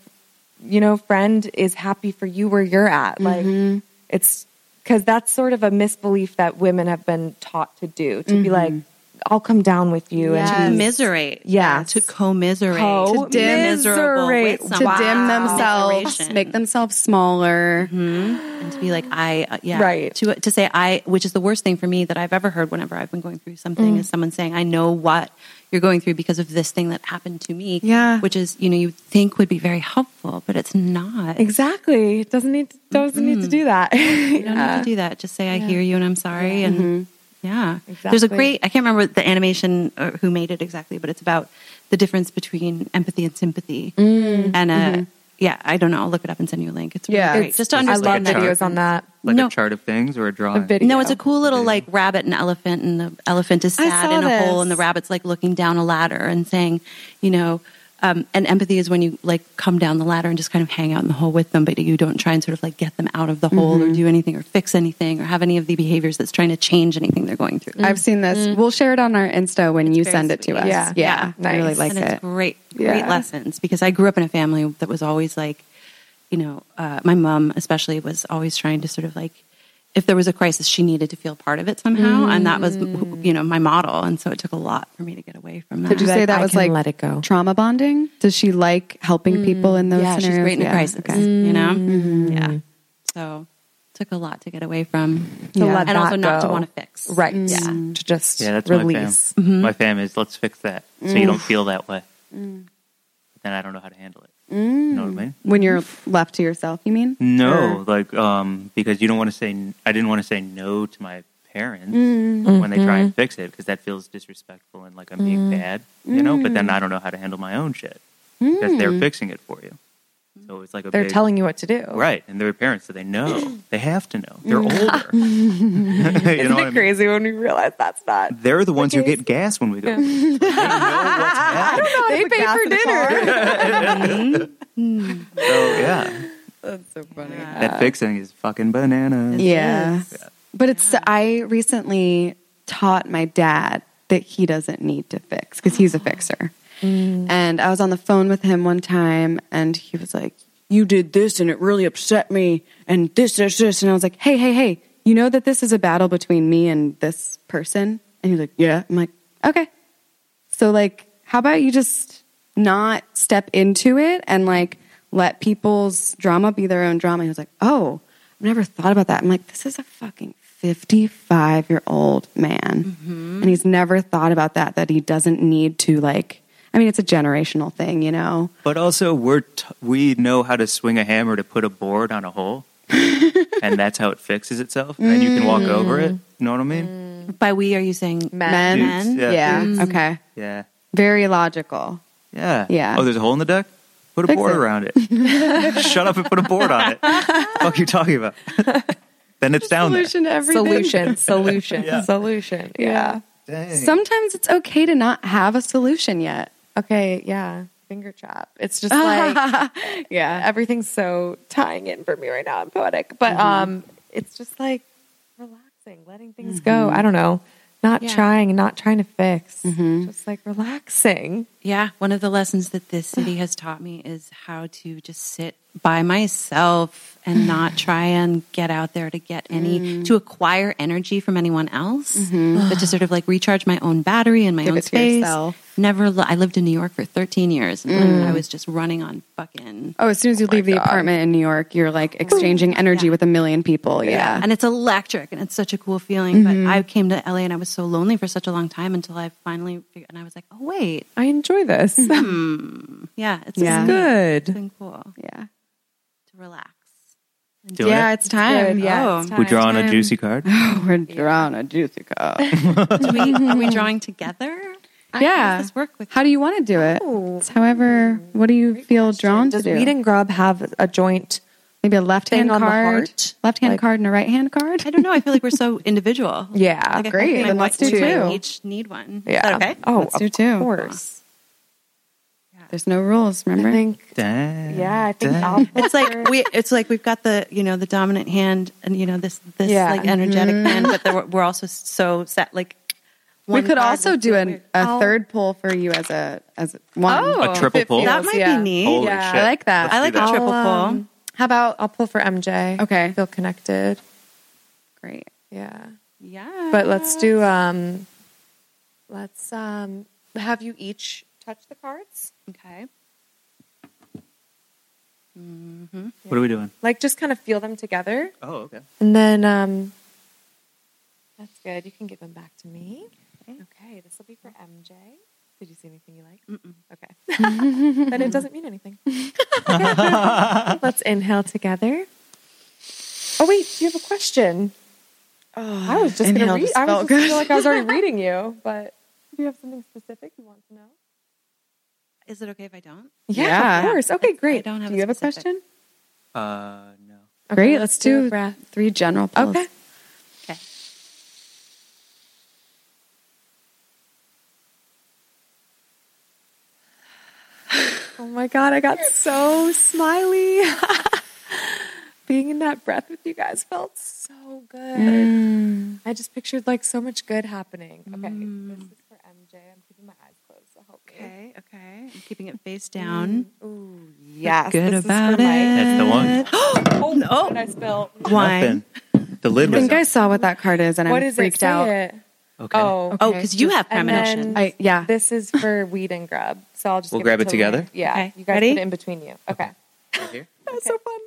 [SPEAKER 3] you know friend is happy for you where you're at. Like
[SPEAKER 2] Mm-hmm.
[SPEAKER 3] it's cuz that's sort of a misbelief that women have been taught to do to be like
[SPEAKER 2] Mm-hmm.
[SPEAKER 3] I'll come down with you
[SPEAKER 2] To
[SPEAKER 3] and
[SPEAKER 2] commiserate.
[SPEAKER 3] Yes.
[SPEAKER 2] To commiserate.
[SPEAKER 3] Co-
[SPEAKER 2] To dim miserable
[SPEAKER 3] miserate.
[SPEAKER 2] with
[SPEAKER 3] To
[SPEAKER 1] To
[SPEAKER 2] someone.
[SPEAKER 1] dim themselves,
[SPEAKER 2] Commiseration.
[SPEAKER 1] make themselves smaller.
[SPEAKER 2] and to be like I uh, yeah
[SPEAKER 3] Right.
[SPEAKER 2] to to say I which is the worst thing for me that I've ever heard whenever I've been going through something
[SPEAKER 3] Mm.
[SPEAKER 2] is someone saying I know what you're going through because of this thing that happened to me
[SPEAKER 1] Yeah.
[SPEAKER 2] which is you know you think would be very helpful but it's not
[SPEAKER 3] Exactly. It doesn't need to, doesn't need to
[SPEAKER 2] Mm.
[SPEAKER 3] do that.
[SPEAKER 2] you don't need to do that just say I hear you and I'm sorry and yeah there's a
[SPEAKER 3] Mm-hmm. Exactly.
[SPEAKER 2] great I can't remember the animation or who made it exactly but it's about the difference between empathy and sympathy
[SPEAKER 3] Mm.
[SPEAKER 2] and uh yeah I don't know I'll look it up and send you a link it's really
[SPEAKER 1] Yeah.
[SPEAKER 2] great just to
[SPEAKER 3] Mm-hmm. I
[SPEAKER 2] understand
[SPEAKER 3] love
[SPEAKER 4] like a
[SPEAKER 3] videos on that.
[SPEAKER 4] Like
[SPEAKER 2] No.
[SPEAKER 4] a chart of things or a
[SPEAKER 3] A
[SPEAKER 4] drawing.
[SPEAKER 3] video.
[SPEAKER 2] No, it's a cool little like rabbit and elephant, and the elephant is
[SPEAKER 1] I
[SPEAKER 2] sad
[SPEAKER 1] saw
[SPEAKER 2] in a hole, and the
[SPEAKER 1] this.
[SPEAKER 2] rabbit's like looking down a ladder and saying, you know, um, and empathy is when you like come down the ladder and just kind of hang out in the hole with them, but you don't try and sort of like get them out of the hole
[SPEAKER 1] Mm-hmm.
[SPEAKER 2] or do anything or fix anything or have any of the behaviors that's trying to change anything they're going through.
[SPEAKER 1] I've seen this.
[SPEAKER 2] Mm-hmm.
[SPEAKER 1] We'll share it on our Insta when you
[SPEAKER 2] very
[SPEAKER 1] send it to
[SPEAKER 2] sweet.
[SPEAKER 1] us.
[SPEAKER 3] Yeah.
[SPEAKER 1] yeah.
[SPEAKER 3] Yeah.
[SPEAKER 1] I really
[SPEAKER 3] Nice.
[SPEAKER 1] like
[SPEAKER 2] and it's
[SPEAKER 1] it.
[SPEAKER 2] great, great
[SPEAKER 3] Yeah.
[SPEAKER 2] lessons because I grew up in a family that was always like, you know, uh, my mom especially was always trying to sort of like, if there was a crisis, she needed to feel part of it somehow, and that was, you know, my model. And so it took a lot for me to get away from that.
[SPEAKER 1] Did you
[SPEAKER 3] But
[SPEAKER 1] say that
[SPEAKER 3] I
[SPEAKER 1] was
[SPEAKER 3] can
[SPEAKER 1] like
[SPEAKER 3] let it go.
[SPEAKER 1] trauma bonding? Does she like helping people in those
[SPEAKER 2] Mm. yeah,
[SPEAKER 1] scenarios?
[SPEAKER 2] she's great in a
[SPEAKER 1] Yeah.
[SPEAKER 2] crisis.
[SPEAKER 1] Okay. Mm-hmm.
[SPEAKER 2] You know, yeah. So took a lot to get away from,
[SPEAKER 3] To
[SPEAKER 1] Yeah.
[SPEAKER 3] let
[SPEAKER 2] and
[SPEAKER 3] that
[SPEAKER 2] also not to
[SPEAKER 3] go.
[SPEAKER 2] want to fix.
[SPEAKER 3] Right.
[SPEAKER 2] Yeah.
[SPEAKER 3] To just
[SPEAKER 4] yeah, that's
[SPEAKER 3] release. Mm-hmm. Mm.
[SPEAKER 4] my fam. My fam is let's fix that so you don't feel that way. Then I don't know how to handle it.
[SPEAKER 3] Mm.
[SPEAKER 4] You know what I mean?
[SPEAKER 1] When you're left to yourself, you mean?
[SPEAKER 4] No, like um because you don't want to say I didn't want to say no to my parents
[SPEAKER 3] Mm-hmm.
[SPEAKER 4] when they try and fix it because that feels disrespectful and like I'm
[SPEAKER 3] Mm.
[SPEAKER 4] being bad, you know, but then I don't know how to handle my own shit because they're fixing it for you. So it's like a
[SPEAKER 3] Mm. They're
[SPEAKER 4] big,
[SPEAKER 3] telling you what to do.
[SPEAKER 4] Right, and they're parents, so they know. They have to know. They're older. you know
[SPEAKER 3] Isn't
[SPEAKER 4] what I
[SPEAKER 3] it
[SPEAKER 4] mean?
[SPEAKER 3] crazy when we realize that's not?
[SPEAKER 4] They're the ones who get gas when we go. they know what's happening.
[SPEAKER 1] They pay for dinner.
[SPEAKER 4] So yeah,
[SPEAKER 1] That's so funny.
[SPEAKER 4] that fixing is fucking bananas.
[SPEAKER 1] Yeah.
[SPEAKER 2] is.
[SPEAKER 1] But it's, I recently taught my dad that he doesn't need to fix because he's a
[SPEAKER 2] Oh.
[SPEAKER 1] fixer.
[SPEAKER 2] Mm.
[SPEAKER 1] And I was on the phone with him one time and he was like, You did this and it really upset me and this, this, this. And I was like, Hey, hey, hey, you know that this is a battle between me and this person? And he's like, Yeah. I'm like, Okay. So, like, how about you just not step into it and like let people's drama be their own drama? He was like, Oh, I've never thought about that. I'm like, This is a fucking 55 year old man. And he's never thought about that, that he doesn't need to, like, I mean, it's a generational thing, you know?
[SPEAKER 4] But also, we're t- we know how to swing a hammer to put a board on a hole, and that's how it fixes itself. And then you can walk over
[SPEAKER 3] Mm.
[SPEAKER 4] it. You know what I mean?
[SPEAKER 1] Mm-hmm.
[SPEAKER 2] By we, are you saying
[SPEAKER 3] Men.
[SPEAKER 4] Dudes,
[SPEAKER 2] Men?
[SPEAKER 4] Yeah.
[SPEAKER 1] Yeah. Okay.
[SPEAKER 4] Yeah,
[SPEAKER 1] Very logical.
[SPEAKER 4] yeah,
[SPEAKER 1] Yeah.
[SPEAKER 4] Oh, there's a hole in the deck. Put a
[SPEAKER 1] Fix
[SPEAKER 4] board
[SPEAKER 1] it.
[SPEAKER 4] around it. Shut up and put a board on it. fuck you talking about? then it's down there.
[SPEAKER 1] to everything.
[SPEAKER 3] Solution, solution,
[SPEAKER 4] Yeah.
[SPEAKER 3] solution. Yeah.
[SPEAKER 4] Dang.
[SPEAKER 1] Sometimes it's okay to not have a solution yet.
[SPEAKER 3] Okay. Yeah. Finger trap. It's just like
[SPEAKER 1] Yeah.
[SPEAKER 3] everything's so tying in for me right now. I'm poetic, but
[SPEAKER 1] Mm-hmm.
[SPEAKER 3] um, it's just like relaxing, letting things go.
[SPEAKER 1] Mm-hmm.
[SPEAKER 3] I don't know. Not
[SPEAKER 2] Yeah.
[SPEAKER 3] trying, not trying to fix.
[SPEAKER 1] Mm-hmm.
[SPEAKER 3] Just like relaxing.
[SPEAKER 2] Yeah, one of the lessons that this city has taught me is how to just sit by myself
[SPEAKER 1] Mm.
[SPEAKER 2] and not try and get out there to get any to acquire energy from anyone else, but to sort of like recharge my own battery and my
[SPEAKER 1] Mm-hmm. Give
[SPEAKER 2] own
[SPEAKER 1] it to
[SPEAKER 2] space.
[SPEAKER 1] yourself. Mm.
[SPEAKER 2] Never. Li- I lived in New York for 13 years, and I was just running on fucking.
[SPEAKER 1] Oh, as soon as you leave the apartment in New York, you're like exchanging energy with a million people. Yeah. Mm-hmm.
[SPEAKER 2] And it's electric and it's such a cool feeling. But I came to LA and I was so lonely for such a long time until I finally figured, and I was like, oh, wait.
[SPEAKER 3] I enjoy this.
[SPEAKER 2] Yeah, it's
[SPEAKER 1] Yeah.
[SPEAKER 3] Good.
[SPEAKER 2] It's been cool to
[SPEAKER 1] yeah.
[SPEAKER 2] relax.
[SPEAKER 4] Doing
[SPEAKER 1] yeah,
[SPEAKER 4] it?
[SPEAKER 1] it's time.
[SPEAKER 3] Good, yeah,
[SPEAKER 2] Oh.
[SPEAKER 3] it's
[SPEAKER 4] we
[SPEAKER 3] time.
[SPEAKER 4] draw on a juicy card.
[SPEAKER 1] We're drawing a juicy cup.
[SPEAKER 2] Do we, are we drawing together? How
[SPEAKER 1] yeah.
[SPEAKER 2] does this work with
[SPEAKER 1] How do you want to do it? It's however, what do you feel drawn
[SPEAKER 3] Does
[SPEAKER 1] to do?
[SPEAKER 3] Weed and Grub have a joint?
[SPEAKER 1] Maybe a left hand
[SPEAKER 3] thing on the
[SPEAKER 1] card,
[SPEAKER 3] heart?
[SPEAKER 1] left hand
[SPEAKER 3] Like-
[SPEAKER 1] card, and a right hand card.
[SPEAKER 2] I don't know. I feel like we're so individual.
[SPEAKER 3] Yeah,
[SPEAKER 2] Like, I
[SPEAKER 1] great.
[SPEAKER 2] feel like
[SPEAKER 1] Then
[SPEAKER 2] my-
[SPEAKER 1] let's do
[SPEAKER 2] we might
[SPEAKER 1] two.
[SPEAKER 2] Each need one. Is
[SPEAKER 3] Yeah.
[SPEAKER 2] that okay.
[SPEAKER 3] Oh,
[SPEAKER 1] Let's
[SPEAKER 3] of
[SPEAKER 1] do two.
[SPEAKER 3] course.
[SPEAKER 1] There's no rules, remember?
[SPEAKER 3] I think.
[SPEAKER 4] Dang.
[SPEAKER 3] Yeah, I think
[SPEAKER 4] Dang.
[SPEAKER 3] I'll
[SPEAKER 2] It's like we. It's like we've got the you know the dominant hand and you know this this
[SPEAKER 3] Yeah.
[SPEAKER 2] like energetic hand, but there, we're also so set like.
[SPEAKER 1] Mm-hmm. we
[SPEAKER 2] one
[SPEAKER 1] could
[SPEAKER 2] card
[SPEAKER 1] also
[SPEAKER 2] would
[SPEAKER 1] do
[SPEAKER 2] feel
[SPEAKER 1] an,
[SPEAKER 2] weird.
[SPEAKER 1] a third pull for you as a as one.
[SPEAKER 3] Oh.
[SPEAKER 4] a triple pull.
[SPEAKER 2] That might
[SPEAKER 3] Yeah.
[SPEAKER 2] be neat.
[SPEAKER 4] Holy
[SPEAKER 3] Yeah.
[SPEAKER 4] shit.
[SPEAKER 1] I like that.
[SPEAKER 4] Let's
[SPEAKER 2] I
[SPEAKER 4] do
[SPEAKER 2] like a
[SPEAKER 4] that.
[SPEAKER 2] triple pull.
[SPEAKER 3] um,
[SPEAKER 1] How about
[SPEAKER 3] I'll pull for MJ.
[SPEAKER 1] Okay.
[SPEAKER 3] Feel connected.
[SPEAKER 1] great?
[SPEAKER 3] Yeah.
[SPEAKER 2] yeah,
[SPEAKER 3] But let's do um let's um have you each touch the cards?
[SPEAKER 2] okay.
[SPEAKER 4] What are we doing?
[SPEAKER 3] Like just kind of feel them together.
[SPEAKER 4] Oh, okay.
[SPEAKER 3] And then um that's good. You can give them back to me. Okay, this will be for MJ. Did you see anything you like? Okay. then it doesn't mean anything. Let's inhale together. Oh wait, you have a question. I was just going to
[SPEAKER 1] inhale
[SPEAKER 3] read.
[SPEAKER 1] just
[SPEAKER 3] I was
[SPEAKER 1] felt
[SPEAKER 3] just gonna
[SPEAKER 1] good.
[SPEAKER 3] feel like I was already reading you, but do you have something specific you want to know?
[SPEAKER 2] Is it okay if I don't?
[SPEAKER 3] Yeah,
[SPEAKER 1] Yeah.
[SPEAKER 3] of course. Okay, great.
[SPEAKER 2] don't have
[SPEAKER 1] Do
[SPEAKER 2] a
[SPEAKER 1] you have a
[SPEAKER 2] specific.
[SPEAKER 1] question?
[SPEAKER 4] Uh, no.
[SPEAKER 3] Okay,
[SPEAKER 1] great. Let's, do,
[SPEAKER 3] a breath.
[SPEAKER 1] three general pulls.
[SPEAKER 3] Okay.
[SPEAKER 2] Okay.
[SPEAKER 3] Oh my god, I got so smiley. Being in that breath with you guys felt so good. I just pictured like so much good happening. Okay, this is for MJ. I'm keeping my eyes closed, so help me.
[SPEAKER 2] Okay. Okay. I'm keeping it face down.
[SPEAKER 3] Ooh, yes.
[SPEAKER 2] Good
[SPEAKER 3] this is for
[SPEAKER 2] about
[SPEAKER 3] Mike.
[SPEAKER 4] That's the
[SPEAKER 1] Uh,
[SPEAKER 4] one.
[SPEAKER 1] Mm.
[SPEAKER 3] Oh, no. I spill?
[SPEAKER 2] Wine.
[SPEAKER 4] Nothing. The lid
[SPEAKER 1] I
[SPEAKER 4] was
[SPEAKER 1] think
[SPEAKER 4] up.
[SPEAKER 1] I saw what that card is, and
[SPEAKER 3] What
[SPEAKER 1] I'm
[SPEAKER 3] is
[SPEAKER 1] freaked
[SPEAKER 3] it? Say
[SPEAKER 1] out.
[SPEAKER 3] it.
[SPEAKER 4] Okay.
[SPEAKER 3] Oh,
[SPEAKER 2] Oh, because you have
[SPEAKER 3] And then-
[SPEAKER 2] premonitions.
[SPEAKER 1] I yeah.
[SPEAKER 3] This is for weed and grub. So I'll just
[SPEAKER 4] We'll
[SPEAKER 3] give
[SPEAKER 4] grab it
[SPEAKER 3] to
[SPEAKER 4] together?
[SPEAKER 3] Lynn. Yeah,
[SPEAKER 2] Okay.
[SPEAKER 3] you guys
[SPEAKER 2] Ready?
[SPEAKER 3] put it in between you. Okay,
[SPEAKER 4] Right here?
[SPEAKER 3] that was so fun.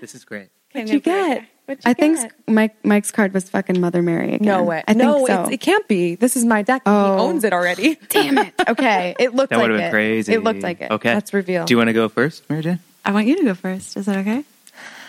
[SPEAKER 4] This is great.
[SPEAKER 3] What'd you get? What'd you
[SPEAKER 1] I think
[SPEAKER 3] get?
[SPEAKER 1] Mike Mike's card was fucking Mother Mary again.
[SPEAKER 3] no way.
[SPEAKER 1] I think
[SPEAKER 3] no,
[SPEAKER 1] so.
[SPEAKER 3] it's, it can't be. This is my deck.
[SPEAKER 1] Oh.
[SPEAKER 3] He owns it already.
[SPEAKER 1] Damn it. Okay, it looked
[SPEAKER 4] That
[SPEAKER 1] like
[SPEAKER 4] would have
[SPEAKER 1] it.
[SPEAKER 4] been crazy.
[SPEAKER 1] It looked like it.
[SPEAKER 4] Okay.
[SPEAKER 3] Let's reveal.
[SPEAKER 4] Do you want to go first, Mary Jane?
[SPEAKER 2] I want you to go first. Is that okay?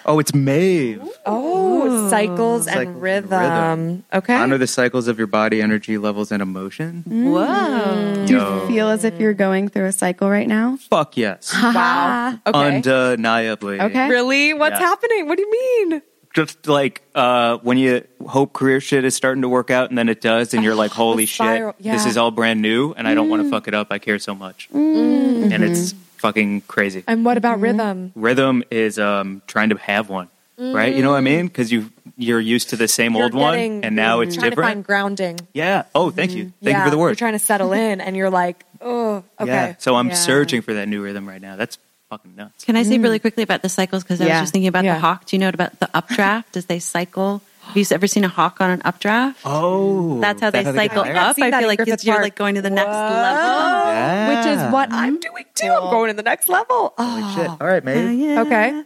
[SPEAKER 4] Oh, it's Maeve.
[SPEAKER 3] Oh, cycles and
[SPEAKER 4] Cycles and
[SPEAKER 3] rhythm.
[SPEAKER 4] rhythm.
[SPEAKER 3] Okay.
[SPEAKER 4] Honor the cycles of your body, energy levels, and emotion.
[SPEAKER 1] Mm.
[SPEAKER 2] Whoa.
[SPEAKER 1] Do
[SPEAKER 4] Yo.
[SPEAKER 1] you feel as if you're going through a cycle right now?
[SPEAKER 4] Fuck yes.
[SPEAKER 3] wow. Okay.
[SPEAKER 4] Undeniably.
[SPEAKER 1] Okay.
[SPEAKER 3] really? What's
[SPEAKER 4] Yeah.
[SPEAKER 3] happening? What do you mean?
[SPEAKER 4] Just like uh, when you hope career shit is starting to work out and then it does, and you're
[SPEAKER 1] Ah,
[SPEAKER 4] like, holy shit,
[SPEAKER 3] spiral.
[SPEAKER 4] this
[SPEAKER 3] Yeah.
[SPEAKER 1] Mm.
[SPEAKER 4] is all brand new and I don't want to fuck it up. I care so much. And it's
[SPEAKER 1] Mm-hmm.
[SPEAKER 4] fucking crazy.
[SPEAKER 3] And what about rhythm?
[SPEAKER 4] Rhythm is um, trying to have one, right? You know what I
[SPEAKER 3] Mm.
[SPEAKER 4] mean? Because you you're used to the same old one, and now it's
[SPEAKER 3] Mm-hmm. trying To
[SPEAKER 4] different.
[SPEAKER 3] find grounding.
[SPEAKER 4] yeah. Oh, thank you. Thank
[SPEAKER 3] Yeah,
[SPEAKER 4] you for the
[SPEAKER 3] You're
[SPEAKER 4] word.
[SPEAKER 3] trying to settle in, and you're like, oh, okay.
[SPEAKER 4] Yeah. So I'm
[SPEAKER 1] Yeah.
[SPEAKER 4] searching for that new rhythm right now. That's fucking nuts.
[SPEAKER 2] Can I say really quickly about the cycles? Because I
[SPEAKER 3] Mm. Yeah.
[SPEAKER 2] was just thinking about
[SPEAKER 3] Yeah.
[SPEAKER 2] the hawk. Do you know about the updraft? Does they cycle? Have you ever seen a hawk on an updraft?
[SPEAKER 4] Oh,
[SPEAKER 2] That's how they cycle
[SPEAKER 3] hired?
[SPEAKER 2] up.
[SPEAKER 3] Seen
[SPEAKER 2] I
[SPEAKER 3] that
[SPEAKER 2] feel
[SPEAKER 3] in
[SPEAKER 2] like
[SPEAKER 3] Griffith
[SPEAKER 2] you're
[SPEAKER 3] Park.
[SPEAKER 2] like going to the next level.
[SPEAKER 3] which
[SPEAKER 4] Yeah.
[SPEAKER 3] is what I'm doing too. I'm going to the next level. Oh,
[SPEAKER 4] Shit. All right,
[SPEAKER 2] Oh,
[SPEAKER 4] maybe.
[SPEAKER 2] yeah.
[SPEAKER 3] okay.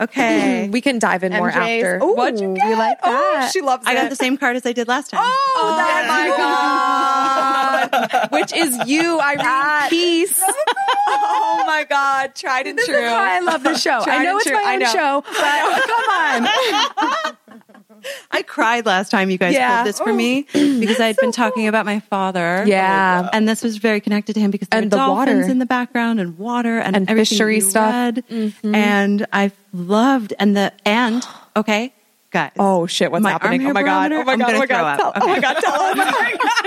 [SPEAKER 2] Okay.
[SPEAKER 3] We can dive in more
[SPEAKER 1] MJ's
[SPEAKER 3] after.
[SPEAKER 1] Ooh, we like
[SPEAKER 3] Oh,
[SPEAKER 1] that.
[SPEAKER 3] she loves
[SPEAKER 2] I
[SPEAKER 3] it.
[SPEAKER 2] got the same card as I did last time.
[SPEAKER 3] Oh, that- my god! Which is you, Irene.
[SPEAKER 1] Peace.
[SPEAKER 3] Oh my god! Tried and true.
[SPEAKER 1] That's why I love this show.
[SPEAKER 3] Tried
[SPEAKER 1] I know
[SPEAKER 3] and
[SPEAKER 1] it's
[SPEAKER 3] true. I
[SPEAKER 1] my own
[SPEAKER 3] know.
[SPEAKER 1] show, but come on.
[SPEAKER 2] I cried last time you guys
[SPEAKER 3] Yeah. Oh.
[SPEAKER 2] pulled this for me because I had been talking about my father. Um,
[SPEAKER 3] Yeah.
[SPEAKER 2] And this was very connected to him because there
[SPEAKER 3] And
[SPEAKER 2] were
[SPEAKER 3] the
[SPEAKER 2] dolphins
[SPEAKER 3] water.
[SPEAKER 2] in the background and water and,
[SPEAKER 3] And
[SPEAKER 2] everything
[SPEAKER 3] fishery
[SPEAKER 2] you
[SPEAKER 3] stuff.
[SPEAKER 2] read.
[SPEAKER 3] Mm-hmm.
[SPEAKER 2] And I loved and the and okay, guys.
[SPEAKER 3] Oh shit! What's
[SPEAKER 2] My
[SPEAKER 3] happening?
[SPEAKER 2] arm
[SPEAKER 3] Oh my god! Oh
[SPEAKER 2] hair
[SPEAKER 3] my god! Oh my
[SPEAKER 2] barometer,
[SPEAKER 3] god!
[SPEAKER 2] I'm
[SPEAKER 3] Tell,
[SPEAKER 2] gonna
[SPEAKER 3] Oh my god! Tell us.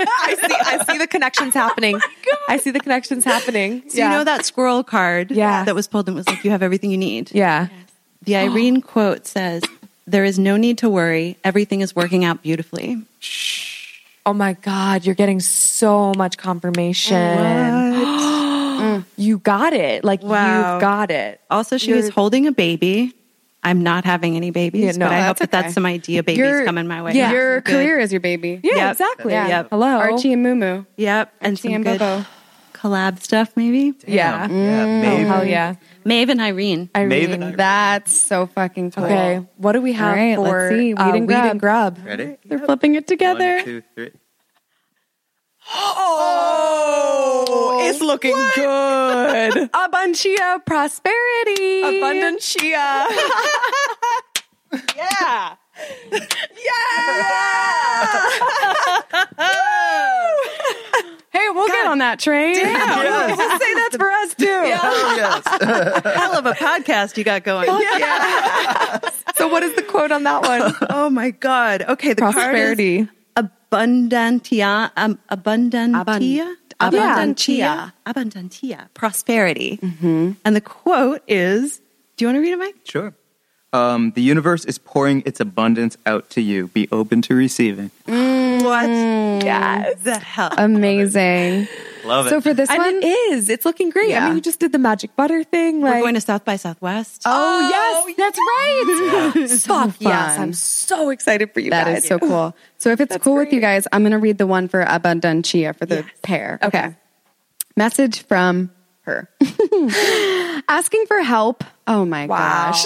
[SPEAKER 3] I see. I see the connections happening. I see the connections happening.
[SPEAKER 2] So you know that squirrel card
[SPEAKER 3] Yeah.
[SPEAKER 2] that was pulled and it was like you have everything you need.
[SPEAKER 3] Yeah.
[SPEAKER 2] The Irene quote says, There is no need to worry. Everything is working out beautifully.
[SPEAKER 3] Oh my god! You're getting so much confirmation. you got it. Like
[SPEAKER 2] Wow.
[SPEAKER 3] you've got it.
[SPEAKER 2] Also, she
[SPEAKER 3] You're-
[SPEAKER 2] was holding a baby. I'm not having any babies,
[SPEAKER 3] Yeah, no,
[SPEAKER 2] but I hope
[SPEAKER 3] that's
[SPEAKER 2] that that's some idea babies
[SPEAKER 1] You're-
[SPEAKER 2] coming my way.
[SPEAKER 3] yeah.
[SPEAKER 1] Your
[SPEAKER 2] Good.
[SPEAKER 1] career is your baby.
[SPEAKER 3] Yeah.
[SPEAKER 2] Yep.
[SPEAKER 3] Exactly.
[SPEAKER 2] Yeah. Yep.
[SPEAKER 3] Hello.
[SPEAKER 1] Archie and Mumu.
[SPEAKER 2] Yep. And
[SPEAKER 1] Archie
[SPEAKER 2] some
[SPEAKER 1] and
[SPEAKER 2] good
[SPEAKER 1] Bobo.
[SPEAKER 2] collab stuff, maybe.
[SPEAKER 3] Yeah.
[SPEAKER 4] Damn. Yeah. Maybe.
[SPEAKER 3] Oh hell yeah!
[SPEAKER 2] Maeve and Irene.
[SPEAKER 3] Irene.
[SPEAKER 4] Maeve and
[SPEAKER 1] That's so fucking cool.
[SPEAKER 3] Okay, what do we
[SPEAKER 1] All
[SPEAKER 3] have
[SPEAKER 1] right,
[SPEAKER 3] for
[SPEAKER 1] let's see. Weed
[SPEAKER 3] uh,
[SPEAKER 1] and
[SPEAKER 3] weed and grub?
[SPEAKER 4] Ready?
[SPEAKER 1] They're flipping it together.
[SPEAKER 4] One, two, three.
[SPEAKER 3] Oh, it's looking good.
[SPEAKER 1] Abundia prosperity.
[SPEAKER 3] Abundant chia. yeah. Yeah.
[SPEAKER 1] Hey, we'll get on that train.
[SPEAKER 4] Yes.
[SPEAKER 1] Say that's for us too.
[SPEAKER 4] Oh, yes.
[SPEAKER 2] Hell of a podcast you got going.
[SPEAKER 3] so, what is the quote on that one?
[SPEAKER 2] Oh my God. Okay. The
[SPEAKER 3] Prosperity.
[SPEAKER 2] Card is abundantia. Um, abundantia.
[SPEAKER 3] Abund-
[SPEAKER 2] Abundantia. Mm-hmm. Abundantia. Prosperity. And the quote is Do you want to read it, Mike?
[SPEAKER 4] Sure. Um, the universe is pouring its abundance out to you. Be open to receiving.
[SPEAKER 2] What the hell?
[SPEAKER 1] Amazing.
[SPEAKER 4] Love it.
[SPEAKER 1] So for this
[SPEAKER 3] And
[SPEAKER 1] one,
[SPEAKER 3] it is. It's looking great. I
[SPEAKER 1] Yeah.
[SPEAKER 3] mean, you just did the magic butter thing. Like,
[SPEAKER 2] We're going to South by Southwest.
[SPEAKER 1] oh yes, that's right.
[SPEAKER 3] fuck yes.
[SPEAKER 1] fun.
[SPEAKER 3] I'm so excited for you
[SPEAKER 1] That
[SPEAKER 3] guys.
[SPEAKER 1] is so cool. So if it's cool with you guys, I'm going to read the one for Abundantia for the
[SPEAKER 2] Oh.
[SPEAKER 1] pair.
[SPEAKER 3] Okay.
[SPEAKER 1] Message from her. Asking for help. Oh my
[SPEAKER 3] Wow.
[SPEAKER 1] gosh.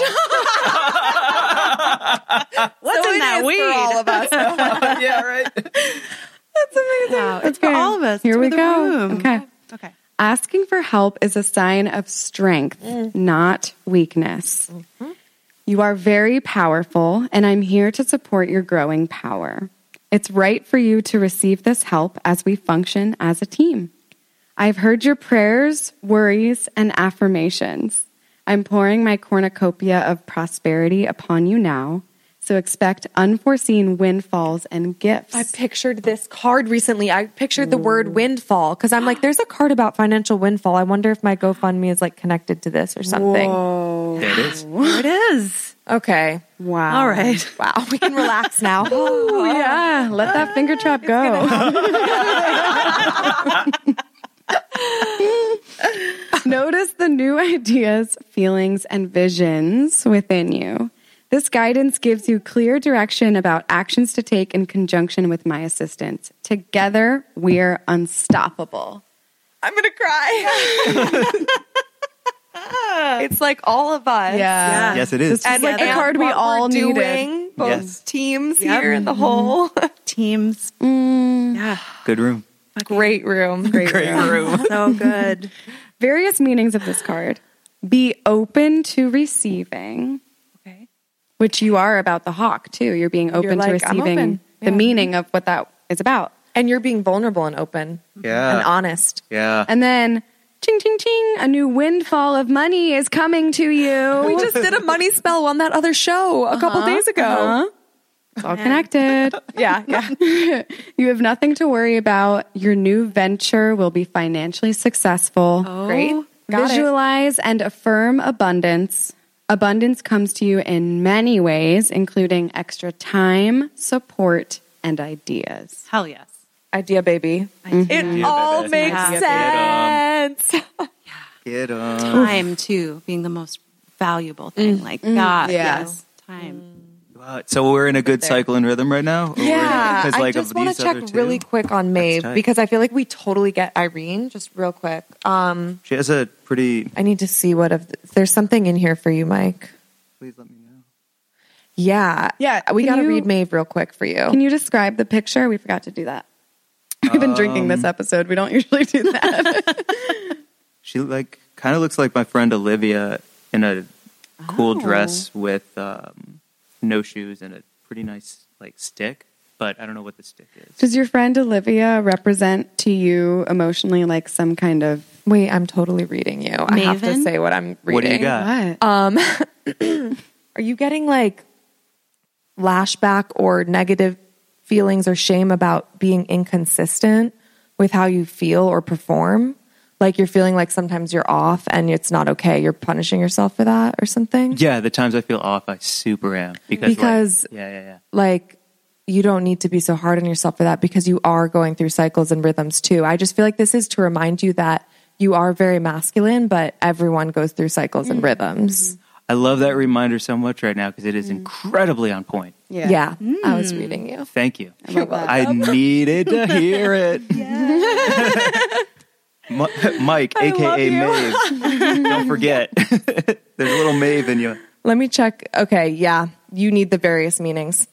[SPEAKER 2] What's in that weed?
[SPEAKER 3] of us.
[SPEAKER 4] yeah, right.
[SPEAKER 2] Wow, it's
[SPEAKER 1] Okay.
[SPEAKER 2] for all of us. It's
[SPEAKER 1] Here
[SPEAKER 2] for
[SPEAKER 1] we
[SPEAKER 2] the
[SPEAKER 1] go.
[SPEAKER 2] room.
[SPEAKER 1] Okay.
[SPEAKER 2] Okay.
[SPEAKER 1] Asking for help is a sign of strength, not weakness. You are very powerful, and I'm here to support your growing power. It's right for you to receive this help as we function as a team. I've heard your prayers, worries, and affirmations. I'm pouring my cornucopia of prosperity upon you now, so expect unforeseen windfalls and gifts.
[SPEAKER 3] I pictured this card recently. I pictured the word windfall because I'm like, there's a card about financial windfall. I wonder if my GoFundMe is like connected to this or something.
[SPEAKER 4] There it is.
[SPEAKER 2] There it is.
[SPEAKER 3] Okay.
[SPEAKER 1] wow.
[SPEAKER 2] All right.
[SPEAKER 3] Wow. We can relax now.
[SPEAKER 1] Oh, yeah. Let that finger trap go. Notice the new ideas, feelings, and visions within you. This guidance gives you clear direction about actions to take in conjunction with my assistance. Together, we're unstoppable.
[SPEAKER 3] I'm going to cry. it's like all of us.
[SPEAKER 1] Yeah.
[SPEAKER 4] Yes, it is.
[SPEAKER 3] And
[SPEAKER 1] like the
[SPEAKER 3] and
[SPEAKER 1] card we
[SPEAKER 3] what
[SPEAKER 1] all
[SPEAKER 3] we're
[SPEAKER 1] needed.
[SPEAKER 3] doing, both
[SPEAKER 4] Yes.
[SPEAKER 3] teams here in the whole
[SPEAKER 2] Teams. Yeah.
[SPEAKER 4] Good room.
[SPEAKER 3] great room.
[SPEAKER 4] Great room.
[SPEAKER 2] So good.
[SPEAKER 1] Various meanings of this card be open to receiving.
[SPEAKER 2] Okay.
[SPEAKER 1] Which you are about the hawk too. You're being open to
[SPEAKER 3] like, I'm
[SPEAKER 1] receiving
[SPEAKER 3] open.
[SPEAKER 1] the meaning of what that is about.
[SPEAKER 3] And you're being vulnerable and open
[SPEAKER 4] Yeah.
[SPEAKER 3] and honest.
[SPEAKER 4] Yeah.
[SPEAKER 1] And then ching ching ching, a new windfall of money is coming to you.
[SPEAKER 3] We just did a money spell on that other show a couple days ago.
[SPEAKER 1] it's all connected.
[SPEAKER 3] Uh-huh, Yeah. Yeah.
[SPEAKER 1] you have nothing to worry about. Your new venture will be financially successful.
[SPEAKER 2] Oh,
[SPEAKER 3] Great. Got it.
[SPEAKER 1] Visualize and affirm abundance. Abundance comes to you in many ways, including extra time, support, and ideas.
[SPEAKER 2] Hell yes.
[SPEAKER 3] Idea baby.
[SPEAKER 2] Mm-hmm.
[SPEAKER 3] It
[SPEAKER 4] baby.
[SPEAKER 3] all makes
[SPEAKER 4] Idea
[SPEAKER 3] sense.
[SPEAKER 4] um, Get on.
[SPEAKER 2] Time, too, being the most valuable thing. Like, God,
[SPEAKER 1] Yeah.
[SPEAKER 2] Mm. yes. Time.
[SPEAKER 4] Wow. So we're in a good cycle and rhythm right now. Or we're in-
[SPEAKER 3] Yeah,
[SPEAKER 4] 'cause,
[SPEAKER 3] I
[SPEAKER 4] like,
[SPEAKER 3] just
[SPEAKER 4] of
[SPEAKER 3] want
[SPEAKER 4] these
[SPEAKER 3] to check
[SPEAKER 4] other two,
[SPEAKER 3] really quick on Maeve
[SPEAKER 4] tight.
[SPEAKER 3] because I feel like we totally get Irene. Just real quick, um,
[SPEAKER 4] She has a pretty.
[SPEAKER 3] I need to see what of if there's something in here for you, Mike.
[SPEAKER 4] Please let me know.
[SPEAKER 3] Yeah,
[SPEAKER 1] Yeah,
[SPEAKER 3] We
[SPEAKER 1] can
[SPEAKER 3] got to
[SPEAKER 1] you-
[SPEAKER 3] read Maeve real quick for you.
[SPEAKER 1] Can you describe the picture? We forgot to do that. We've been drinking
[SPEAKER 3] Um.
[SPEAKER 1] this episode. We don't usually do that.
[SPEAKER 4] She like kind of looks like my friend Olivia in a
[SPEAKER 3] Oh.
[SPEAKER 4] cool dress with um, no shoes and a pretty nice like stick, but I don't know what the stick is.
[SPEAKER 1] Does your friend Olivia represent to you emotionally like some kind of
[SPEAKER 3] Wait, I'm totally reading you. I have to
[SPEAKER 2] Maven?
[SPEAKER 3] say what I'm reading.
[SPEAKER 4] What do you got? Yeah.
[SPEAKER 1] what?
[SPEAKER 3] Are you getting like lashback or negative feelings or shame about being inconsistent with how you feel or perform? Like you're feeling like sometimes you're off and it's not okay. You're punishing yourself for that or something?
[SPEAKER 4] Yeah, the times I feel off, I super am because like-
[SPEAKER 3] Because-
[SPEAKER 4] yeah, yeah, yeah.
[SPEAKER 3] like you don't need to be so hard on yourself for that because you are going through cycles and rhythms too. I just feel like this is to remind you that you are very masculine, but everyone goes through cycles and rhythms.
[SPEAKER 4] I love that reminder so much right now because it
[SPEAKER 3] Mm.
[SPEAKER 4] is incredibly on point.
[SPEAKER 3] Yeah, I was reading you.
[SPEAKER 4] Thank you. I needed to hear it. Mi- Mike, aka Mave. Don't forget. There's a little Mave in you.
[SPEAKER 3] Let me check. Okay, yeah, you need the various meanings.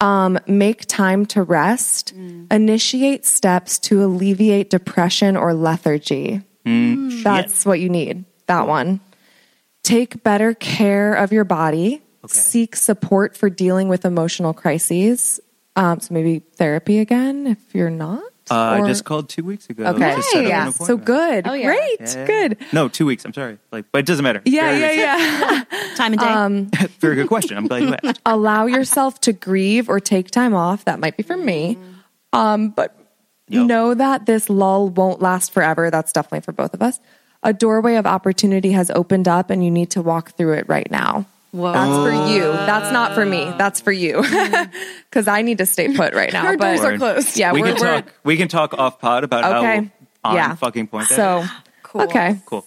[SPEAKER 3] um, make time to rest.
[SPEAKER 1] Mm.
[SPEAKER 3] Initiate steps to alleviate depression or lethargy.
[SPEAKER 4] Mm.
[SPEAKER 1] Mm.
[SPEAKER 3] That's what you need. That one. Take better care of your body.
[SPEAKER 4] Okay.
[SPEAKER 3] Seek support for dealing with emotional crises. Um, so maybe therapy again if you're not.
[SPEAKER 4] Uh, I
[SPEAKER 3] or-
[SPEAKER 4] just called two weeks ago.
[SPEAKER 3] okay.
[SPEAKER 4] to set up an
[SPEAKER 3] yeah. So
[SPEAKER 4] appointment.
[SPEAKER 3] good.
[SPEAKER 1] Oh, yeah.
[SPEAKER 3] Great.
[SPEAKER 4] Yeah, yeah.
[SPEAKER 3] Good.
[SPEAKER 4] No, two weeks. I'm sorry. Like, but it doesn't matter.
[SPEAKER 3] Yeah,
[SPEAKER 4] Very-
[SPEAKER 3] yeah, yeah.
[SPEAKER 2] Time and day.
[SPEAKER 4] Very good question. I'm glad you asked.
[SPEAKER 3] allow yourself to grieve or take time off. That might be for me. Um, but
[SPEAKER 4] Mm. Yep.
[SPEAKER 3] know that this lull won't last forever. That's definitely for both of us. A doorway of opportunity has opened up and you need to walk through it right now.
[SPEAKER 2] Whoa.
[SPEAKER 3] That's for you. That's not for me. That's for you. Because I need to stay put right now.
[SPEAKER 1] Our
[SPEAKER 3] but
[SPEAKER 1] doors are closed.
[SPEAKER 3] Yeah,
[SPEAKER 4] we
[SPEAKER 3] we're,
[SPEAKER 4] can
[SPEAKER 3] we're-
[SPEAKER 4] talk. We can talk off pod about
[SPEAKER 3] okay.
[SPEAKER 4] how on
[SPEAKER 3] yeah.
[SPEAKER 4] fucking point. that
[SPEAKER 3] So
[SPEAKER 4] is.
[SPEAKER 3] cool. Okay.
[SPEAKER 4] cool.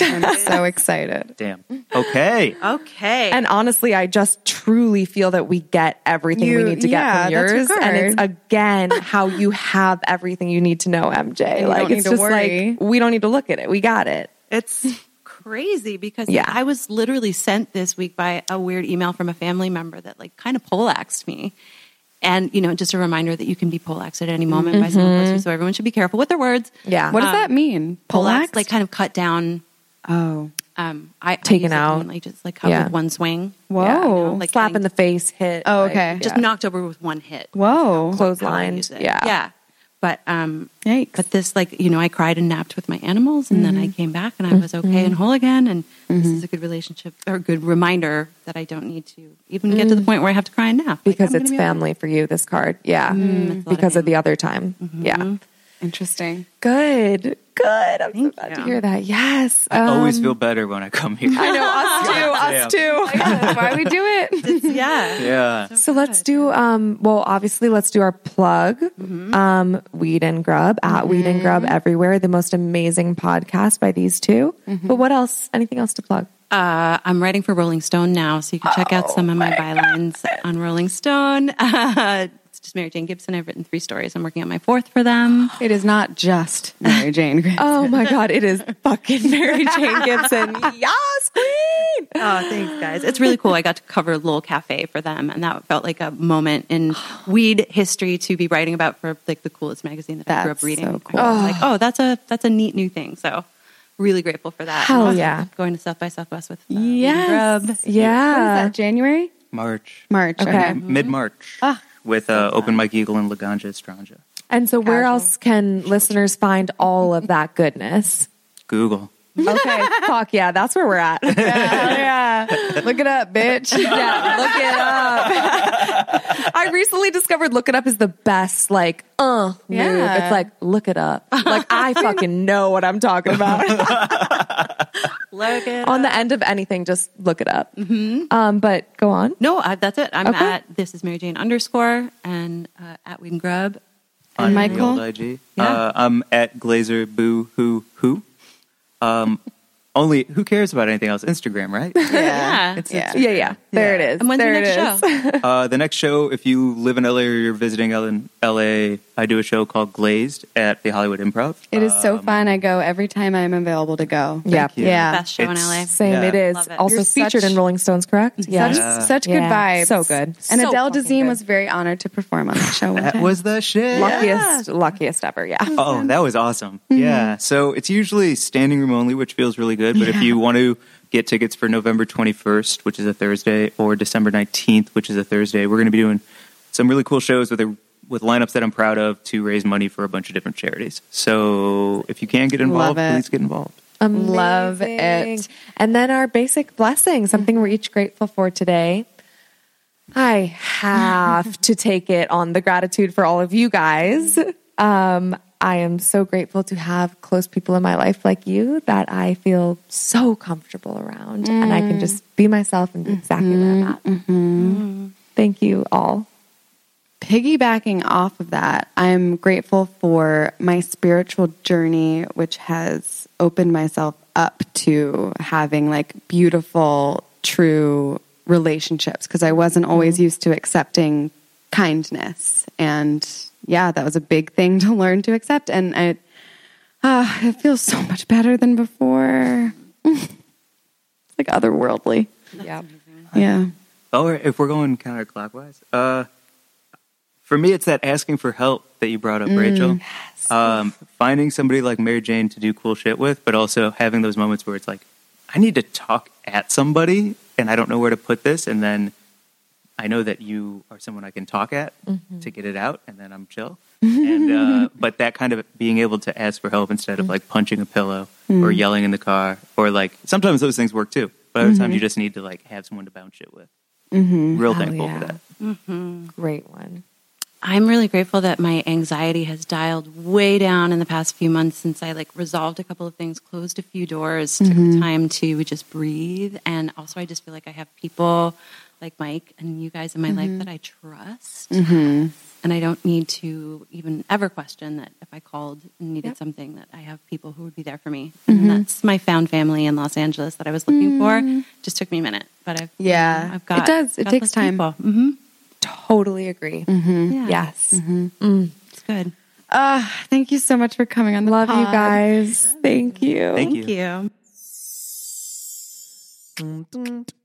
[SPEAKER 1] I'm so excited.
[SPEAKER 4] Damn. Okay.
[SPEAKER 2] Okay.
[SPEAKER 3] And honestly, I just truly feel that we get everything we
[SPEAKER 1] You-
[SPEAKER 3] need to get
[SPEAKER 1] yeah,
[SPEAKER 3] from
[SPEAKER 1] that's your
[SPEAKER 3] yours. And it's
[SPEAKER 1] card.
[SPEAKER 3] again how you have everything you need to know, MJ.
[SPEAKER 1] you
[SPEAKER 3] like
[SPEAKER 1] don't need
[SPEAKER 3] it's
[SPEAKER 1] to
[SPEAKER 3] just
[SPEAKER 1] worry.
[SPEAKER 3] like we don't need to look at it. We got it.
[SPEAKER 2] It's crazy because
[SPEAKER 3] Yeah.
[SPEAKER 2] I was literally sent this week by a weird email from a family member that like kind of poleaxed me. And you know, just a reminder that you can be poleaxed at any moment by someone close to you, so everyone should be careful with their words.
[SPEAKER 3] Mm-hmm.
[SPEAKER 2] Um,
[SPEAKER 3] Yeah.
[SPEAKER 1] What does that mean? Poleaxed?
[SPEAKER 2] like kind of cut down.
[SPEAKER 1] oh,
[SPEAKER 2] Um, I I
[SPEAKER 3] Taken
[SPEAKER 2] use it
[SPEAKER 3] out.
[SPEAKER 2] only just like cut
[SPEAKER 3] Yeah.
[SPEAKER 2] with one swing.
[SPEAKER 1] Whoa.
[SPEAKER 2] you know,
[SPEAKER 3] like slap
[SPEAKER 2] kind
[SPEAKER 3] in the face, hit.
[SPEAKER 1] Oh,
[SPEAKER 3] like,
[SPEAKER 1] okay.
[SPEAKER 2] just
[SPEAKER 3] yeah.
[SPEAKER 2] knocked over with one hit.
[SPEAKER 1] whoa,
[SPEAKER 2] How I use
[SPEAKER 3] clotheslined.
[SPEAKER 2] it.
[SPEAKER 3] Yeah.
[SPEAKER 2] yeah. But um,
[SPEAKER 1] Yikes.
[SPEAKER 2] but this like you know I cried and napped with my animals, and
[SPEAKER 3] Mm-hmm.
[SPEAKER 2] then I came back and I was okay and whole again. And this is a good relationship or a good reminder that I don't need to even get to the point where I have to cry and nap Like,
[SPEAKER 3] Mm. Because
[SPEAKER 2] I'm
[SPEAKER 3] it's
[SPEAKER 2] gonna be okay.
[SPEAKER 3] family for you, this card.
[SPEAKER 1] Mm,
[SPEAKER 3] Yeah.
[SPEAKER 2] That's a lot
[SPEAKER 3] Because
[SPEAKER 2] of
[SPEAKER 3] of the other time.
[SPEAKER 1] Mm-hmm.
[SPEAKER 3] Yeah.
[SPEAKER 1] interesting.
[SPEAKER 3] Good. Good. I'm so glad to
[SPEAKER 2] you.
[SPEAKER 3] hear that. Yes.
[SPEAKER 4] I always
[SPEAKER 3] Um,
[SPEAKER 4] feel better when I come here.
[SPEAKER 3] I know us too. Us too.
[SPEAKER 1] That's why we do it.
[SPEAKER 2] Yeah,
[SPEAKER 4] yeah.
[SPEAKER 3] So let's do um well obviously let's do our plug um Weed and Grub at Weed and Grub everywhere the most amazing podcast by these 2 But what else anything else to plug?
[SPEAKER 2] uh, I'm writing for Rolling Stone now, so you can check out some of Oh my bylines on Rolling Stone. Uh, it's just Mary Jane Gibson. I've written three stories. I'm working on my fourth for them.
[SPEAKER 1] It is not just Mary Jane. Grey.
[SPEAKER 3] Oh my god it is fucking Mary Jane Gibson. yes queen.
[SPEAKER 2] Oh, thanks, guys. It's really cool. I got to cover Lowell Cafe for them, and that felt like a moment in weed history to be writing about for like the coolest magazine that I grew up
[SPEAKER 1] That's
[SPEAKER 2] reading.
[SPEAKER 1] so cool.
[SPEAKER 2] I was like, oh, that's a that's a neat new thing. So, really grateful for that.
[SPEAKER 3] Hell
[SPEAKER 2] And also
[SPEAKER 3] yeah.
[SPEAKER 2] Going to South by Southwest with uh,
[SPEAKER 1] Yes.
[SPEAKER 2] Grub.
[SPEAKER 1] What is
[SPEAKER 3] Yeah.
[SPEAKER 1] that? January,
[SPEAKER 4] March.
[SPEAKER 1] March.
[SPEAKER 3] Okay.
[SPEAKER 4] Mid March. With uh, Open Mike Eagle and Laganja Estranja.
[SPEAKER 3] And so where else can listeners find all of that goodness?
[SPEAKER 4] Google.
[SPEAKER 3] Okay, fuck yeah, that's where we're at. Oh,
[SPEAKER 1] yeah. Look it up, bitch.
[SPEAKER 3] Yeah, look it up. I recently discovered look it up is the best like uh move.
[SPEAKER 1] Yeah.
[SPEAKER 3] It's like look it up. Like I fucking know what I'm talking about.
[SPEAKER 2] Logan.
[SPEAKER 3] on the end of anything, just look it up. Um, but go on.
[SPEAKER 2] no, I, that's it. I'm
[SPEAKER 3] Okay.
[SPEAKER 2] at this is Mary Jane underscore and uh, at Whedon Grub.
[SPEAKER 4] on
[SPEAKER 1] Michael?
[SPEAKER 4] Michael? IG.
[SPEAKER 2] Yeah.
[SPEAKER 4] Uh, I'm at Glazer Boo Who Who. Um, only who cares about anything else? Instagram, right?
[SPEAKER 2] Yeah.
[SPEAKER 4] It's
[SPEAKER 1] Yeah.
[SPEAKER 3] Yeah, yeah. There it is.
[SPEAKER 2] And when's
[SPEAKER 3] there
[SPEAKER 2] your
[SPEAKER 3] it
[SPEAKER 2] next
[SPEAKER 3] is.
[SPEAKER 2] show?
[SPEAKER 4] Uh, the next show, if you live in LA or you're visiting LA, I do a show called Glazed at the Hollywood Improv.
[SPEAKER 1] It is so fun. I go every time I'm available to go.
[SPEAKER 3] Um, Yeah.
[SPEAKER 4] you.
[SPEAKER 1] Yeah.
[SPEAKER 2] Best show in
[SPEAKER 4] It's-
[SPEAKER 2] LA.
[SPEAKER 3] Same
[SPEAKER 4] Yeah.
[SPEAKER 3] it is.
[SPEAKER 2] Love it.
[SPEAKER 3] Also
[SPEAKER 1] You're
[SPEAKER 3] featured
[SPEAKER 1] such-
[SPEAKER 3] in Rolling Stones, correct?
[SPEAKER 1] Such,
[SPEAKER 4] Yeah.
[SPEAKER 1] such good
[SPEAKER 3] Yeah.
[SPEAKER 1] vibes.
[SPEAKER 3] So good.
[SPEAKER 1] And
[SPEAKER 3] So
[SPEAKER 1] Adele
[SPEAKER 3] fucking
[SPEAKER 1] Dazeem
[SPEAKER 3] good.
[SPEAKER 1] was very honored to perform on the show. One
[SPEAKER 4] That
[SPEAKER 1] time.
[SPEAKER 4] was the shit.
[SPEAKER 3] Luckiest, luckiest ever. Yeah.
[SPEAKER 4] Oh, that was awesome. Yeah. So it's usually standing room only, which feels really good. But if you want to get tickets for November 21st, which is a Thursday, or December 19th, which is a Thursday, we're going to be doing some really cool shows with a with lineups that I'm proud of to raise money for a bunch of different charities. So if you can get involved,
[SPEAKER 1] it.
[SPEAKER 4] please get involved.
[SPEAKER 1] Love
[SPEAKER 3] Amazing.
[SPEAKER 1] it.
[SPEAKER 3] And then our basic blessing, something we're each grateful for today. I have to take it on the gratitude for all of you guys. Um, I am so grateful to have close people in my life like you that I feel so comfortable around and I can just be myself and be exactly where I'm at. Thank you all.
[SPEAKER 1] piggybacking off of that, I'm grateful for my spiritual journey, which has opened myself up to having like beautiful, true relationships because I wasn't
[SPEAKER 2] Mm-hmm.
[SPEAKER 1] always used to accepting kindness. And yeah, that was a big thing to learn to accept. And I, uh, it feels so much better than before. it's like otherworldly.
[SPEAKER 3] Yeah.
[SPEAKER 1] Yeah.
[SPEAKER 4] Oh, if we're going counterclockwise, uh, for me, it's that asking for help that you brought up,
[SPEAKER 3] Mm,
[SPEAKER 4] Rachel. Um, finding somebody like Mary Jane to do cool shit with, but also having those moments where it's like, I need to talk at somebody and I don't know where to put this. And then I know that you are someone I can talk at
[SPEAKER 3] Mm-hmm.
[SPEAKER 4] to get it out, and then I'm chill. and, uh, but that kind of being able to ask for help instead of like punching a pillow or
[SPEAKER 3] Mm.
[SPEAKER 4] yelling in the car, or like sometimes those things work too. But other times you just need to like have someone to bounce shit with. Real
[SPEAKER 3] Mm-hmm. Oh,
[SPEAKER 4] thankful
[SPEAKER 3] yeah.
[SPEAKER 4] for that.
[SPEAKER 3] Great one.
[SPEAKER 2] I'm really grateful that my anxiety has dialed way down in the past few months since I like resolved a couple of things, closed a few doors, took
[SPEAKER 1] Mm-hmm.
[SPEAKER 2] the time to just breathe, and also I just feel like I have people like Mike and you guys in my
[SPEAKER 1] Mm-hmm.
[SPEAKER 2] life that I trust, and I don't need to even ever question that if I called and needed something that I have people who would be there for me.
[SPEAKER 1] Mm-hmm.
[SPEAKER 2] And that's my found family in Los Angeles that I was looking for. Just took me a minute, but I've
[SPEAKER 1] Mm. Yeah.
[SPEAKER 2] I've got
[SPEAKER 1] It does. It
[SPEAKER 2] got
[SPEAKER 1] takes
[SPEAKER 2] those
[SPEAKER 1] time.
[SPEAKER 2] people. Mhm.
[SPEAKER 3] Totally agree.
[SPEAKER 2] Yeah.
[SPEAKER 3] Yes.
[SPEAKER 2] it's good.
[SPEAKER 1] Uh, thank you so much for coming on the
[SPEAKER 3] Love you
[SPEAKER 1] pod.
[SPEAKER 3] guys. Thank you.
[SPEAKER 4] Thank, you.
[SPEAKER 2] Thank you.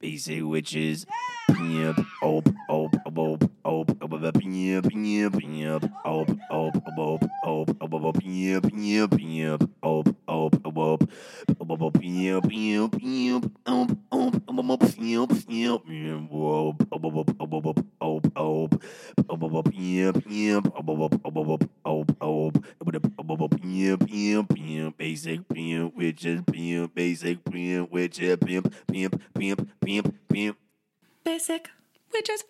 [SPEAKER 6] BC witches. Yep, op, op, op, op, op, op, op, yep, yep, yep, op, op, op, op, op, op, op, op, yep, yep, yep, op, op, op, op, op, op, op, yep, yep, yep, op, op, op, op, op, yep, yep, yep, op, op, op, op, op, op, op, op, op, op, op, yep, yep, op, op, op, op, op, op, op, op, op, op, op, op, yep, yep, yep, basic, yep, witches, yep, basic, yep, witches, yep, yep, yep, yep, yep.
[SPEAKER 3] Basic witches.